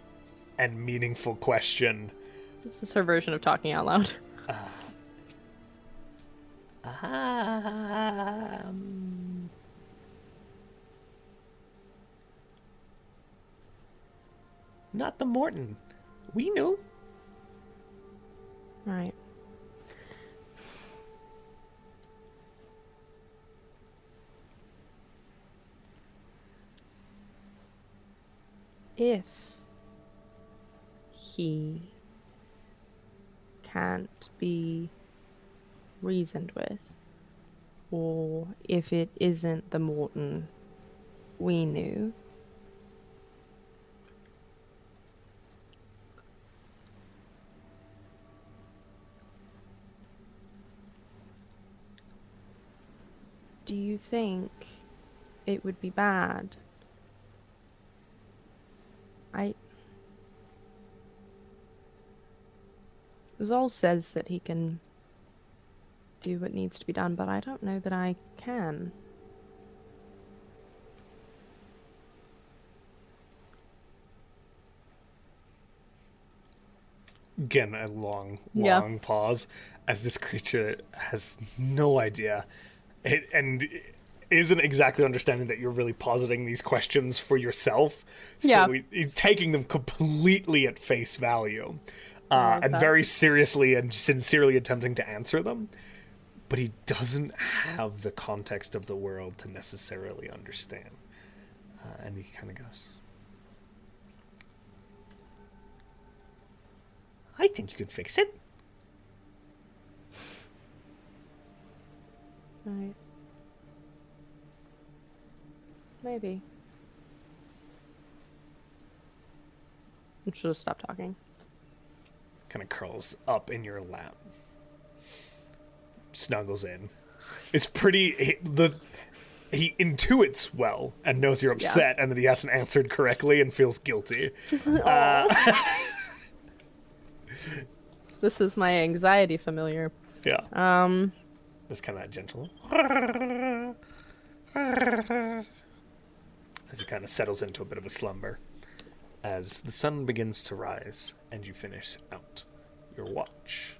Speaker 1: and meaningful question.
Speaker 2: This is her version of talking out loud.
Speaker 1: Um, not the Morton. We knew.
Speaker 2: Right. If he can't be reasoned with, or if it isn't the Morton we knew, do you think it would be bad? I. Zol says that he can do what needs to be done, but I don't know that I can.
Speaker 1: Again, a long,
Speaker 2: Yeah.
Speaker 1: long pause as this creature has no idea it, and isn't exactly understanding that you're really positing these questions for yourself. So
Speaker 2: Yeah.
Speaker 1: it- it's taking them completely at face value
Speaker 2: I
Speaker 1: uh,
Speaker 2: like
Speaker 1: and
Speaker 2: that.
Speaker 1: very seriously and sincerely attempting to answer them. But he doesn't have the context of the world to necessarily understand. Uh, and he kind of goes, I think you can fix it.
Speaker 2: Right. Maybe. I should have stopped talking.
Speaker 1: kind of curls up in your lap, snuggles in. It's pretty. He, the he intuits well and knows you're upset and that he hasn't answered correctly and feels guilty.
Speaker 2: This is my anxiety familiar.
Speaker 1: Yeah,
Speaker 2: Um,
Speaker 1: just kind of gentle. As he kind of settles into a bit of a slumber, as the sun begins to rise and you finish out your watch.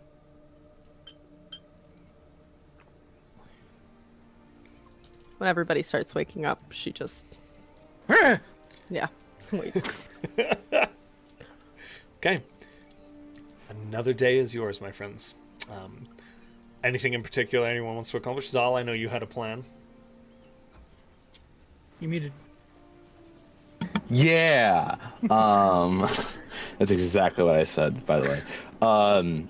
Speaker 2: when everybody starts waking up, she just, yeah, waits.
Speaker 1: Okay. Another day is yours, my friends. Um, anything in particular anyone wants to accomplish? Zal, I know you had a plan.
Speaker 4: You muted.
Speaker 3: Yeah. Um, that's exactly what I said, by the way. Um,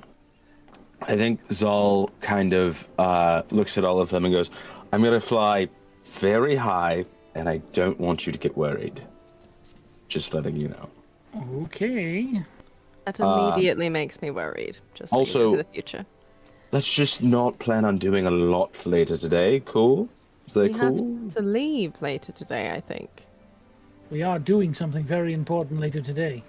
Speaker 3: I think Zol kind of uh, looks at all of them and goes, I'm going to fly very high, and I don't want you to get worried. Just letting you know.
Speaker 4: Okay.
Speaker 2: that immediately makes me worried. Just so you know
Speaker 3: Um, also-
Speaker 2: for the future.
Speaker 3: Let's just not plan on doing a lot later today. Cool? Is that
Speaker 2: We
Speaker 3: cool?
Speaker 2: have to leave later today, I think.
Speaker 4: We are doing something very important later today.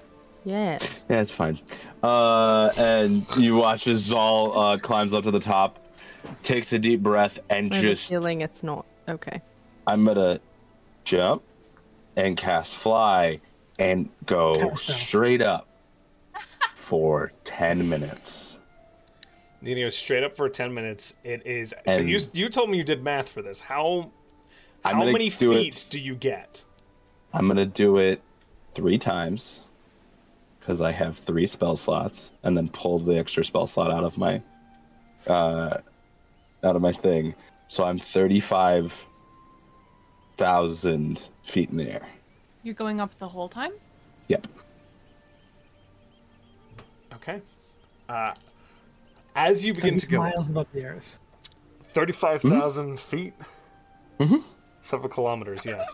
Speaker 2: Yes.
Speaker 3: Yeah, it's fine. Uh, and you watch as Zol uh, climbs up to the top, takes a deep breath, and
Speaker 2: I have a
Speaker 3: just
Speaker 2: feeling it's not okay.
Speaker 3: I'm gonna jump and cast fly and go
Speaker 4: Cast down.
Speaker 3: straight up for 10 minutes.
Speaker 1: You know, straight up for ten minutes. It is. So you
Speaker 3: And-
Speaker 1: you told me you did math for this. How
Speaker 3: I'm
Speaker 1: how
Speaker 3: gonna
Speaker 1: many
Speaker 3: do it-
Speaker 1: feet do you get?
Speaker 3: I'm gonna do it three times because I have three spell slots and then pull the extra spell slot out of my uh, out of my thing. So I'm 35,000 feet in the air.
Speaker 5: You're going up the whole time?
Speaker 3: Yep.
Speaker 1: Okay. Uh, as you begin to go up,
Speaker 4: miles above the earth.
Speaker 1: thirty-five
Speaker 3: Mm-hmm.
Speaker 1: feet. Several kilometers. Yeah.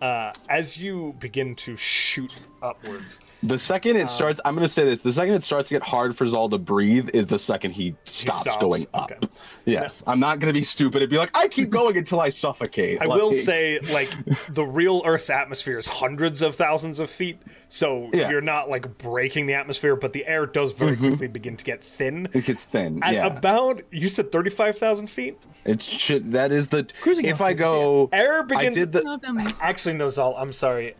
Speaker 1: Uh, as you begin to shoot upwards,
Speaker 3: The second
Speaker 1: Uh,
Speaker 3: it starts, I'm going to say this: the second it starts to get hard for Zal to breathe is the second he stops,
Speaker 1: stops,
Speaker 3: going up.
Speaker 1: okay.
Speaker 3: Yes, I'm not going to be stupid and be like, I keep going until I suffocate.
Speaker 1: I will
Speaker 3: Like,
Speaker 1: say, like, the real Earth's atmosphere is hundreds of thousands of feet, so
Speaker 3: Yeah. Mm-hmm.
Speaker 1: you're not, like, breaking the atmosphere, but the air does very quickly begin to get thin.
Speaker 3: it gets thin.
Speaker 1: At
Speaker 3: yeah,
Speaker 1: about, you said 35,000 feet?
Speaker 3: it should. That is the.
Speaker 4: Cruising
Speaker 3: if
Speaker 4: altitude,
Speaker 3: I go,
Speaker 1: Air
Speaker 3: I
Speaker 1: begins.
Speaker 3: did the. Hmm?
Speaker 5: No, dummy.
Speaker 1: Actually, no, Zal, I'm sorry.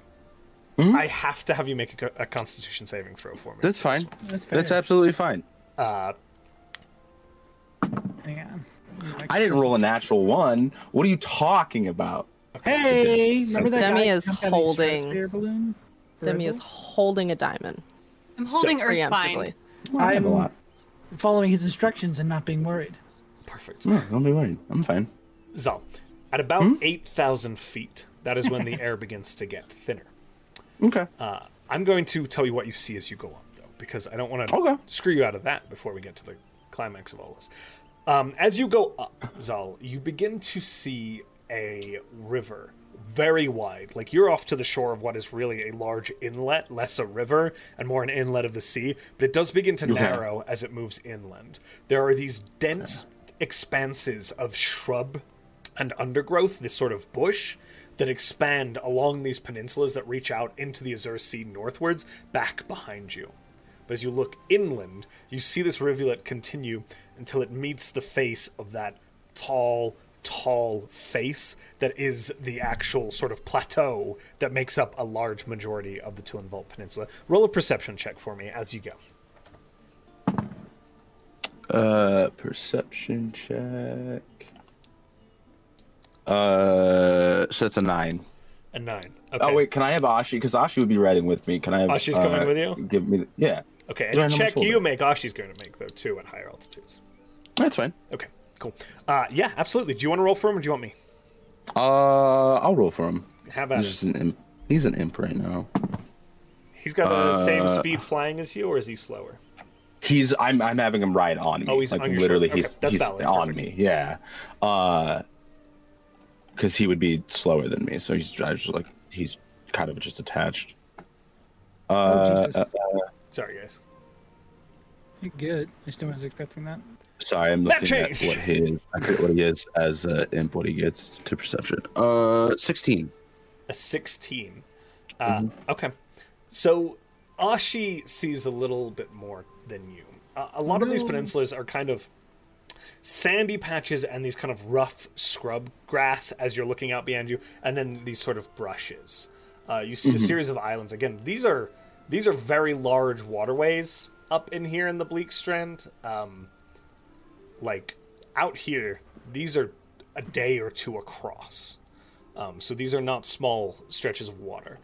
Speaker 1: I have to have you make a, co- a constitution saving throw for me.
Speaker 3: That's fine.
Speaker 4: That's
Speaker 3: That's,
Speaker 4: fair.
Speaker 3: absolutely fine.
Speaker 4: Hang on.
Speaker 3: I didn't roll a natural one. What are you talking about?
Speaker 4: Hey, remember that
Speaker 2: Demi
Speaker 4: guy who
Speaker 2: is
Speaker 4: jumped out of the
Speaker 2: holding-
Speaker 4: stratosphere balloon?
Speaker 2: Demi is holding a diamond.
Speaker 5: I'm holding
Speaker 2: So-
Speaker 5: Earthbind.
Speaker 2: preemptively.
Speaker 3: I'm a
Speaker 4: I'm
Speaker 3: lot.
Speaker 4: following his instructions and not being worried.
Speaker 1: Perfect.
Speaker 3: No, don't be worried. I'm fine.
Speaker 1: So, at about
Speaker 3: Hmm?
Speaker 1: 8,000 feet, that is when the air begins to get thinner.
Speaker 3: Okay.
Speaker 1: Uh, I'm going to tell you what you see as you go up, though, because I don't want to
Speaker 3: Okay.
Speaker 1: screw you out of that before we get to the climax of all this. Um, as you go up, Zal, you begin to see a river very wide. Like you're off to the shore of what is really a large inlet, less a river and more an inlet of the sea, but it does begin to
Speaker 3: Okay.
Speaker 1: narrow as it moves inland. There are these dense expanses of shrub and undergrowth, this sort of bush, that expand along these peninsulas that reach out into the Azure Sea northwards, back behind you. But as you look inland, you see this rivulet continue until it meets the face of that tall, tall face that is the actual sort of plateau that makes up a large majority of the Tillenvolt Peninsula. Roll a perception check for me as you go.
Speaker 3: Uh, perception check. Uh, so that's a nine.
Speaker 1: A nine. Okay.
Speaker 3: Oh wait, can I have Ashi? Because Ashi would be riding with me. Can I? Have,
Speaker 1: Ashi's coming
Speaker 3: uh,
Speaker 1: with you?
Speaker 3: Give me. The, yeah,
Speaker 1: Okay.
Speaker 3: Do I
Speaker 1: And
Speaker 3: know
Speaker 1: a
Speaker 3: my
Speaker 1: check you
Speaker 3: shoulder?
Speaker 1: make, Ashi's going to make though too at higher altitudes.
Speaker 3: that's fine.
Speaker 1: Okay. Cool. Uh, yeah, absolutely. Do you want to roll for him, or do you want me?
Speaker 3: Uh, I'll roll for him.
Speaker 1: How about
Speaker 3: He's
Speaker 1: it?
Speaker 3: just an imp. He's an imp right now.
Speaker 1: He's got the same
Speaker 3: Uh,
Speaker 1: speed flying as you, or is he slower?
Speaker 3: He's. I'm. I'm having him ride on me.
Speaker 1: Oh, he's
Speaker 3: like
Speaker 1: on your
Speaker 3: literally.
Speaker 1: shoulder. Okay,
Speaker 3: He's.
Speaker 1: that's
Speaker 3: he's
Speaker 1: valid.
Speaker 3: on
Speaker 1: Perfect.
Speaker 3: me. Yeah. Uh, because he would be slower than me, so he's drives like he's kind of just attached.
Speaker 4: oh,
Speaker 3: Uh,
Speaker 4: Jesus.
Speaker 3: uh,
Speaker 1: Sorry, guys.
Speaker 4: You're good. I still was expecting that.
Speaker 3: sorry, I'm
Speaker 1: That
Speaker 3: looking at
Speaker 1: changed.
Speaker 3: what he is. I forget what he is as uh, imp. What he gets to perception. Uh, sixteen.
Speaker 1: a 16. Uh, Okay. So Ashi sees a little bit more than you. Uh, a lot of these peninsulas are kind of sandy patches and these kind of rough scrub grass as you're looking out behind you, and then these sort of brushes. Uh, you see a series of islands. Again, these are these are very large waterways up in here in the Bleak Strand. Um, like out here, these are a day or two across. Um, so these are not small stretches of water.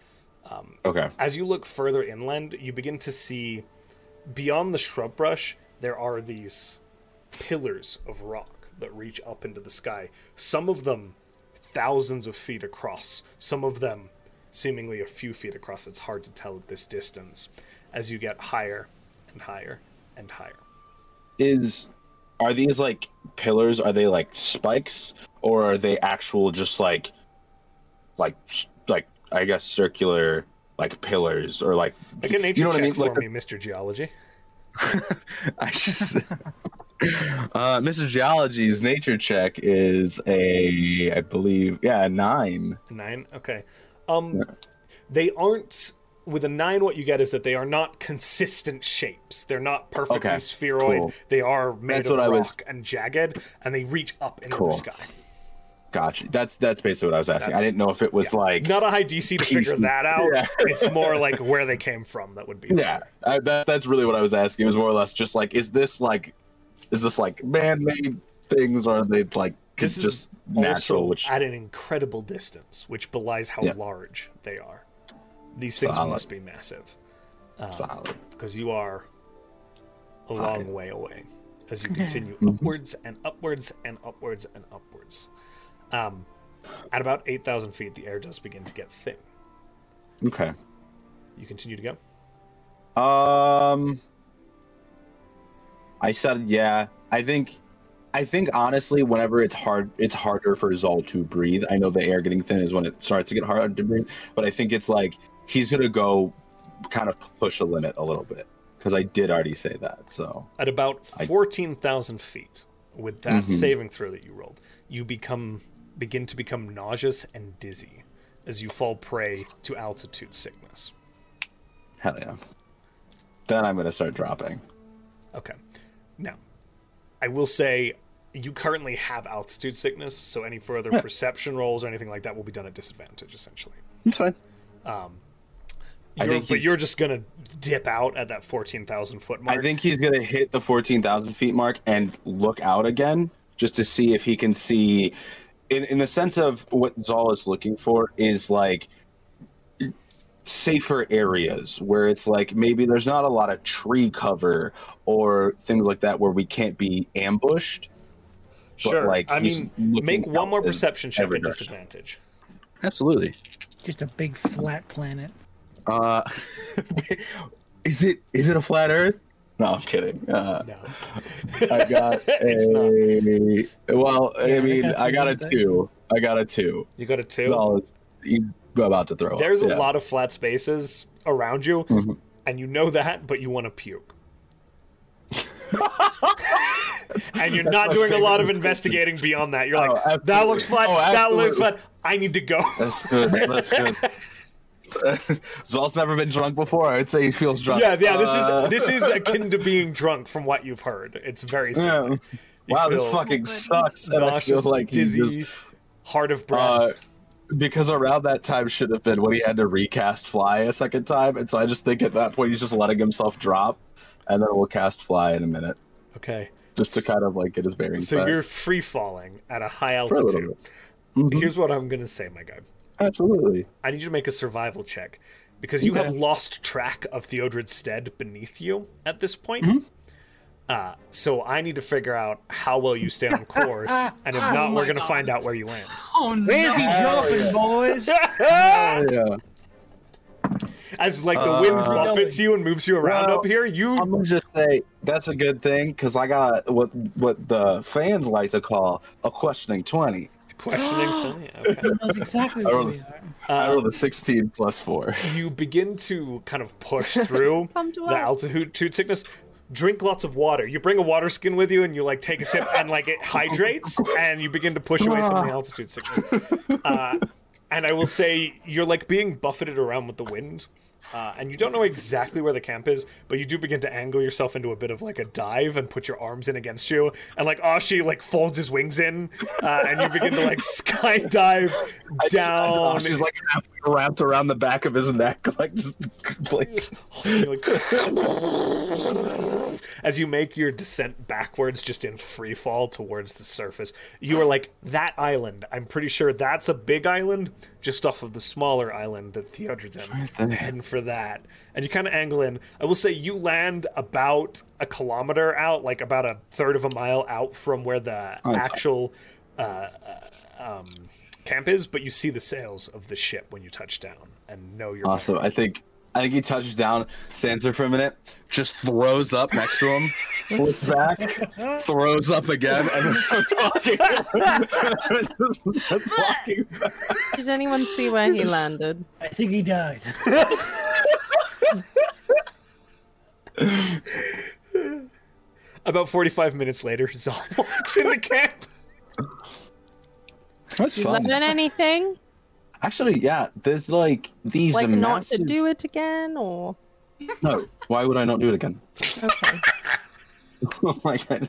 Speaker 3: Okay.
Speaker 1: As you look further inland, you begin to see beyond the shrub brush, there are these pillars of rock that reach up into the sky. Some of them thousands of feet across, some of them seemingly a few feet across. It's hard to tell at this distance as you get higher and higher and higher.
Speaker 3: is are these like pillars are they like spikes or are they actual just like like s- like i guess circular like pillars or like
Speaker 1: Make a nature
Speaker 3: you know what
Speaker 1: check
Speaker 3: i mean
Speaker 1: for
Speaker 3: like
Speaker 1: me, Mr. Geology.
Speaker 3: i just uh mrs geology's nature check is a i believe yeah a nine
Speaker 1: Nine. Okay. Um, they aren't with a nine. What you get is that they are not consistent shapes. They're not perfectly
Speaker 3: Okay,
Speaker 1: spheroid.
Speaker 3: cool.
Speaker 1: They are made
Speaker 3: That's
Speaker 1: of
Speaker 3: what I was-
Speaker 1: rock and jagged, and they reach up into
Speaker 3: Cool.
Speaker 1: the sky.
Speaker 3: gotcha that's that's basically what i was asking i
Speaker 1: That's-
Speaker 3: didn't know if it was like
Speaker 1: Not a high DC to figure
Speaker 3: Pieces.
Speaker 1: that out.
Speaker 3: Yeah.
Speaker 1: it's more like where they came from. That would be.
Speaker 3: yeah I, that, that's really what i was asking it was more or less just like is this like is this like man-made things or are they like
Speaker 1: This
Speaker 3: just
Speaker 1: is
Speaker 3: natural
Speaker 1: also
Speaker 3: which
Speaker 1: at an incredible distance, which belies how
Speaker 3: Yeah.
Speaker 1: large they are. These things
Speaker 3: Solid.
Speaker 1: must be massive. Um,
Speaker 3: solid
Speaker 1: because you are a
Speaker 3: Hi. Mm-hmm.
Speaker 1: long way away as you continue upwards and upwards and upwards and upwards. Um, at about 8,000 feet, the air does begin to get thin.
Speaker 3: okay
Speaker 1: You continue to go.
Speaker 3: um i said yeah i think i think honestly whenever it's hard it's harder for zol to breathe i know the air getting thin is when it starts to get hard to breathe but i think it's like he's gonna go kind of push the limit a little bit because i did already say that so
Speaker 1: At about
Speaker 3: I-
Speaker 1: 14,000 feet, with that
Speaker 3: Mhm.
Speaker 1: saving throw that you rolled, you become begin to become nauseous and dizzy as you fall prey to altitude sickness.
Speaker 3: Hell yeah. Then I'm gonna start dropping.
Speaker 1: Okay. Now, I will say you currently have altitude sickness, so any further
Speaker 3: Yeah.
Speaker 1: perception rolls or anything like that will be done at disadvantage, essentially.
Speaker 3: That's fine.
Speaker 1: Um,
Speaker 3: I
Speaker 1: you're-
Speaker 3: think
Speaker 1: but
Speaker 3: he's-
Speaker 1: you're just gonna dip out at that fourteen thousand foot
Speaker 3: I
Speaker 1: mark.
Speaker 3: think he's gonna hit the fourteen thousand feet mark and look out again, just to see if he can see. In in the sense of what Zal is looking for is like safer areas where it's like maybe there's not a lot of tree cover or things like that where we can't be ambushed.
Speaker 1: Sure.
Speaker 3: like,
Speaker 1: I
Speaker 3: he's
Speaker 1: mean,
Speaker 3: looking
Speaker 1: make
Speaker 3: out
Speaker 1: one more
Speaker 3: in
Speaker 1: perception check
Speaker 3: every
Speaker 1: at
Speaker 3: direction.
Speaker 1: disadvantage.
Speaker 3: Absolutely.
Speaker 4: Just a big flat planet.
Speaker 3: Uh, is it is it a flat Earth? No, I'm kidding. Uh,
Speaker 1: No.
Speaker 3: I got
Speaker 1: it's not.
Speaker 3: a well.
Speaker 4: Yeah,
Speaker 3: I
Speaker 4: I
Speaker 3: mean,
Speaker 4: got
Speaker 3: I got a
Speaker 4: something.
Speaker 3: two. I got a two.
Speaker 1: You got a two.
Speaker 3: That's all it's- he's about to throw. up,
Speaker 1: There's a
Speaker 3: yeah.
Speaker 1: lot of flat spaces around you,
Speaker 3: Mhm.
Speaker 1: and you know that, but you want to puke. and you're
Speaker 3: that's
Speaker 1: not
Speaker 3: my
Speaker 1: doing a
Speaker 3: favorite
Speaker 1: lot of
Speaker 3: description.
Speaker 1: investigating beyond that. You're
Speaker 3: Oh,
Speaker 1: like, that
Speaker 3: absolutely.
Speaker 1: looks flat.
Speaker 3: Oh,
Speaker 1: that looks
Speaker 3: absolutely.
Speaker 1: flat. I need to go.
Speaker 3: That's good. That's good. Zolt's never been drunk before. I'd say he feels drunk.
Speaker 1: yeah, yeah. This
Speaker 3: Uh,
Speaker 1: is this is akin to being drunk, from what you've heard. It's very similar.
Speaker 3: yeah.
Speaker 1: You
Speaker 3: Wow,
Speaker 1: feel
Speaker 3: this fucking sucks. And I feel
Speaker 1: nauseous,
Speaker 3: like he
Speaker 1: dizzy,
Speaker 3: just
Speaker 1: hard of breath.
Speaker 3: Uh, because around that time should have been when he had to recast Fly a second time, and so I just think at that point he's just letting himself drop, and then we'll cast Fly in a minute
Speaker 1: okay,
Speaker 3: just to kind of like get his bearings.
Speaker 1: so
Speaker 3: back
Speaker 1: you're free falling at a high
Speaker 3: for a little
Speaker 1: altitude.
Speaker 3: bit. Mhm,
Speaker 1: Here's what I'm gonna say, my guy.
Speaker 3: Absolutely.
Speaker 1: I need you to make a survival check because you have
Speaker 3: Okay.
Speaker 1: lost track of Theodred's stead beneath you at this point.
Speaker 3: Mm-hmm.
Speaker 1: Uh, so I need to figure out how well you stay on course, and if
Speaker 5: Oh
Speaker 1: not, we're
Speaker 5: my
Speaker 1: gonna
Speaker 5: God.
Speaker 1: find out where you land.
Speaker 5: Oh no.
Speaker 7: Where's he
Speaker 3: Hell
Speaker 7: dropping,
Speaker 3: yeah.
Speaker 7: boys?
Speaker 3: Oh, yeah.
Speaker 1: As like the wind
Speaker 3: Uh,
Speaker 1: buffets you and moves you around
Speaker 3: Well,
Speaker 1: up here, you
Speaker 3: I'm gonna just say that's a good thing because I got what what the fans like to call a questioning twenty.
Speaker 1: questioning. Tony, okay.
Speaker 4: Who knows exactly where we are?
Speaker 3: I
Speaker 1: Uh,
Speaker 3: rolled a sixteen plus four.
Speaker 1: you begin to kind of push through
Speaker 2: Come to
Speaker 1: the
Speaker 2: us.
Speaker 1: altitude sickness. Drink lots of water. You bring a water skin with you, and you like take a sip, and like it hydrates, and you begin to push away some of the altitude sickness. Uh, and I will say you're like being buffeted around with the wind, uh, and you don't know exactly where the camp is, but you do begin to angle yourself into a bit of like a dive and put your arms in against you, and like Ashi like folds his wings in, uh, and you begin to like skydive
Speaker 3: I just- I-
Speaker 1: down.
Speaker 3: oh, she's like halfway wrapped around the back of his neck, like just like
Speaker 1: And you're like- as you make your descent backwards just in free fall towards the surface you are like that island i'm pretty sure that's a big island just off of the smaller island that theodred's in heading for that and you kind of angle in i will say you land about a kilometer out like about a third of a mile out from where the
Speaker 3: Oh, it's-
Speaker 1: actual uh, uh, um, camp is but you see the sails of the ship when you touch down and know you're
Speaker 3: Awesome. I think I think he touches down, stands there for a minute, just throws up next to him, looks back, throws up again, and then starts walking. Just starts walking.
Speaker 2: Did anyone see where he landed?
Speaker 4: I think he died.
Speaker 1: About 45 minutes later, Zal walks into camp.
Speaker 3: That's
Speaker 2: You
Speaker 3: fun.
Speaker 2: learn anything?
Speaker 3: Actually, yeah. There's like these
Speaker 2: like not to
Speaker 3: massive.
Speaker 2: do it again, or
Speaker 3: No. Why would I not do it again?
Speaker 2: okay,
Speaker 3: oh my god.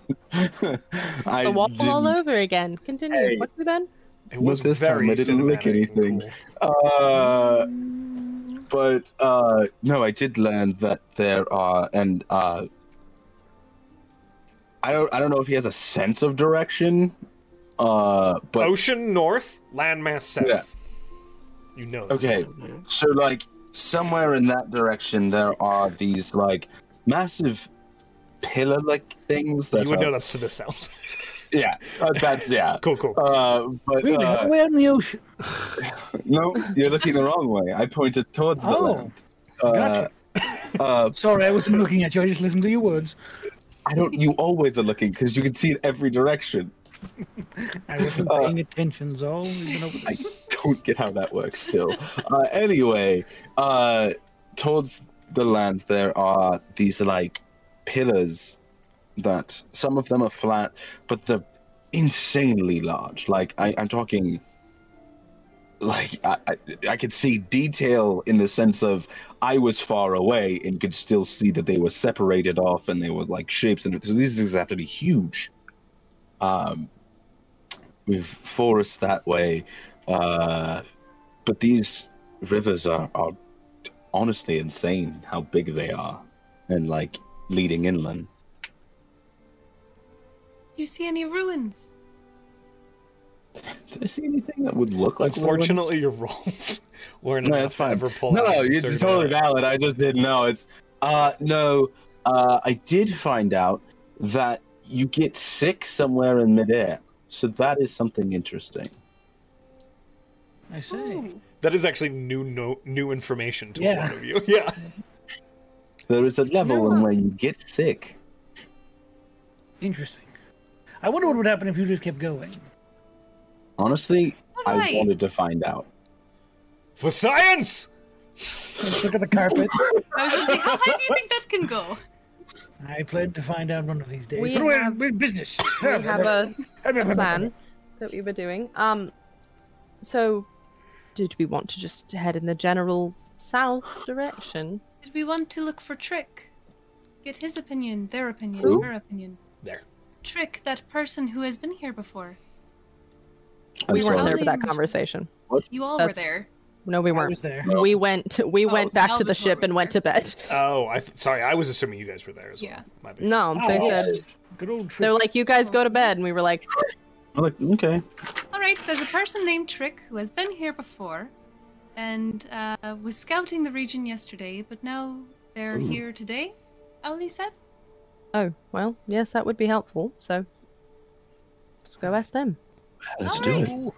Speaker 3: I
Speaker 2: the wall all
Speaker 3: didn't-
Speaker 2: over again? Continue.
Speaker 3: Hey.
Speaker 2: What do then?
Speaker 1: It was
Speaker 3: But this
Speaker 1: very
Speaker 3: time I didn't lick
Speaker 1: cinematic and
Speaker 3: anything.
Speaker 1: cool.
Speaker 3: Uh, but uh, no, I did learn that there are, and uh, I don't, I don't know if he has a sense of direction. Uh, but
Speaker 1: Ocean north, landmass south.
Speaker 3: Yeah.
Speaker 1: You know that.
Speaker 3: okay, so like somewhere in that direction, there are these like massive pillar-like things that
Speaker 1: You would
Speaker 3: are-
Speaker 1: know that's to the south.
Speaker 3: Yeah, uh, that's yeah.
Speaker 1: cool, cool.
Speaker 3: Uh, but
Speaker 4: Really?
Speaker 3: uh,
Speaker 4: We're in the ocean.
Speaker 3: no, you're looking the wrong way. I pointed towards the
Speaker 4: Oh,
Speaker 3: land. Uh,
Speaker 4: gotcha.
Speaker 3: uh,
Speaker 4: Sorry, I wasn't looking at you. I just listened to your words.
Speaker 3: I don't. You always are looking because you can see in every direction.
Speaker 4: I wasn't
Speaker 3: Uh,
Speaker 4: paying attention, Zol. You know,
Speaker 3: I don't get how that works. Still. Uh, anyway, uh, towards the land there are these like pillars that some of them are flat, but they're insanely large. Like I, I'm talking. Like I, I, I could see detail in the sense of I was far away and could still see that they were separated off and they were like shapes and so these things have to be huge. Um, with forests that way, uh, but these rivers are, are honestly insane how big they are and like leading inland.
Speaker 5: Do you see any ruins?
Speaker 3: Did I see anything that would look like? little
Speaker 1: Unfortunately, your rolls were
Speaker 3: No,
Speaker 1: not
Speaker 3: that's fine.
Speaker 1: ever pull out
Speaker 3: No, no,
Speaker 1: a
Speaker 3: it's
Speaker 1: certain
Speaker 3: totally
Speaker 1: amount.
Speaker 3: valid. I just didn't know. It's uh no, uh I did find out that you get sick somewhere in midair. So that is something interesting.
Speaker 4: I say.
Speaker 1: That is actually new no, new information to a
Speaker 4: Yeah.
Speaker 1: lot of you. Yeah.
Speaker 3: There is a level in
Speaker 2: No.
Speaker 3: where you get sick.
Speaker 4: Interesting. I wonder what would happen if you just kept going.
Speaker 3: Honestly,
Speaker 5: All
Speaker 3: I
Speaker 5: right.
Speaker 3: wanted to find out.
Speaker 1: For science!
Speaker 4: Let's look at the carpet.
Speaker 5: I was just like, how high do you think that can go?
Speaker 4: I plan to find out one of these days.
Speaker 2: We
Speaker 4: but we're,
Speaker 2: have-
Speaker 4: we're in business.
Speaker 2: We have a, a plan that we were doing. Um, so did we want to just head in the general south direction?
Speaker 5: Did we want to look for Trick? Get his opinion, their opinion,
Speaker 3: Who?
Speaker 5: her opinion.
Speaker 1: There.
Speaker 5: Trick, that person who has been here before.
Speaker 3: I'm
Speaker 2: we weren't
Speaker 3: sorry.
Speaker 2: there for that conversation.
Speaker 5: You all
Speaker 2: That's-
Speaker 5: were there.
Speaker 2: No, we
Speaker 4: I
Speaker 2: weren't.
Speaker 4: was there.
Speaker 2: We went. We
Speaker 5: Oh,
Speaker 2: went back to the
Speaker 5: Salvatore
Speaker 2: ship
Speaker 5: was
Speaker 2: and went to
Speaker 5: there.
Speaker 2: bed.
Speaker 1: Oh, I th- sorry. I was assuming you guys were there as well.
Speaker 5: Yeah.
Speaker 1: My bad.
Speaker 2: No, they
Speaker 4: Oh,
Speaker 2: said
Speaker 4: Good old trip.
Speaker 2: they were like, "You guys go to bed," and we were like,
Speaker 3: I'm like, okay.
Speaker 5: All right, there's a person named Trick who has been here before and uh, was scouting the region yesterday, but now they're
Speaker 3: Ooh.
Speaker 5: here today, Ali said.
Speaker 2: "Oh, well, yes, that would be helpful." So let's go ask them.
Speaker 3: Let's
Speaker 5: All
Speaker 3: do
Speaker 5: right.
Speaker 3: it.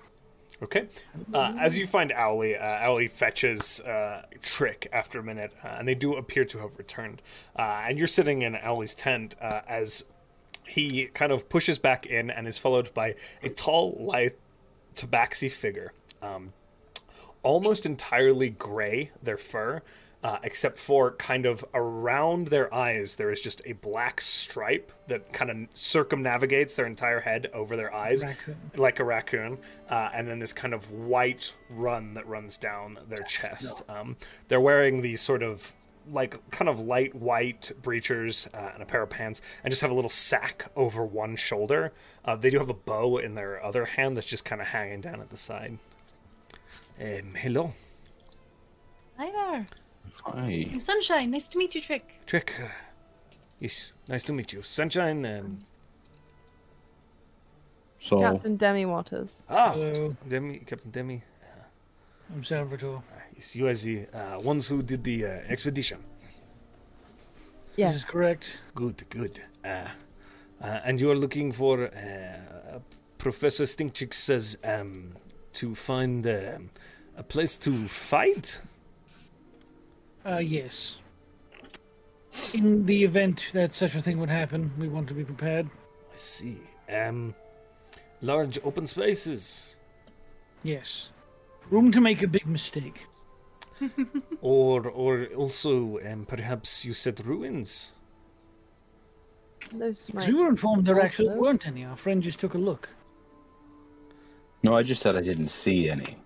Speaker 1: Okay. Uh, as you find Owly, uh, Owly fetches uh, Trick after a minute, uh, and they do appear to have returned. Uh, and you're sitting in Owly's tent uh, as he kind of pushes back in and is followed by a tall, lithe, tabaxi figure. Um, almost entirely gray, their fur, uh, except for kind of around their eyes, there is just a black stripe that kind of circumnavigates their entire head over their eyes
Speaker 4: Raccoon.
Speaker 1: like a raccoon, uh, and then this kind of white run that runs down their chest. Um, they're wearing these sort of like kind of light white breechers uh, and a pair of pants, and just have a little sack over one shoulder. Uh, they do have a bow in their other hand that's just kind of hanging down at the side. Um, hello,
Speaker 5: Hi there.
Speaker 3: Hi.
Speaker 5: I'm Sunshine. Nice to meet you, Trick.
Speaker 1: Trick. Uh, Yes, nice to meet you, Sunshine. Um,
Speaker 4: Oh.
Speaker 3: So
Speaker 2: Captain Demi Waters.
Speaker 1: ah,
Speaker 4: Hello,
Speaker 1: Demi, Captain Demi.
Speaker 4: I'm Salvatore.
Speaker 1: Yes, you are the uh, ones who did the uh, expedition.
Speaker 4: This is
Speaker 2: Yes,
Speaker 4: correct.
Speaker 1: Good, good. Uh, uh, and you are looking for uh, Professor Stinkchick says um, to find um, a place to fight.
Speaker 4: Uh, yes. In the event that such a thing would happen, we want to be prepared.
Speaker 1: I see. Um, large open spaces,
Speaker 4: Yes. Room to make a big mistake.
Speaker 1: or or also um, perhaps you said ruins.
Speaker 2: those.
Speaker 4: So we
Speaker 2: Might...
Speaker 4: were informed there actually
Speaker 2: Also-
Speaker 4: weren't any. Our friend just took a look.
Speaker 3: no, I just said I didn't see any.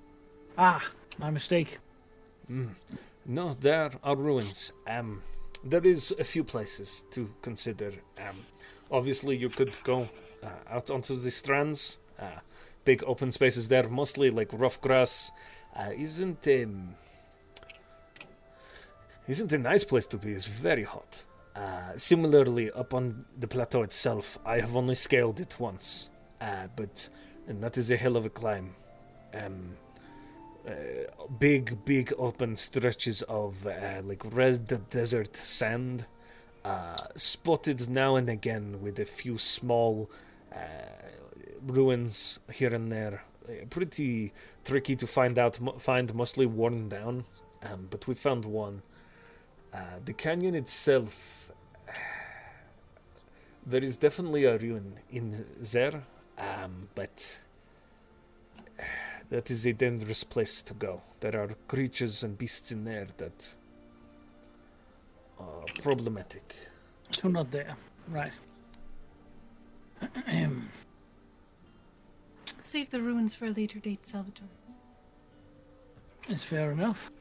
Speaker 4: Ah, my mistake.
Speaker 1: No, there are ruins. Um, there is a few places to consider. Um, obviously, you could go uh, out onto the strands, uh, big open spaces there, mostly like rough grass. Uh, isn't um, isn't a nice place to be. It's very hot. Uh, similarly, up on the plateau itself, I have only scaled it once, uh, but and that is a hell of a climb. Um, uh, big, big open stretches of uh, like red desert sand, uh, spotted now and again with a few small uh, ruins here and there. Uh, Pretty tricky to find out, mo- find mostly worn down, um, but we found one. Uh, the canyon itself, there is definitely a ruin in there, um, but. That is a dangerous place to go. There are creatures and beasts in there that are problematic.
Speaker 4: So not there. Right. Ahem.
Speaker 5: Save the ruins for a later date, Salvatore.
Speaker 4: It's fair enough.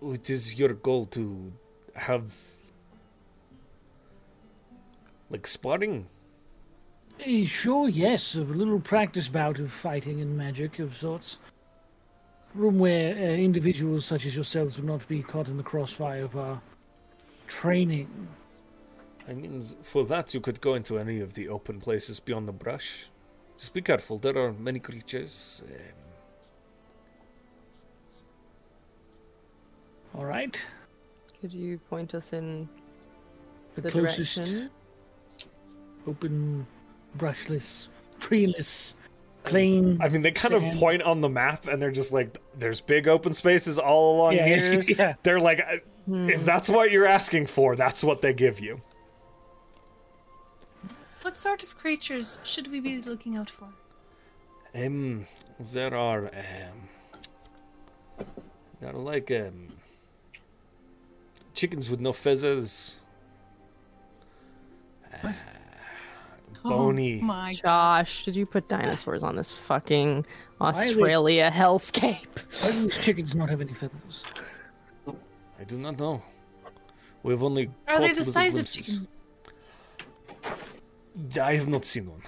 Speaker 1: It is your goal to have like sparring.
Speaker 4: Eh, Sure, yes, a little practice bout of fighting and magic of sorts. Room where uh, individuals such as yourselves would not be caught in the crossfire of our training.
Speaker 1: I mean, for that you could go into any of the open places beyond the brush. Just be careful. There are many creatures. Um,
Speaker 4: All right.
Speaker 2: Could you point us in
Speaker 4: The,
Speaker 2: the
Speaker 4: closest
Speaker 2: direction?
Speaker 4: open, brushless, treeless, plain.
Speaker 1: I mean, they kind of
Speaker 4: Sand.
Speaker 1: point on the map, and they're just like, "There's big open spaces all along
Speaker 4: yeah,
Speaker 1: here."
Speaker 4: yeah.
Speaker 1: They're like, "I- "If that's what you're asking for, that's what they give you."
Speaker 5: What sort of creatures should we be looking out for?
Speaker 1: Um, there are um, they're like um, chickens with no feathers. Uh, bony.
Speaker 5: My
Speaker 2: Josh, did you put dinosaurs on this fucking
Speaker 4: are they-
Speaker 2: Australia hellscape?
Speaker 4: Why do these chickens not have any feathers?
Speaker 1: I do not know. We've only
Speaker 5: Are
Speaker 1: caught
Speaker 5: they the
Speaker 1: little
Speaker 5: size of
Speaker 1: glimpses.
Speaker 5: chickens?
Speaker 1: I have not seen one.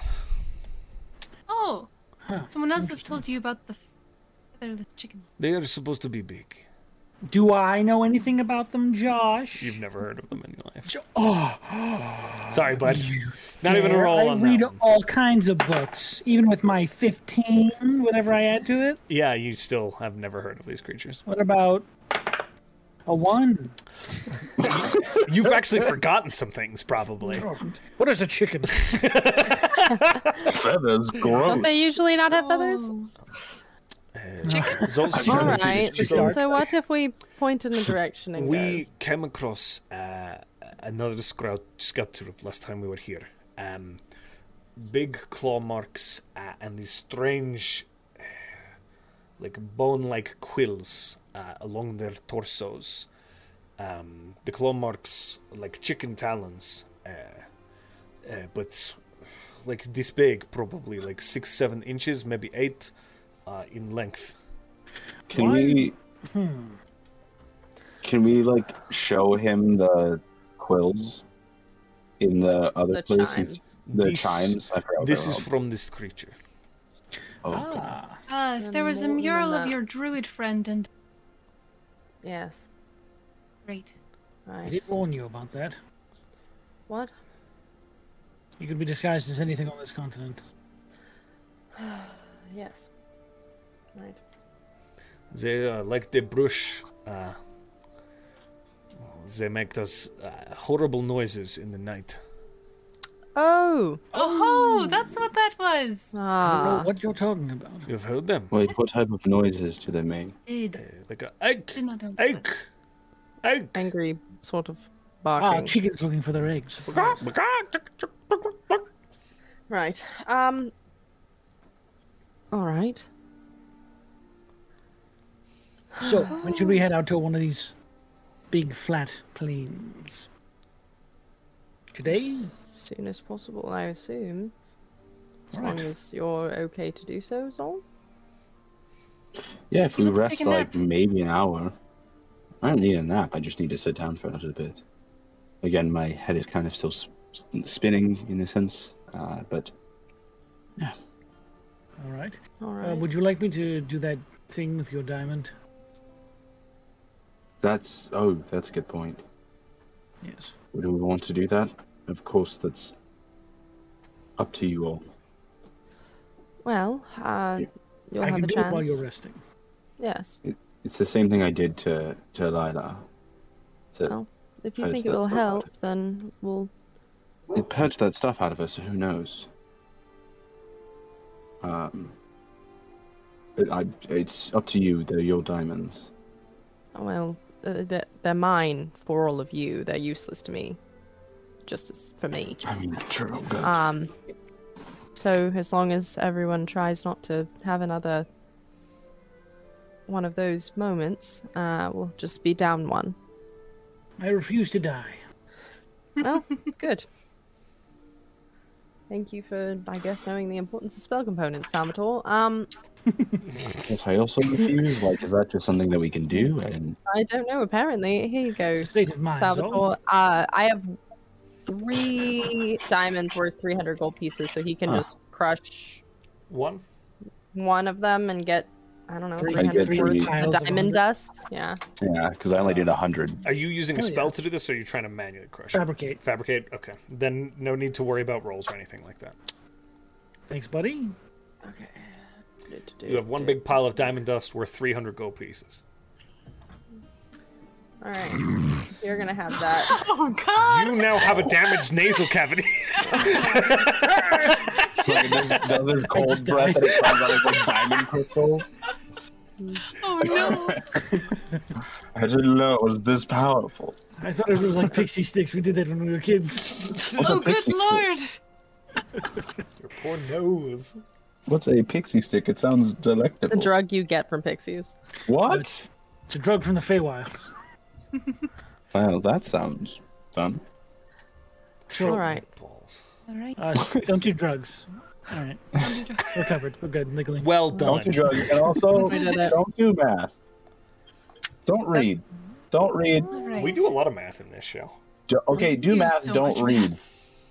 Speaker 5: Oh,
Speaker 4: Huh.
Speaker 5: someone else has told you about the featherless chickens.
Speaker 1: They are supposed to be big.
Speaker 4: Do I know anything about them, Josh?
Speaker 1: You've never heard of them in your life.
Speaker 4: oh,
Speaker 1: Sorry, bud. Not even a
Speaker 4: dare
Speaker 1: roll
Speaker 4: I
Speaker 1: on
Speaker 4: read
Speaker 1: that. one.
Speaker 4: all kinds of books, even with my 15, whatever I add to it.
Speaker 1: Yeah, you still have never heard of these creatures.
Speaker 4: What about a one?
Speaker 1: You've actually forgotten some things, probably.
Speaker 4: What is a chicken?
Speaker 3: Feathers, gross.
Speaker 2: Don't they usually not have feathers?
Speaker 5: Oh.
Speaker 1: Chickens.
Speaker 2: All
Speaker 3: Alright,
Speaker 2: right.
Speaker 4: it's dark.
Speaker 2: So what if we point in the direction and
Speaker 1: we came across uh, another scout, scout troop last time we were here. Um, big claw marks uh, and these strange, uh, like bone-like quills uh, along their torsos. Um, the claw marks like chicken talons, uh, uh, but like this big, probably like six, seven inches, maybe eight uh, in length.
Speaker 3: Can
Speaker 4: Why-
Speaker 3: we
Speaker 4: Hmm.
Speaker 3: can we like show him the quills in the
Speaker 2: go?
Speaker 3: other
Speaker 2: The
Speaker 3: places?
Speaker 2: chimes.
Speaker 3: The
Speaker 1: These-
Speaker 3: chimes. I forgot what
Speaker 1: This
Speaker 3: Oh, they're
Speaker 1: is
Speaker 3: called.
Speaker 1: from this creature.
Speaker 3: Oh, God.
Speaker 4: Ah,
Speaker 5: Uh,
Speaker 2: Yeah,
Speaker 5: if there was a
Speaker 2: more than
Speaker 5: mural of
Speaker 2: that.
Speaker 5: your druid friend and
Speaker 2: Yes.
Speaker 5: great.
Speaker 4: I
Speaker 2: Right.
Speaker 4: did warn you about that.
Speaker 2: What?
Speaker 4: You could be disguised as anything on this continent.
Speaker 2: Yes. Right.
Speaker 1: They uh, like the brush. Uh, they make those uh, horrible noises in the night.
Speaker 2: Oh.
Speaker 5: Oh, that's what that was.
Speaker 4: I don't know
Speaker 2: Ah.
Speaker 4: what you're talking about.
Speaker 1: You've heard them?
Speaker 3: Wait, what type of noises do they make?
Speaker 1: Uh,
Speaker 5: Did
Speaker 1: like a egg,
Speaker 5: did not know.
Speaker 1: egg, egg.
Speaker 2: Angry sort of
Speaker 4: Ah,
Speaker 2: barking.
Speaker 4: chickens looking for their eggs.
Speaker 2: Right. Um. All right.
Speaker 4: So, when should we head out to one of these big flat plains? Today?
Speaker 2: Soon as possible, I assume. As
Speaker 4: Right.
Speaker 2: long as you're okay to do so, Zol.
Speaker 3: Yeah, if
Speaker 5: He
Speaker 3: we
Speaker 5: wants to take
Speaker 3: rest
Speaker 5: a
Speaker 3: like
Speaker 5: nap.
Speaker 3: maybe an hour. I don't need a nap. I just need to sit down for a little bit. Again, my head is kind of still s- s- spinning in a sense, uh, but
Speaker 4: All right.
Speaker 2: All right.
Speaker 4: Uh, would you like me to do that thing with your diamond?
Speaker 3: that's oh, that's a good point.
Speaker 4: Yes.
Speaker 3: Do we want to do that? Of course, that's up to you all.
Speaker 2: Well, uh, you'll
Speaker 4: I
Speaker 2: have
Speaker 4: can
Speaker 2: a
Speaker 4: do it
Speaker 2: chance.
Speaker 4: while you're resting.
Speaker 2: yes.
Speaker 3: It's the same thing I did to to Lila. To,
Speaker 2: Oh, If you
Speaker 3: Yes,
Speaker 2: think it
Speaker 3: that's
Speaker 2: will
Speaker 3: the
Speaker 2: help, then we'll.
Speaker 3: It purged that stuff out of us. So who knows? Um, it, I, it's up to you. They're your diamonds.
Speaker 2: Well, uh, they're, they're mine for all of you. They're useless to me, just as for me.
Speaker 3: I mean, true. Good.
Speaker 2: Um. So as long as everyone tries not to have another one of those moments, uh, we'll just be down one.
Speaker 4: I refuse to die.
Speaker 2: Well, good. Thank you for, I guess, knowing the importance of spell components, Salvatore. Um,
Speaker 3: Yes, I also refuse. Like, is that just something that we can do? And
Speaker 2: I don't know. Apparently, here you go,
Speaker 4: State of mind.
Speaker 2: Salvatore. Uh, I have three diamonds worth 300 gold pieces, so he can
Speaker 3: Huh.
Speaker 2: just crush
Speaker 1: One.
Speaker 2: one of them and get, I don't know,
Speaker 4: Three-
Speaker 2: 300
Speaker 3: three
Speaker 2: worth
Speaker 4: piles
Speaker 2: of
Speaker 4: of
Speaker 2: diamond
Speaker 4: 100.
Speaker 2: dust. Yeah.
Speaker 3: yeah, because I only did a hundred.
Speaker 1: Are you using a
Speaker 4: Oh, yeah.
Speaker 1: spell to do this, or are you trying to manually crush it?
Speaker 4: Fabricate.
Speaker 1: Fabricate. Okay, then no need to worry about rolls or anything like that.
Speaker 4: Thanks, buddy.
Speaker 6: Okay.
Speaker 1: You have one big pile of diamond dust worth 300 gold pieces.
Speaker 2: All right. You're gonna have that.
Speaker 5: Oh god!
Speaker 1: You now have a damaged nasal cavity.
Speaker 3: Like, the, the other cold
Speaker 4: just
Speaker 3: breath that it comes out is like diamond crystals.
Speaker 5: Oh no!
Speaker 3: I didn't know it was this powerful.
Speaker 4: I thought it was like pixie sticks. We did that when we were kids.
Speaker 3: What's
Speaker 5: oh
Speaker 3: a
Speaker 5: good
Speaker 3: pixie stick?
Speaker 5: lord!
Speaker 1: Your poor nose.
Speaker 3: What's a pixie stick? It sounds
Speaker 2: The
Speaker 3: delectable.
Speaker 2: drug you get from pixies.
Speaker 3: what?
Speaker 4: It's a drug from the Feywild.
Speaker 3: Well, that sounds fun.
Speaker 4: Sure.
Speaker 2: All right.
Speaker 1: Balls.
Speaker 5: All right.
Speaker 4: Uh, don't do drugs. All right, we're covered. We're good. Legally.
Speaker 1: Well
Speaker 3: Don't do
Speaker 1: done.
Speaker 3: drugs, and also
Speaker 2: We did it.
Speaker 3: don't do math. Don't read. Don't read.
Speaker 5: All right.
Speaker 1: We do a lot of math in this show.
Speaker 3: Do- okay, do
Speaker 5: do
Speaker 3: math.
Speaker 5: so
Speaker 3: don't
Speaker 5: much
Speaker 3: read.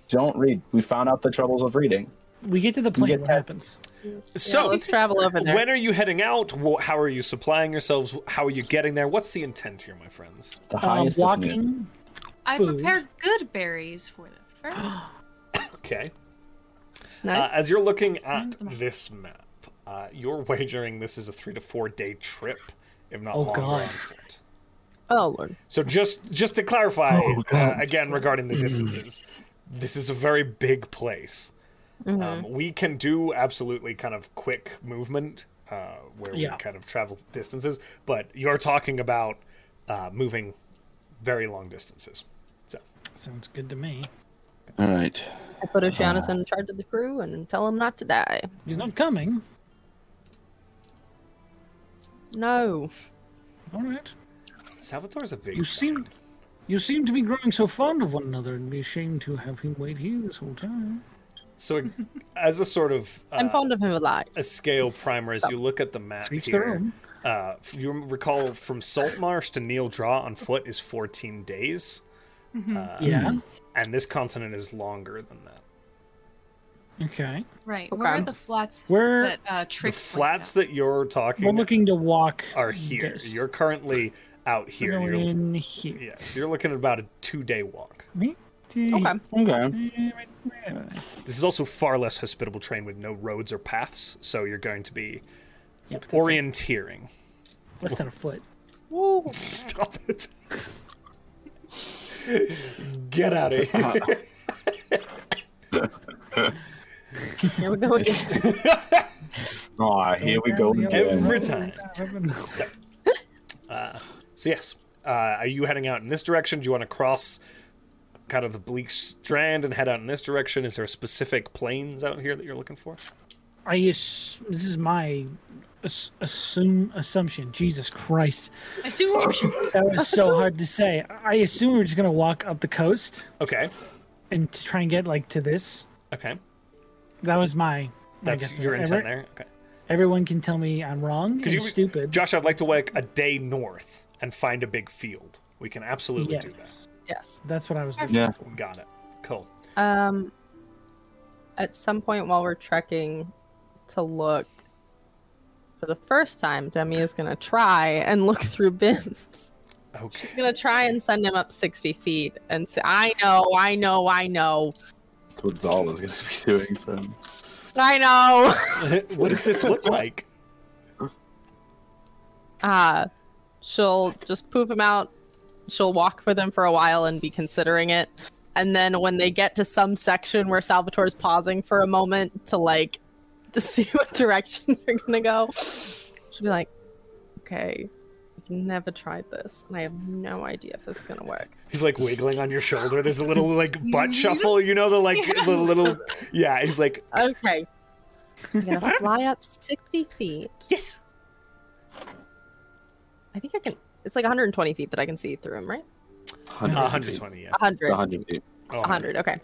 Speaker 3: Don't read. We found out the troubles of reading.
Speaker 4: We get to the plane.
Speaker 3: get
Speaker 4: What
Speaker 3: that.
Speaker 4: happens?
Speaker 2: yeah,
Speaker 1: So,
Speaker 2: let's travel over there.
Speaker 1: when are you heading out? Wh- How are you supplying yourselves? How are you getting there? What's the intent here, my friends?
Speaker 3: The
Speaker 4: Um,
Speaker 3: highest of noon.
Speaker 4: walking.
Speaker 5: I
Speaker 4: food.
Speaker 5: prepared good berries for them first.
Speaker 1: Okay. Uh,
Speaker 2: nice. Mm,
Speaker 1: as you're looking at this map, uh, you're wagering this is a three to four day trip, if not
Speaker 4: Oh,
Speaker 1: longer
Speaker 4: God.
Speaker 1: on foot.
Speaker 2: oh lord.
Speaker 1: So just just to clarify
Speaker 3: Oh,
Speaker 1: uh,
Speaker 3: God.
Speaker 1: again regarding the distances, this is a very big place. Um, we can do absolutely kind of quick movement uh, where
Speaker 4: Yeah.
Speaker 1: we kind of travel distances, but you're talking about uh, moving very long distances. So
Speaker 4: Sounds good to me.
Speaker 3: All right.
Speaker 2: I put Oceanus
Speaker 1: Uh.
Speaker 2: in charge of the crew and tell him not to die.
Speaker 4: He's not coming.
Speaker 2: No.
Speaker 4: All right.
Speaker 1: Salvatore's a big.
Speaker 4: You
Speaker 1: guy.
Speaker 4: seem, you seem to be growing so fond of one another. It'd be a shame to have him wait here this whole time.
Speaker 1: so as a sort of
Speaker 2: I'm
Speaker 1: uh,
Speaker 2: fond of him alive.
Speaker 1: a scale primer as you look at the map
Speaker 4: Each their
Speaker 1: here.
Speaker 4: own.
Speaker 1: Uh, if you recall from Saltmarsh to Neil Draw on foot is 14 days,
Speaker 4: Uh,
Speaker 1: Uh,
Speaker 5: Mhm.
Speaker 1: Um,
Speaker 4: Yeah.
Speaker 1: and this continent is longer than that.
Speaker 4: Okay.
Speaker 5: Right. Where are
Speaker 2: Okay.
Speaker 5: the flats
Speaker 4: Where-
Speaker 5: that uh,
Speaker 1: The
Speaker 5: trick?
Speaker 1: flats that you're talking
Speaker 4: We're looking to walk.
Speaker 1: are here.
Speaker 4: this.
Speaker 1: You're currently out
Speaker 4: We're
Speaker 1: here.
Speaker 4: going
Speaker 1: You're,
Speaker 4: in here.
Speaker 1: yeah, so you're looking at about a two-day walk.
Speaker 4: Me?
Speaker 2: Okay.
Speaker 3: Okay.
Speaker 4: Yep,
Speaker 1: This is also far less hospitable terrain with no roads or paths, so you're going to be
Speaker 4: that's
Speaker 1: orienteering.
Speaker 4: like less than a foot.
Speaker 1: Stop it. Get out of here.
Speaker 2: Here we go again.
Speaker 3: Aw, here we go again.
Speaker 1: Every time. So yes, uh, are you heading out in this direction? Do you want to cross kind of the bleak strand and head out in this direction? Is there specific planes out here that you're looking for?
Speaker 4: I ass- this is my ass- assume assumption. Jesus Christ,
Speaker 5: I assume
Speaker 4: that was so hard to say. I assume we're just gonna walk up the coast
Speaker 1: Okay,
Speaker 4: and to try and get like to this.
Speaker 1: okay,
Speaker 4: That was my. my
Speaker 1: that's
Speaker 4: guess.
Speaker 1: your intent
Speaker 4: Every-
Speaker 1: there. Okay,
Speaker 4: Everyone can tell me I'm wrong and
Speaker 1: you-
Speaker 4: stupid.
Speaker 1: Josh, I'd like to work a day north and find a big field. We can absolutely do
Speaker 4: yes,
Speaker 2: yes.
Speaker 4: that's what I was. Looking.
Speaker 3: Yeah.
Speaker 1: that. Got it. Cool.
Speaker 2: Um, at some point while we're trekking to look for the first time, Demi is gonna try and look through BIMs.
Speaker 1: Okay.
Speaker 2: She's gonna try and send him up sixty feet and say, "I know, I know, I know,
Speaker 3: That's what Zal is going to be doing, so.
Speaker 2: I know."
Speaker 1: what does this look like?
Speaker 2: Uh, she'll just poof him out. She'll walk with him for a while and be considering it. And then when they get to some section where Salvatore's pausing for a moment to like to see what direction they're gonna go, she'll be like, "Okay, I've never tried this, and I have no idea if this is gonna work."
Speaker 1: He's like wiggling on your shoulder. There's a little like butt shuffle, you know, the like the little yeah. He's like
Speaker 2: Okay, I'm gonna fly up sixty feet.
Speaker 1: yes.
Speaker 2: I think I can. It's like 120 feet that I can see through him, right?
Speaker 3: 100.
Speaker 1: 120, yeah. Oh,
Speaker 2: 100.
Speaker 3: 100.
Speaker 2: 100, okay.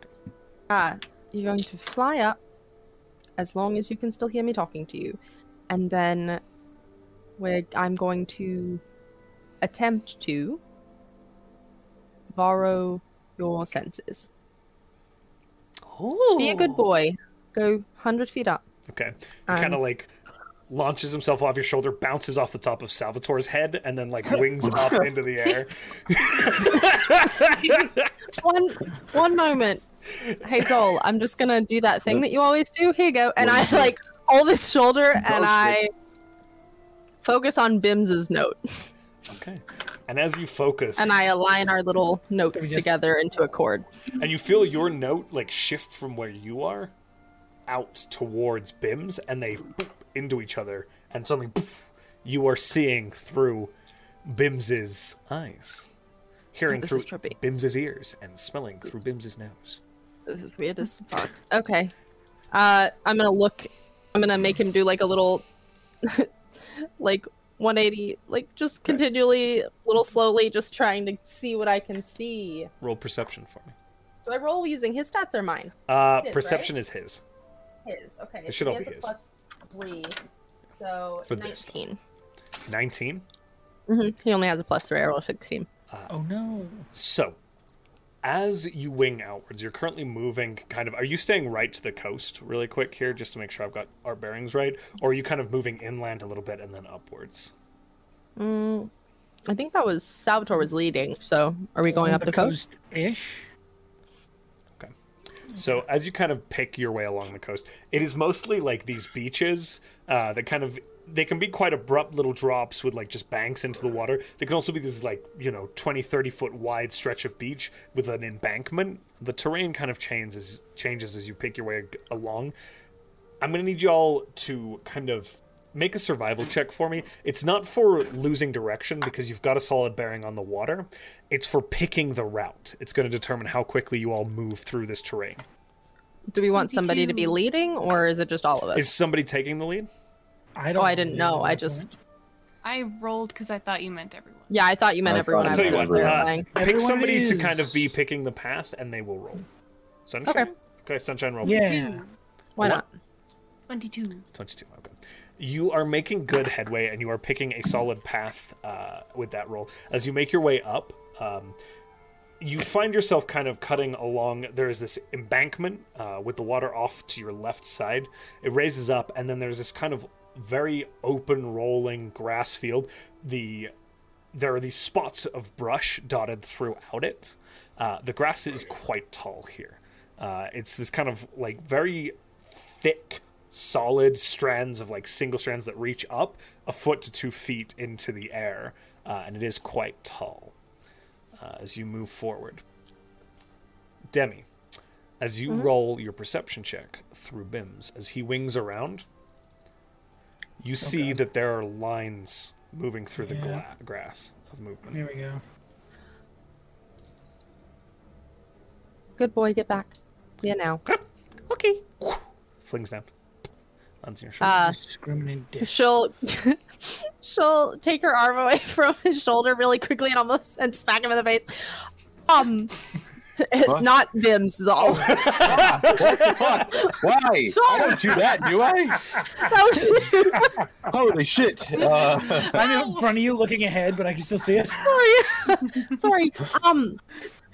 Speaker 2: Ah, you're going to fly up as long as you can still hear me talking to you. And then where I'm going to attempt to borrow your senses. Be a good boy. Go 100 feet up.
Speaker 1: Okay. You
Speaker 2: Um,
Speaker 1: kind of like launches himself off your shoulder, bounces off the top of Salvatore's head, and then like wings up into the air.
Speaker 2: One, one moment. Hey Zol, I'm just gonna do that thing that you always do. Here you go. And I like hold his shoulder and I focus on Bims's note.
Speaker 1: okay. And as you focus,
Speaker 2: And I align our little notes together into a chord.
Speaker 1: and you feel your note like shift from where you are out towards bims and they boop into each other and suddenly poof, you are seeing through bims's eyes hearing
Speaker 2: This
Speaker 1: through
Speaker 2: is trippy.
Speaker 1: bims's ears and smelling through bims's nose
Speaker 2: This is weird as fuck. Okay. Uh, I'm gonna look. I'm gonna make him do like a little, like 180, like just continually, little slowly, just trying to see what I can see.
Speaker 1: roll perception for me
Speaker 2: Do I roll using his stats or mine?
Speaker 1: uh
Speaker 6: His, right?
Speaker 1: perception is his
Speaker 6: His. Okay.
Speaker 1: It should
Speaker 6: so
Speaker 1: all
Speaker 6: he
Speaker 1: be
Speaker 6: has a
Speaker 1: his.
Speaker 6: plus three. So
Speaker 1: For this.
Speaker 6: 19.
Speaker 1: 19
Speaker 2: hmm He only has a plus three. I roll 16.
Speaker 4: Oh no.
Speaker 1: so as you wing outwards you're currently moving kind of are you staying right to the coast really quick here just to make sure i've got our bearings right or are you kind of moving inland a little bit and then upwards
Speaker 2: Mm, I think that was Salvatore was leading. So are we going up the coast?
Speaker 4: ish.
Speaker 1: So as you kind of pick your way along the coast, it is mostly like these beaches uh, that kind of they can be quite abrupt little drops with like just banks into the water. They can also be this like, you know, 20, 30 foot wide stretch of beach with an embankment. The terrain kind of changes changes as you pick your way ag- along. I'm going to need y'all to kind of make a survival check for me. It's not for losing direction because you've got a solid bearing on the water. It's for picking the route. It's going to determine how quickly you all move through this terrain.
Speaker 2: Do we want somebody to be
Speaker 5: 22.
Speaker 2: leading, or is it just all of us?
Speaker 1: Is somebody taking the lead?
Speaker 4: I
Speaker 2: Oh, I didn't know. I just
Speaker 5: I rolled because I thought you meant everyone.
Speaker 2: yeah, I thought you meant
Speaker 3: I
Speaker 2: everyone.
Speaker 3: thought
Speaker 2: I
Speaker 1: I'll
Speaker 2: was
Speaker 1: tell you
Speaker 2: just
Speaker 3: meant
Speaker 1: what.
Speaker 3: everyone.
Speaker 1: Uh,
Speaker 2: clarifying.
Speaker 1: pick
Speaker 4: Everyone
Speaker 1: somebody to
Speaker 4: is-
Speaker 1: kind of be picking the path, and they will roll. Sunshine. Okay, Sunshine roll.
Speaker 4: Yeah.
Speaker 1: what?
Speaker 2: Why not?
Speaker 5: 22.
Speaker 1: Twenty-two. Okay. You are making good headway, and you are picking a solid path uh, with that roll. As you make your way up, um, you find yourself kind of cutting along. There is this embankment uh, with the water off to your left side. It raises up, and then there's this kind of very open, rolling grass field. The there are these spots of brush dotted throughout it. Uh, the grass is quite tall here. Uh, it's this kind of like very thick, solid strands of like single strands that reach up a foot to two feet into the air, uh, and it is quite tall uh, as you move forward. Demi, as
Speaker 4: Mm-hmm.
Speaker 1: you roll your perception check through Bims, as he wings around, you see
Speaker 4: Okay.
Speaker 1: that there are lines moving through the
Speaker 4: Yeah.
Speaker 1: gla- uh, grass of movement.
Speaker 4: Here we go.
Speaker 2: Good boy, get back. Yeah, now.
Speaker 1: Okay. Flings down. Lands on your shoulder.
Speaker 2: Uh,
Speaker 4: Discriminant dish.
Speaker 2: she'll she'll take her arm away from his shoulder really quickly and almost and smack him in the face. Um, not Vim's all. that
Speaker 3: Fuck! Why? I don't do that, do I?
Speaker 2: was
Speaker 3: Holy shit! Uh,
Speaker 4: I'm in front of you looking ahead, but I can still see us.
Speaker 2: sorry, sorry. Um,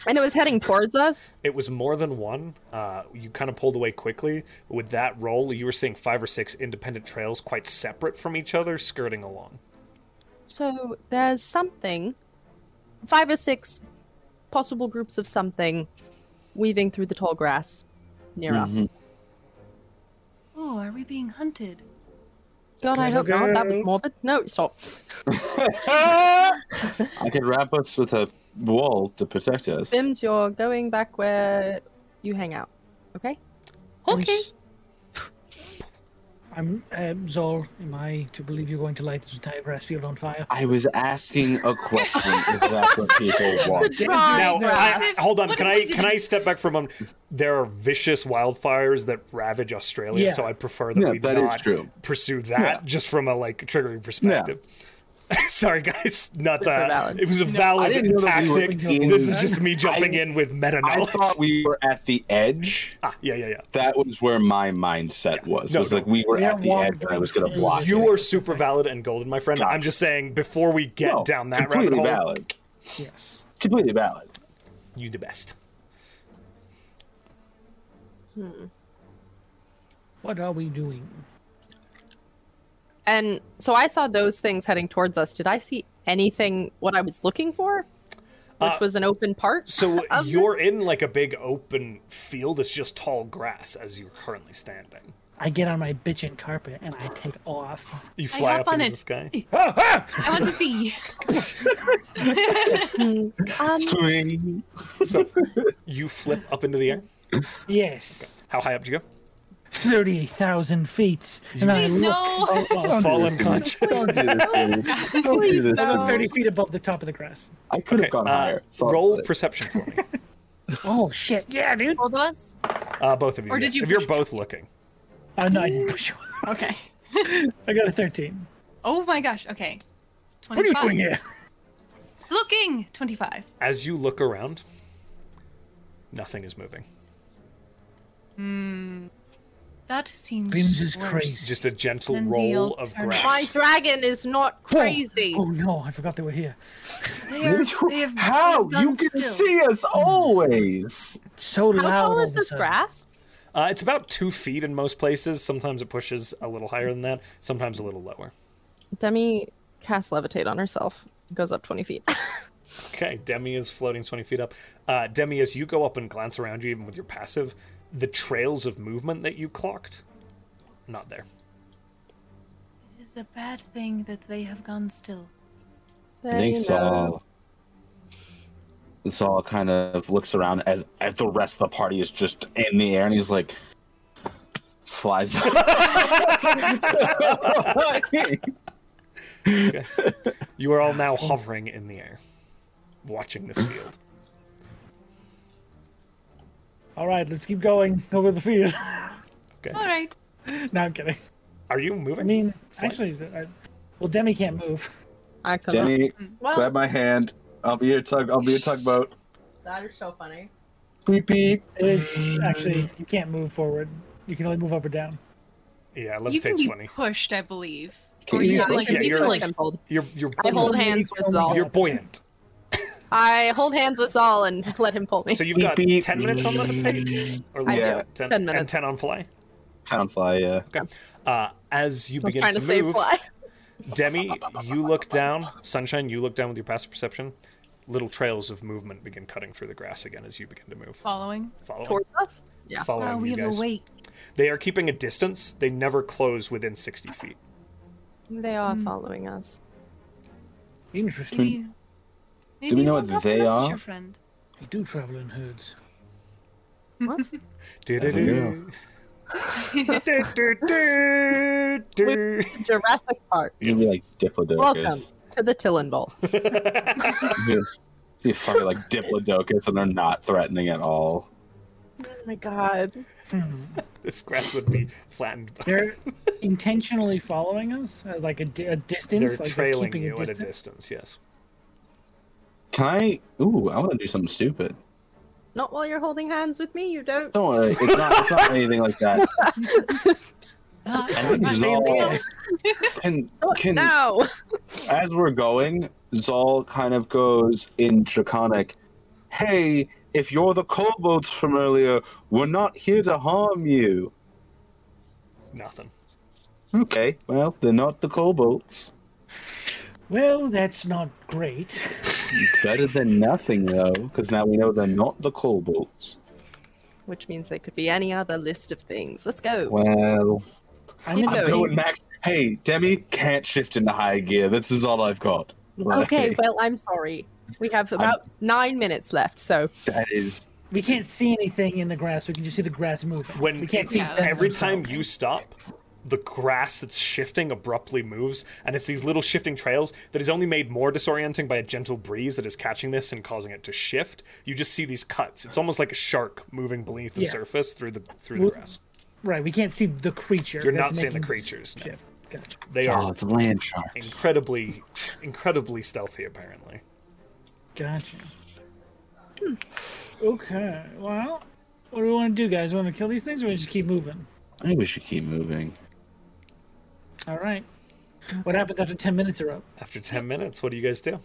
Speaker 2: and it was heading towards us.
Speaker 1: it was more than one. Uh, you kind of pulled away quickly. With that roll, you were seeing five or six independent trails quite separate from each other, skirting along.
Speaker 2: So there's something, five or six possible groups of something, weaving through the tall grass near us.
Speaker 3: Mhm.
Speaker 5: Oh, are we being hunted?
Speaker 2: God, I hope not. That was morbid. No, stop.
Speaker 3: I can wrap us with a wall to protect us.
Speaker 2: Sims, you're going back where you hang out. Okay?
Speaker 4: Okay. I'm um, Zol. Am I to believe you're going to light this entire grass field on fire?
Speaker 3: I was asking a question if that's what people want.
Speaker 2: Try
Speaker 1: Now,
Speaker 2: grass.
Speaker 1: I,
Speaker 5: If-
Speaker 1: hold on.
Speaker 5: what
Speaker 1: Can
Speaker 5: if
Speaker 1: I
Speaker 5: we
Speaker 1: can I step back for a moment? There are vicious wildfires that ravage Australia,
Speaker 4: Yeah.
Speaker 1: so I prefer that
Speaker 3: Yeah,
Speaker 1: we
Speaker 3: that
Speaker 1: not
Speaker 3: is true.
Speaker 1: pursue that
Speaker 3: Yeah.
Speaker 1: just from a like triggering perspective. Sorry, guys. Not
Speaker 2: Super
Speaker 1: uh,
Speaker 2: valid.
Speaker 1: it was a
Speaker 3: I
Speaker 1: valid
Speaker 3: didn't know that we were
Speaker 1: tactic.
Speaker 3: in-
Speaker 1: This is just me jumping
Speaker 3: I-
Speaker 1: in with meta
Speaker 3: I
Speaker 1: knowledge.
Speaker 3: thought we were at the edge.
Speaker 1: Ah, yeah, yeah, yeah.
Speaker 3: That was where my mindset was.
Speaker 1: No,
Speaker 3: was
Speaker 1: no.
Speaker 3: like we were
Speaker 4: We
Speaker 3: at
Speaker 4: don't
Speaker 3: the
Speaker 4: want
Speaker 3: edge, and I was
Speaker 4: to-
Speaker 3: going to block.
Speaker 1: You
Speaker 3: it.
Speaker 1: are super valid and golden, my friend. I'm
Speaker 3: Gotcha.
Speaker 1: just saying, before we get
Speaker 3: No,
Speaker 1: down that rabbit
Speaker 3: completely
Speaker 1: hole,
Speaker 3: valid.
Speaker 4: Yes.
Speaker 3: Completely valid.
Speaker 1: you the best.
Speaker 4: What are we doing?
Speaker 2: And so I saw those things heading towards us. Did I see anything what I was looking for? Which
Speaker 1: Uh,
Speaker 2: was an open part?
Speaker 1: So
Speaker 2: Of
Speaker 1: you're in like a big open field. It's just tall grass as you're currently standing.
Speaker 4: I get on my bitchin' carpet and I take off.
Speaker 1: You fly
Speaker 5: hop
Speaker 1: up
Speaker 5: on
Speaker 1: into
Speaker 5: it.
Speaker 1: the sky.
Speaker 5: I want to see.
Speaker 2: Um,
Speaker 3: Swing.
Speaker 1: So you flip up into the air.
Speaker 4: Yes,
Speaker 1: How high up do you go?
Speaker 4: thirty thousand feet, and I
Speaker 5: Please
Speaker 4: look
Speaker 5: no.
Speaker 4: oh,
Speaker 3: Don't
Speaker 1: Fall
Speaker 3: do this to me.
Speaker 1: unconscious.
Speaker 3: Don't do this to me. Don't do this to
Speaker 4: I'm
Speaker 3: me.
Speaker 4: thirty feet above the top of the grass.
Speaker 3: I could have gone
Speaker 1: uh,
Speaker 3: higher. That's all I'm
Speaker 1: roll
Speaker 3: saying.
Speaker 1: perception for me,
Speaker 4: Oh shit! Yeah, dude.
Speaker 5: Both of us.
Speaker 1: uh, both of you.
Speaker 5: Or did
Speaker 1: yes,
Speaker 5: you
Speaker 1: If you're
Speaker 5: push
Speaker 1: both looking,
Speaker 4: Oh no, I didn't push you.
Speaker 5: Okay.
Speaker 4: I got a thirteen.
Speaker 5: Oh my gosh. Okay.
Speaker 4: What are you
Speaker 5: 25.
Speaker 4: doing here?
Speaker 5: Looking. Twenty-five.
Speaker 1: as you look around, nothing is moving.
Speaker 5: Hmm. That seems.
Speaker 4: Bims is
Speaker 5: worse.
Speaker 4: crazy.
Speaker 1: Just a gentle
Speaker 5: Then the
Speaker 1: roll of
Speaker 5: alternative-
Speaker 2: my
Speaker 1: grass.
Speaker 2: dragon is not
Speaker 4: Whoa.
Speaker 2: crazy.
Speaker 4: Oh no, I forgot they were here.
Speaker 5: They are, they have
Speaker 3: How you
Speaker 5: done
Speaker 3: can
Speaker 5: still.
Speaker 3: see us always?
Speaker 4: It's so
Speaker 2: How
Speaker 4: loud.
Speaker 2: tall
Speaker 4: all
Speaker 2: is
Speaker 4: of a
Speaker 2: this
Speaker 4: sudden.
Speaker 2: grass?
Speaker 1: Uh, it's about two feet in most places. Sometimes it pushes a little higher than that. Sometimes a little lower.
Speaker 2: Demi casts levitate on herself. Goes up 20 feet.
Speaker 1: Okay, Demi is floating 20 feet up. Uh, Demi, as you go up and glance around you, even with your passive, the trails of movement that you clocked, not there.
Speaker 5: It is a bad thing that they have gone still.
Speaker 2: There you
Speaker 3: Nick's
Speaker 2: go.
Speaker 3: all. Saul kind of looks around as, as the rest of the party is just in the air, and he's like, flies.
Speaker 1: You are all now hovering in the air, watching this field.
Speaker 4: All right, let's keep going over the field.
Speaker 1: Okay.
Speaker 5: All right.
Speaker 4: no, I'm kidding.
Speaker 1: Are you
Speaker 4: I
Speaker 1: moving?
Speaker 4: mean, actually, I, well, Demi can't move.
Speaker 2: I come up.
Speaker 3: Jenny,
Speaker 2: Well,
Speaker 3: grab my hand. I'll be your tug. I'll be your tugboat.
Speaker 6: That is so funny.
Speaker 3: Beep beep.
Speaker 4: It's actually you can't move forward. You can only move up or down.
Speaker 1: Yeah,
Speaker 5: you can
Speaker 1: levitate's
Speaker 5: be
Speaker 1: funny.
Speaker 5: pushed, I believe.
Speaker 6: Oh,
Speaker 3: Can
Speaker 5: or
Speaker 3: you-
Speaker 2: yeah,
Speaker 5: you got,
Speaker 2: they
Speaker 5: like
Speaker 2: can-
Speaker 1: yeah,
Speaker 2: you
Speaker 1: you're
Speaker 2: can
Speaker 1: like-
Speaker 2: can hold.
Speaker 1: You're you're
Speaker 2: I hold
Speaker 1: buoyant.
Speaker 2: hands with
Speaker 1: you're
Speaker 2: Zal.
Speaker 1: buoyant.
Speaker 2: I hold hands with Zal and let him pull me.
Speaker 1: So you've got
Speaker 3: Beep, beep.
Speaker 1: ten minutes on levitate, or
Speaker 2: I
Speaker 3: Yeah.
Speaker 2: do.
Speaker 1: 10,
Speaker 2: 10
Speaker 1: and
Speaker 2: minutes.
Speaker 1: ten on fly.
Speaker 3: Town fly. Yeah.
Speaker 1: Uh, as you
Speaker 2: I'm
Speaker 1: begin
Speaker 2: trying to,
Speaker 1: to
Speaker 2: save
Speaker 1: move,
Speaker 2: fly.
Speaker 1: Demi, you look down. Sunshine, you look down with your passive perception. Little trails of movement begin cutting through the grass again as you begin to move.
Speaker 5: Following.
Speaker 1: Follow,
Speaker 2: Towards us? Yeah.
Speaker 1: following
Speaker 5: Wow, we
Speaker 1: you
Speaker 5: have
Speaker 1: guys.
Speaker 5: awake.
Speaker 1: They are keeping a distance. They never close within 60 feet.
Speaker 2: They are
Speaker 5: Hmm.
Speaker 2: following us.
Speaker 4: Interesting.
Speaker 5: Maybe, maybe
Speaker 3: we
Speaker 5: you
Speaker 3: know
Speaker 5: won't
Speaker 3: what
Speaker 5: have to
Speaker 3: they
Speaker 5: message
Speaker 3: are?
Speaker 5: Your friend.
Speaker 4: We do travel in herds.
Speaker 2: What?
Speaker 1: Do-do-do. Do-do-do-do.
Speaker 2: Jurassic Park.
Speaker 3: You'd be like
Speaker 2: Welcome
Speaker 3: Diplodocus.
Speaker 2: to the Tillin Bowl.
Speaker 3: You fucking like Diplodocus, and they're not threatening at all.
Speaker 2: Oh my god.
Speaker 1: This grass would be flattened.
Speaker 4: Hmm. They're intentionally following us, at like a, di- a distance.
Speaker 1: They're
Speaker 4: like
Speaker 1: trailing
Speaker 4: keeping
Speaker 1: you
Speaker 4: a
Speaker 1: at a
Speaker 4: distance.
Speaker 1: distance, yes.
Speaker 3: Can I? Ooh, I want to do something stupid.
Speaker 2: Not while you're holding hands with me, you don't.
Speaker 3: Don't worry, it's not. It's not anything like that.
Speaker 5: Ah,
Speaker 3: And
Speaker 5: right.
Speaker 3: Zal can can
Speaker 2: No!
Speaker 3: as we're going, Zal kind of goes in draconic. Hey, if you're the kobolds from earlier, we're not here to harm you.
Speaker 1: Nothing.
Speaker 3: Okay, well, they're not the kobolds.
Speaker 4: Well, that's not great.
Speaker 3: Better than nothing, though, because now we know they're not the kobolds.
Speaker 2: Which means they could be any other list of things. Let's go.
Speaker 3: Well,
Speaker 4: I'm
Speaker 2: Keep
Speaker 4: in
Speaker 3: I'm
Speaker 4: a
Speaker 2: Going.
Speaker 3: going max. Hey, Demi can't shift into high gear. This is all I've got.
Speaker 2: Okay,
Speaker 3: Like,
Speaker 2: well, I'm sorry. We have about nine minutes left, so
Speaker 3: that is.
Speaker 4: We can't see anything in the grass. We can just see the grass moving.
Speaker 1: When
Speaker 4: we can't see
Speaker 5: Yeah,
Speaker 4: them
Speaker 1: every
Speaker 4: themselves.
Speaker 1: time you stop the grass that's shifting abruptly moves and it's these little shifting trails that is only made more disorienting by a gentle breeze that is catching this and causing it to shift you just see these cuts it's almost like a shark moving beneath the
Speaker 4: Yeah.
Speaker 1: surface through the through the
Speaker 4: Well,
Speaker 1: grass
Speaker 4: right, we can't see the creature.
Speaker 1: you're
Speaker 4: that's
Speaker 1: not seeing the
Speaker 4: making this
Speaker 1: creatures no.
Speaker 4: shift. Gotcha.
Speaker 1: they
Speaker 3: Oh,
Speaker 1: are
Speaker 3: it's land sharks.
Speaker 1: incredibly incredibly stealthy apparently
Speaker 4: Gotcha.
Speaker 2: Hmm.
Speaker 4: Okay. Well, what do we want to do, guys? We want to kill these things, or we just keep moving?
Speaker 3: I think we should keep moving.
Speaker 4: All right. What happens after ten minutes are up?
Speaker 1: after 10 minutes what do you guys do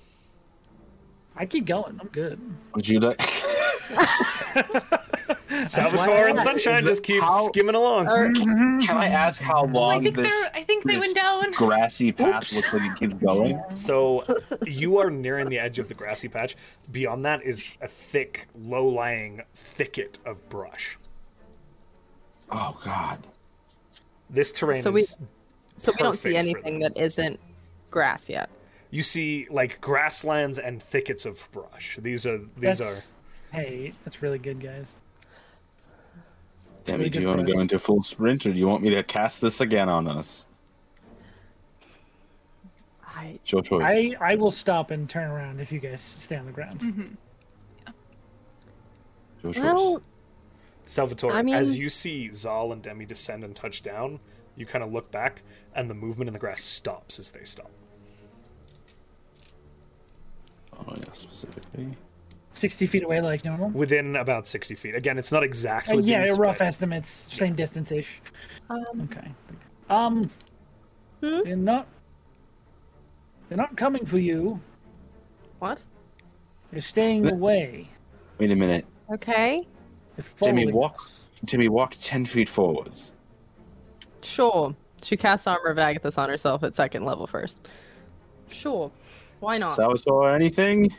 Speaker 4: I keep going. I'm good.
Speaker 3: Would you like?
Speaker 1: Salvatore and
Speaker 3: Wow.
Speaker 1: Sunshine
Speaker 3: Is
Speaker 1: just
Speaker 3: that
Speaker 1: keep
Speaker 3: how-
Speaker 1: skimming along.
Speaker 6: Or-
Speaker 4: Mm-hmm.
Speaker 3: Can I ask how
Speaker 5: Well, I
Speaker 3: long
Speaker 5: think
Speaker 3: this,
Speaker 5: they're. I think they
Speaker 3: this
Speaker 5: went down.
Speaker 3: grassy path
Speaker 5: Oops.
Speaker 3: looks like it keeps going?
Speaker 1: So you are nearing the edge of the grassy patch. Beyond that is a thick, low lying thicket of brush.
Speaker 3: Oh god.
Speaker 1: This terrain
Speaker 2: So we-
Speaker 1: is.
Speaker 2: So we don't
Speaker 1: perfect
Speaker 2: see
Speaker 1: for
Speaker 2: anything
Speaker 1: them.
Speaker 2: that isn't grass yet.
Speaker 1: You see, like, grasslands and thickets of brush. These are. These
Speaker 4: That's- Hey, that's really good, guys.
Speaker 3: Demi,
Speaker 4: Make
Speaker 3: do
Speaker 4: it
Speaker 3: you want to go
Speaker 4: fast.
Speaker 3: into full sprint or do you want me to cast this again on us?
Speaker 2: I
Speaker 3: It's your choice.
Speaker 4: I, I will stop and turn around if you guys stay on
Speaker 2: Mm-hmm.
Speaker 4: the ground.
Speaker 5: Mhm.
Speaker 3: Your choice.
Speaker 2: well,
Speaker 1: Salvatore,
Speaker 2: I mean-
Speaker 1: as you see Zal and Demi descend and touch down, you kind of look back, and the movement in the grass stops as they stop.
Speaker 3: Oh yeah, specifically.
Speaker 4: 60 feet away, like normal.
Speaker 1: Within about 60 feet. Again, it's not
Speaker 4: Uh,
Speaker 1: exactly.
Speaker 4: yeah,
Speaker 1: these,
Speaker 4: rough
Speaker 1: but
Speaker 4: estimates, same distance ish.
Speaker 2: um,
Speaker 4: Okay. Um,
Speaker 2: Hmm?
Speaker 4: they're not. They're not coming for you.
Speaker 2: what?
Speaker 4: They're staying
Speaker 3: Th-
Speaker 4: away.
Speaker 3: Wait a minute.
Speaker 2: Okay,
Speaker 4: They're
Speaker 3: Demi
Speaker 4: following
Speaker 3: walks Timmy walk ten feet forwards.
Speaker 2: sure. She casts Armor of Agathis on herself at second level first. Sure, why
Speaker 3: Uh.
Speaker 2: not?
Speaker 3: Salvatore, anything?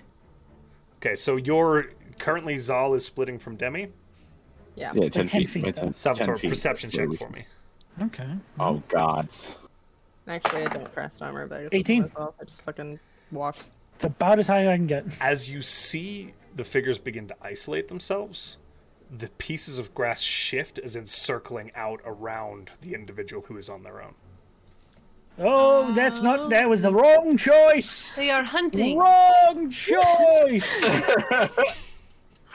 Speaker 1: Okay, so you're. Currently, Zal is splitting from Demi.
Speaker 2: yeah.
Speaker 3: Yeah, ten
Speaker 4: 10
Speaker 3: feet.
Speaker 4: feet,
Speaker 3: right,
Speaker 4: though.
Speaker 3: 10
Speaker 1: Salvatore,
Speaker 3: 10 feet.
Speaker 1: perception check for me.
Speaker 4: us. Okay.
Speaker 3: Oh gods.
Speaker 2: Actually, I don't cast Armor of Agathis. on
Speaker 4: 18.
Speaker 2: myself, I just fucking walk.
Speaker 4: It's about as high as I can get.
Speaker 1: As you see the figures begin to isolate themselves, the pieces of grass shift as in circling out around the individual who is on their own.
Speaker 4: Oh, that's not. That was the wrong choice.
Speaker 5: They are hunting.
Speaker 4: Wrong choice. and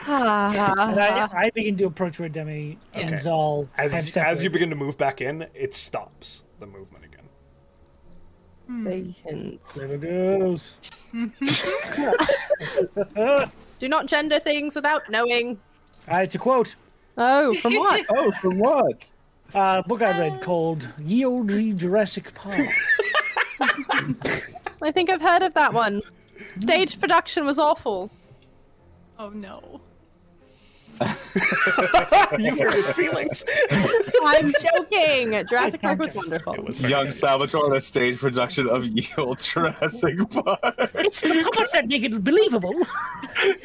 Speaker 4: I,
Speaker 2: Ah,
Speaker 4: I begin to approach where Demi and
Speaker 5: Yes.
Speaker 4: Zal have
Speaker 1: As, as you
Speaker 4: separated.
Speaker 1: begin to move back in, it stops the movement again.
Speaker 2: they can.
Speaker 4: There it goes.
Speaker 2: Do not gender things without knowing.
Speaker 4: Uh, it's a quote.
Speaker 2: Oh, from what?
Speaker 3: Oh, from what?
Speaker 4: Uh, book I read called Ye Olde Jurassic Park.
Speaker 2: I think I've heard of that one. Stage production was awful.
Speaker 5: Oh no.
Speaker 1: you hurt his feelings.
Speaker 2: I'm joking. Jurassic Park was wonderful.
Speaker 3: Young Salvatore, the stage production of Yield Jurassic Park.
Speaker 4: It's the comments that make it believable.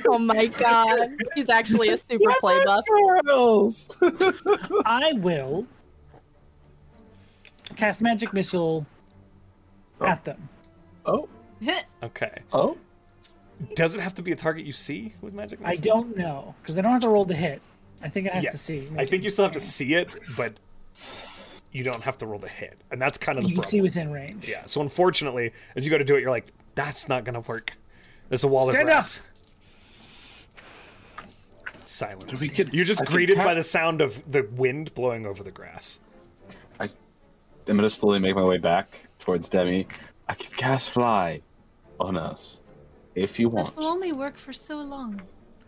Speaker 2: Oh my god. He's actually a super play buff.
Speaker 3: Girls.
Speaker 4: I will cast magic missile at them.
Speaker 3: Oh,
Speaker 1: Okay.
Speaker 3: oh.
Speaker 1: Does it have to be a target you see with magic?
Speaker 4: I
Speaker 1: missile?
Speaker 4: don't know because I don't have to roll to hit. I think it has
Speaker 1: Yeah.
Speaker 4: to see.
Speaker 1: I think you still have to see it, but you don't have to roll the hit, and that's kind of the
Speaker 4: You can
Speaker 1: problem.
Speaker 4: see within range.
Speaker 1: Yeah. So unfortunately, as you go to do it, you're like, that's not gonna work. There's a wall of
Speaker 4: Stand
Speaker 1: brass. Silence.
Speaker 3: We could-
Speaker 1: you're just
Speaker 3: I could
Speaker 1: greeted by
Speaker 3: cast-
Speaker 1: the sound of the wind blowing over the grass.
Speaker 3: I'm gonna slowly make my way back towards Demi. I can cast fly on us if you
Speaker 5: That
Speaker 3: want.
Speaker 5: will only work for so long.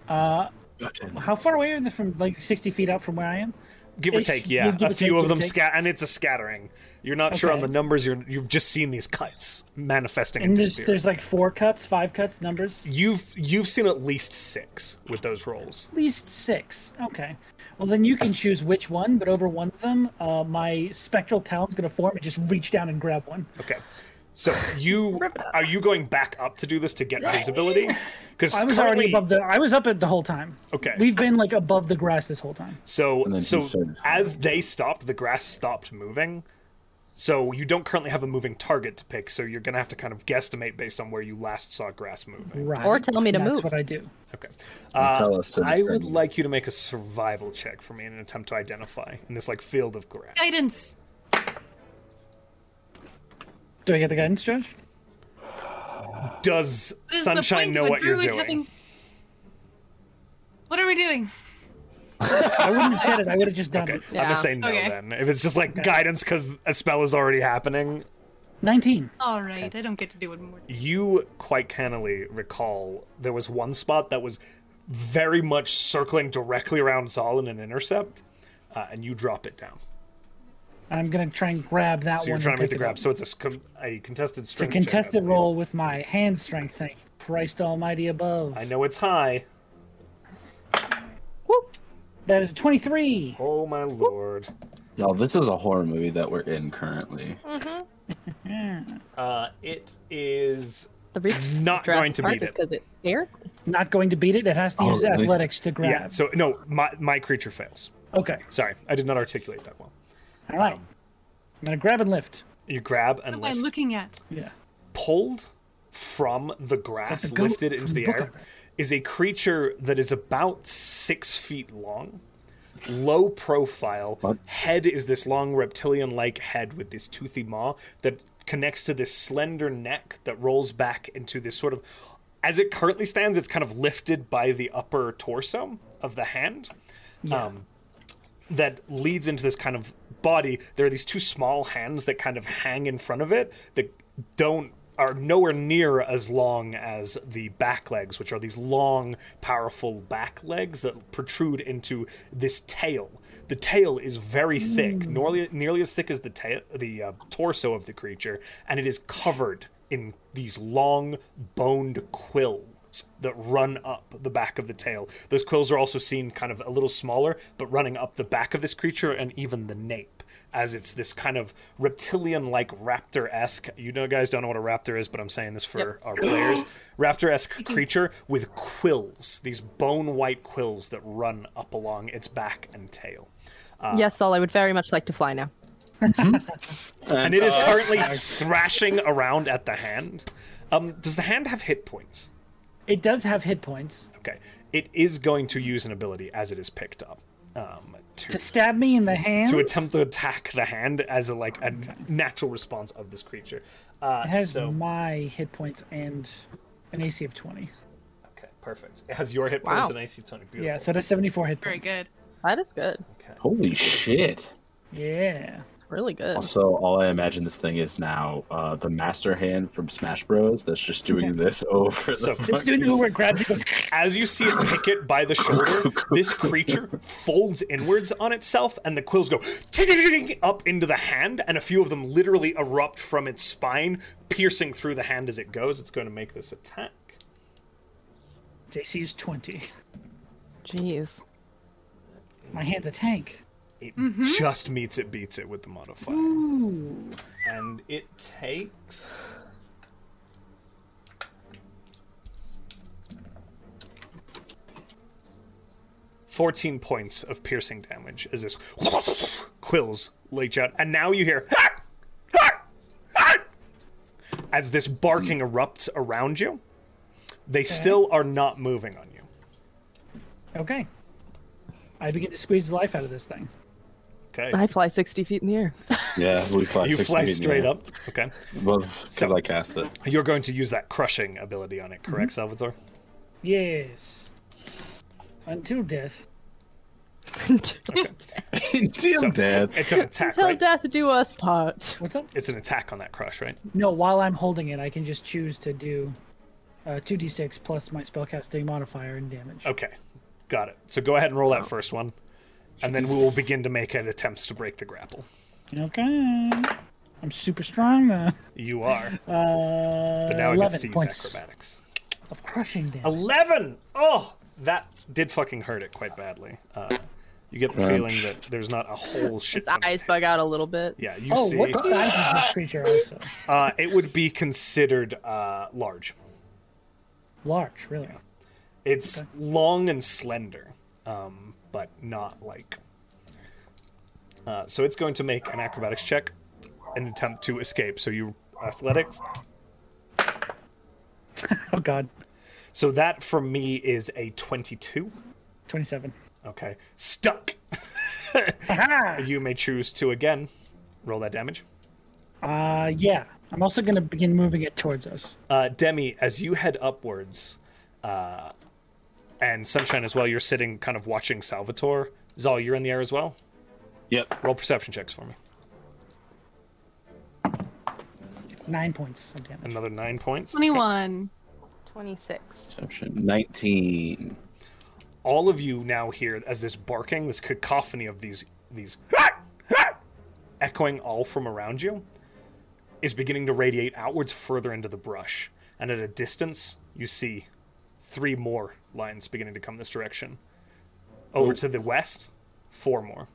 Speaker 4: Uh,
Speaker 3: Button.
Speaker 4: how far away are they from? Like sixty feet out from where I am.
Speaker 1: Give or
Speaker 4: Ish.
Speaker 1: take,
Speaker 4: Yeah,
Speaker 1: yeah.
Speaker 4: give or
Speaker 1: A
Speaker 4: take,
Speaker 1: few
Speaker 4: give
Speaker 1: of
Speaker 4: or
Speaker 1: them
Speaker 4: take.
Speaker 1: scat, and it's a scattering. You're not sure on
Speaker 4: Okay.
Speaker 1: the numbers. You're you've just seen these cuts manifesting
Speaker 4: And
Speaker 1: into
Speaker 4: there's
Speaker 1: spirit.
Speaker 4: there's like four cuts, five cuts, numbers.
Speaker 1: You've you've seen at least six with those rolls.
Speaker 4: At least six. Okay. Well, then you can choose which one, but over one of them, uh, my spectral talent's gonna form and just reach down and grab one.
Speaker 1: Okay. So you
Speaker 2: Rip it up.
Speaker 1: are you going back up to do this to get visibility? Because
Speaker 4: I was already above the. I was up it the whole time.
Speaker 1: Okay.
Speaker 4: We've been like above the grass this whole time.
Speaker 1: So
Speaker 3: And then
Speaker 1: so
Speaker 3: he started
Speaker 1: as they stopped, the grass stopped moving. So you don't currently have a moving target to pick, so you're gonna have to kind of guesstimate based on where you last saw grass moving.
Speaker 4: Right.
Speaker 2: Or tell me to
Speaker 4: That's
Speaker 2: move.
Speaker 4: what I do.
Speaker 1: Okay. Uh,
Speaker 3: Mm-hmm. tell us to
Speaker 1: I would
Speaker 3: determine.
Speaker 1: like you to make a survival check for me in an attempt to identify in this like field of grass.
Speaker 5: Guidance.
Speaker 4: Do I get the guidance, Judge?
Speaker 1: Does
Speaker 5: This is the
Speaker 1: Sunshine
Speaker 5: point
Speaker 1: know
Speaker 5: with
Speaker 1: what you're
Speaker 5: Druid
Speaker 1: doing?
Speaker 5: having- What are we doing?
Speaker 4: I wouldn't have said it. I would have just done
Speaker 1: Okay.
Speaker 4: it.
Speaker 1: I'm
Speaker 2: Yeah.
Speaker 1: gonna say no
Speaker 5: Okay.
Speaker 1: then. If it's just like guidance because a spell is already happening,
Speaker 4: Nineteen.
Speaker 5: All right, I don't get to do it more.
Speaker 1: you quite cannily recall there was one spot that was very much circling directly around Zal in an intercept, uh, and you drop it down.
Speaker 4: I'm gonna try and grab that
Speaker 1: So
Speaker 4: one.
Speaker 1: you're trying
Speaker 4: and
Speaker 1: to make
Speaker 4: pick
Speaker 1: the
Speaker 4: it
Speaker 1: grab.
Speaker 4: up.
Speaker 1: So it's a, s- com- a contested
Speaker 4: It's a
Speaker 1: strength. check, I
Speaker 4: contested
Speaker 1: believe.
Speaker 4: roll with my hand strength thing. Christ Almighty above.
Speaker 1: I know it's high.
Speaker 2: Whoop.
Speaker 4: That is a 23.
Speaker 1: Oh my lord.
Speaker 3: Y'all, this is a horror movie that we're in currently.
Speaker 2: Mm-hmm.
Speaker 4: Yeah.
Speaker 1: Uh, it is
Speaker 2: The reason
Speaker 1: not going to beat it.
Speaker 2: because it's scared.
Speaker 4: Not going to beat it. It has to
Speaker 3: Oh,
Speaker 4: use
Speaker 3: really?
Speaker 4: athletics to grab.
Speaker 1: Yeah. So no, my my creature fails.
Speaker 4: Okay.
Speaker 1: Sorry, I did not articulate that well.
Speaker 4: All right.
Speaker 1: um,
Speaker 4: I'm going to grab and lift.
Speaker 1: You grab
Speaker 5: What
Speaker 1: and
Speaker 5: am I
Speaker 1: lift,
Speaker 5: looking at?
Speaker 4: Yeah.
Speaker 1: pulled from the grass,
Speaker 4: goat
Speaker 1: lifted into
Speaker 4: from
Speaker 1: the
Speaker 4: Book
Speaker 1: air,
Speaker 4: of
Speaker 1: is a creature that is about six feet long, low profile.
Speaker 3: What?
Speaker 1: Head is this long reptilian-like head with this toothy maw that connects to this slender neck that rolls back into this sort of. As it currently stands, it's kind of lifted by the upper torso of the hand. um, that leads into this kind of body. There are these two small hands that kind of hang in front of it that don't are nowhere near as long as the back legs, which are these long, powerful back legs that protrude into this tail. The tail is very thick, nearly nearly as thick as the tail, the uh, torso of the creature, and it is covered in these long boned quills that run up the back of the tail. Those quills are also seen kind of a little smaller, but running up the back of this creature and even the nape, as it's this kind of reptilian like raptor esque. You know, guys don't know what a raptor is, but I'm saying this for our players. Raptor esque creature with quills, these bone white quills that run up along its back and tail. Ah.
Speaker 2: yes, Sol, I would very much like to fly now.
Speaker 1: And it is currently thrashing around at the hand. Um, does the hand have hit points?
Speaker 4: It does have hit points.
Speaker 1: Okay. It is going to use an ability as it is picked up um,
Speaker 4: To
Speaker 1: to,
Speaker 4: stab me in the hand.
Speaker 1: to attempt to attack the hand as a, like a natural response of this creature. Uh,
Speaker 4: It has
Speaker 1: so
Speaker 4: my hit points and an AC of 20.
Speaker 1: okay, perfect. It has your hit
Speaker 2: Wow.
Speaker 1: points and AC twenty. Beautiful.
Speaker 4: Yeah, so that's 74 hit
Speaker 5: Very
Speaker 4: points.
Speaker 5: good.
Speaker 2: That is good.
Speaker 1: okay.
Speaker 3: Holy shit.
Speaker 4: Yeah.
Speaker 2: Really good.
Speaker 3: Also, all I imagine this thing is now uh, the master hand from Smash Bros. That's just doing this over.
Speaker 1: So-
Speaker 3: So,
Speaker 4: It's doing the where it grabs it goes,
Speaker 1: As you see it pick it by the shoulder, this creature folds inwards on itself, and the quills go ting-ting-ting-ting up into the hand, and a few of them literally erupt from its spine, piercing through the hand as it goes. It's going to make this attack.
Speaker 4: Its AC is 20.
Speaker 2: Jeez.
Speaker 4: My hand's a tank.
Speaker 1: It just meets it, beats it with the modifier.
Speaker 4: Ooh.
Speaker 1: and it takes fourteen points of piercing damage as this quills leech out, and now you hear as this barking erupts around you. They still are not moving on you.
Speaker 4: Okay. I begin to squeeze the life out of this thing.
Speaker 1: Okay,
Speaker 2: I fly 60 feet in the air.
Speaker 3: yeah, we fly.
Speaker 1: you
Speaker 3: 60
Speaker 1: fly
Speaker 3: feet in the
Speaker 1: straight
Speaker 3: air.
Speaker 1: up. Okay,
Speaker 3: Well, because I cast it.
Speaker 1: you're going to use that crushing ability on it, correct,
Speaker 2: Mm-hmm.
Speaker 1: Salvatore?
Speaker 4: Yes. Until death.
Speaker 3: Damn,
Speaker 1: So-
Speaker 3: Dad.
Speaker 1: It's an attack,
Speaker 2: Till
Speaker 1: right?
Speaker 2: death do us part.
Speaker 4: What's up?
Speaker 1: It's an attack on that crush, right?
Speaker 4: No, while I'm holding it, I can just choose to do uh, 2d6 plus my spellcasting modifier and damage.
Speaker 1: Okay, got it. So go ahead and roll that first one, and then we will begin to make an attempts to break the grapple.
Speaker 4: Okay. I'm super strong now.
Speaker 1: You are,
Speaker 4: Uh,
Speaker 1: but now it
Speaker 4: 11
Speaker 1: gets to use
Speaker 4: points
Speaker 1: acrobatics.
Speaker 4: of crushing damage.
Speaker 1: Eleven. Oh, that did fucking hurt it quite badly. Uh, you get the
Speaker 3: Um,
Speaker 1: feeling that there's not a whole shit.
Speaker 2: Its
Speaker 1: ton of-
Speaker 2: eyes bug out a little bit.
Speaker 1: Yeah, you
Speaker 4: Oh,
Speaker 1: see,
Speaker 4: what size is this creature also?
Speaker 1: uh, it would be considered uh, large.
Speaker 4: Large, really.
Speaker 1: It's long and slender, um, but not like. Uh, so it's going to make an acrobatics check, an attempt to escape. So you athletics.
Speaker 4: Oh, God.
Speaker 1: So that for me is a twenty-two.
Speaker 4: 27.
Speaker 1: Okay, stuck.
Speaker 4: Aha!
Speaker 1: you may choose to again roll that damage.
Speaker 4: Uh, yeah. I'm also going to begin moving it towards us.
Speaker 1: Uh, Demi, as you head upwards, uh, and Sunshine as well, you're sitting kind of watching Salvatore. Zal, you're in the air as well.
Speaker 3: Yep.
Speaker 1: Roll perception checks for me.
Speaker 4: Nine points of damage.
Speaker 1: Another nine points.
Speaker 5: Twenty-one.
Speaker 2: 26.
Speaker 3: Perception. 19.
Speaker 1: all of you now hear as this barking, this cacophony of these these echoing all from around you is beginning to radiate outwards further into the brush. And at a distance, you see three more lions beginning to come this direction. Over to the west, four more.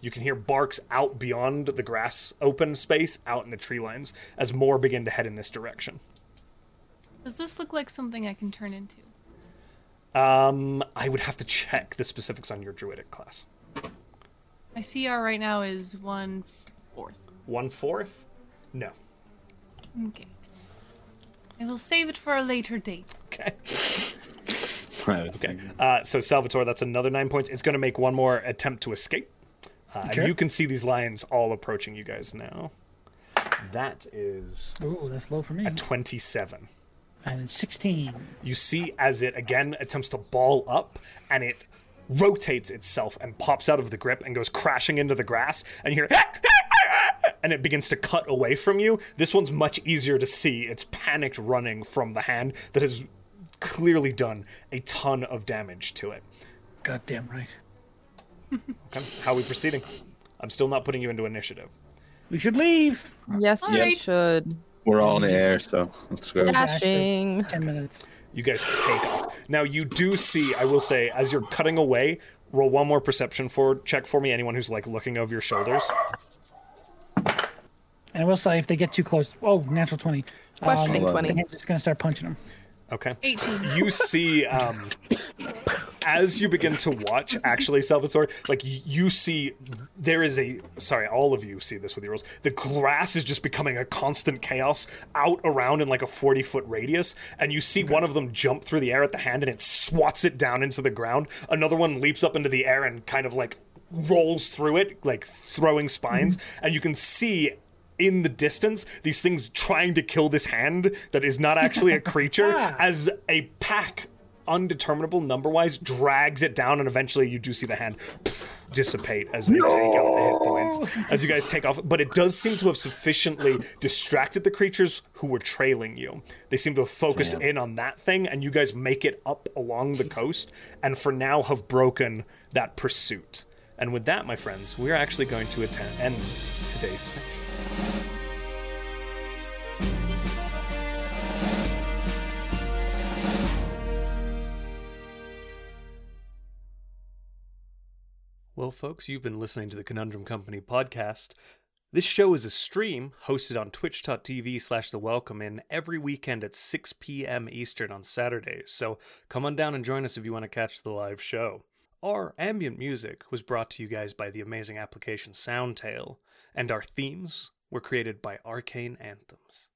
Speaker 1: You can hear barks out beyond the grass open space, out in the tree lines, as more begin to head in this direction.
Speaker 5: Does this look like something I can turn into?
Speaker 1: Um, I would have to check the specifics on your druidic class.
Speaker 5: My CR right now is one fourth.
Speaker 1: One fourth? No.
Speaker 5: Okay. I will save it for a later date.
Speaker 1: Okay.
Speaker 3: okay.
Speaker 1: Uh, so Salvatore, that's another nine points. It's going to make one more attempt to escape. Uh, and
Speaker 4: Sure.
Speaker 1: You can see these lions all approaching you guys now. That is
Speaker 4: Oh, that's low for me.
Speaker 1: a 27.
Speaker 4: And it's 16.
Speaker 1: You see as it again attempts to ball up and it rotates itself and pops out of the grip and goes crashing into the grass and you hear "Ah, and it begins to cut away from you. This one's much easier to see. It's panicked running from the hand that has clearly done a ton of damage to it.
Speaker 4: Goddamn right.
Speaker 1: Okay, how are we proceeding? I'm still not putting you into initiative.
Speaker 4: We should leave.
Speaker 2: Yes,
Speaker 5: All
Speaker 2: you
Speaker 5: right.
Speaker 2: should.
Speaker 3: We're all in the air, so let's go.
Speaker 4: Yeah. Ashley.
Speaker 2: Dashing.
Speaker 4: 10 minutes.
Speaker 1: You guys take off. Now you do see, I will say, as you're cutting away, roll one more perception for check for me, anyone who's like looking over your shoulders.
Speaker 4: And I will say, if they get too close, oh, natural 20.
Speaker 2: Questioning
Speaker 3: Hold on.
Speaker 4: Then
Speaker 2: 20.
Speaker 4: I'm just going to start punching them.
Speaker 1: Okay.
Speaker 5: 18.
Speaker 1: You see, um, as you begin to watch, actually, Salvatore, like y- you see, there is a sorry, all of you see this with your rolls. The grass is just becoming a constant chaos out around in like a 40 foot radius, and you see one of them jump through the air at the hand and it swats it down into the ground. Another one leaps up into the air and kind of like rolls through it, like throwing spines, and you can see in the distance these things trying to kill this hand that is not actually a creature as a pack undeterminable number wise drags it down and eventually you do see the hand dissipate as they take out the hit points as you guys take off but it does seem to have sufficiently distracted the creatures who were trailing you they seem to have focused in on that thing and you guys make it up along the coast and for now have broken that pursuit and with that my friends we're actually going to attend end today's session Well, folks, you've been listening to the Conundrum Company podcast. This show is a stream hosted on twitch.tv slash the welcome in every weekend at 6 p.m. Eastern on Saturdays, so come on down and join us if you want to catch the live show. Our ambient music was brought to you guys by the amazing application Soundtail, and our themes were created by Arcane Anthems.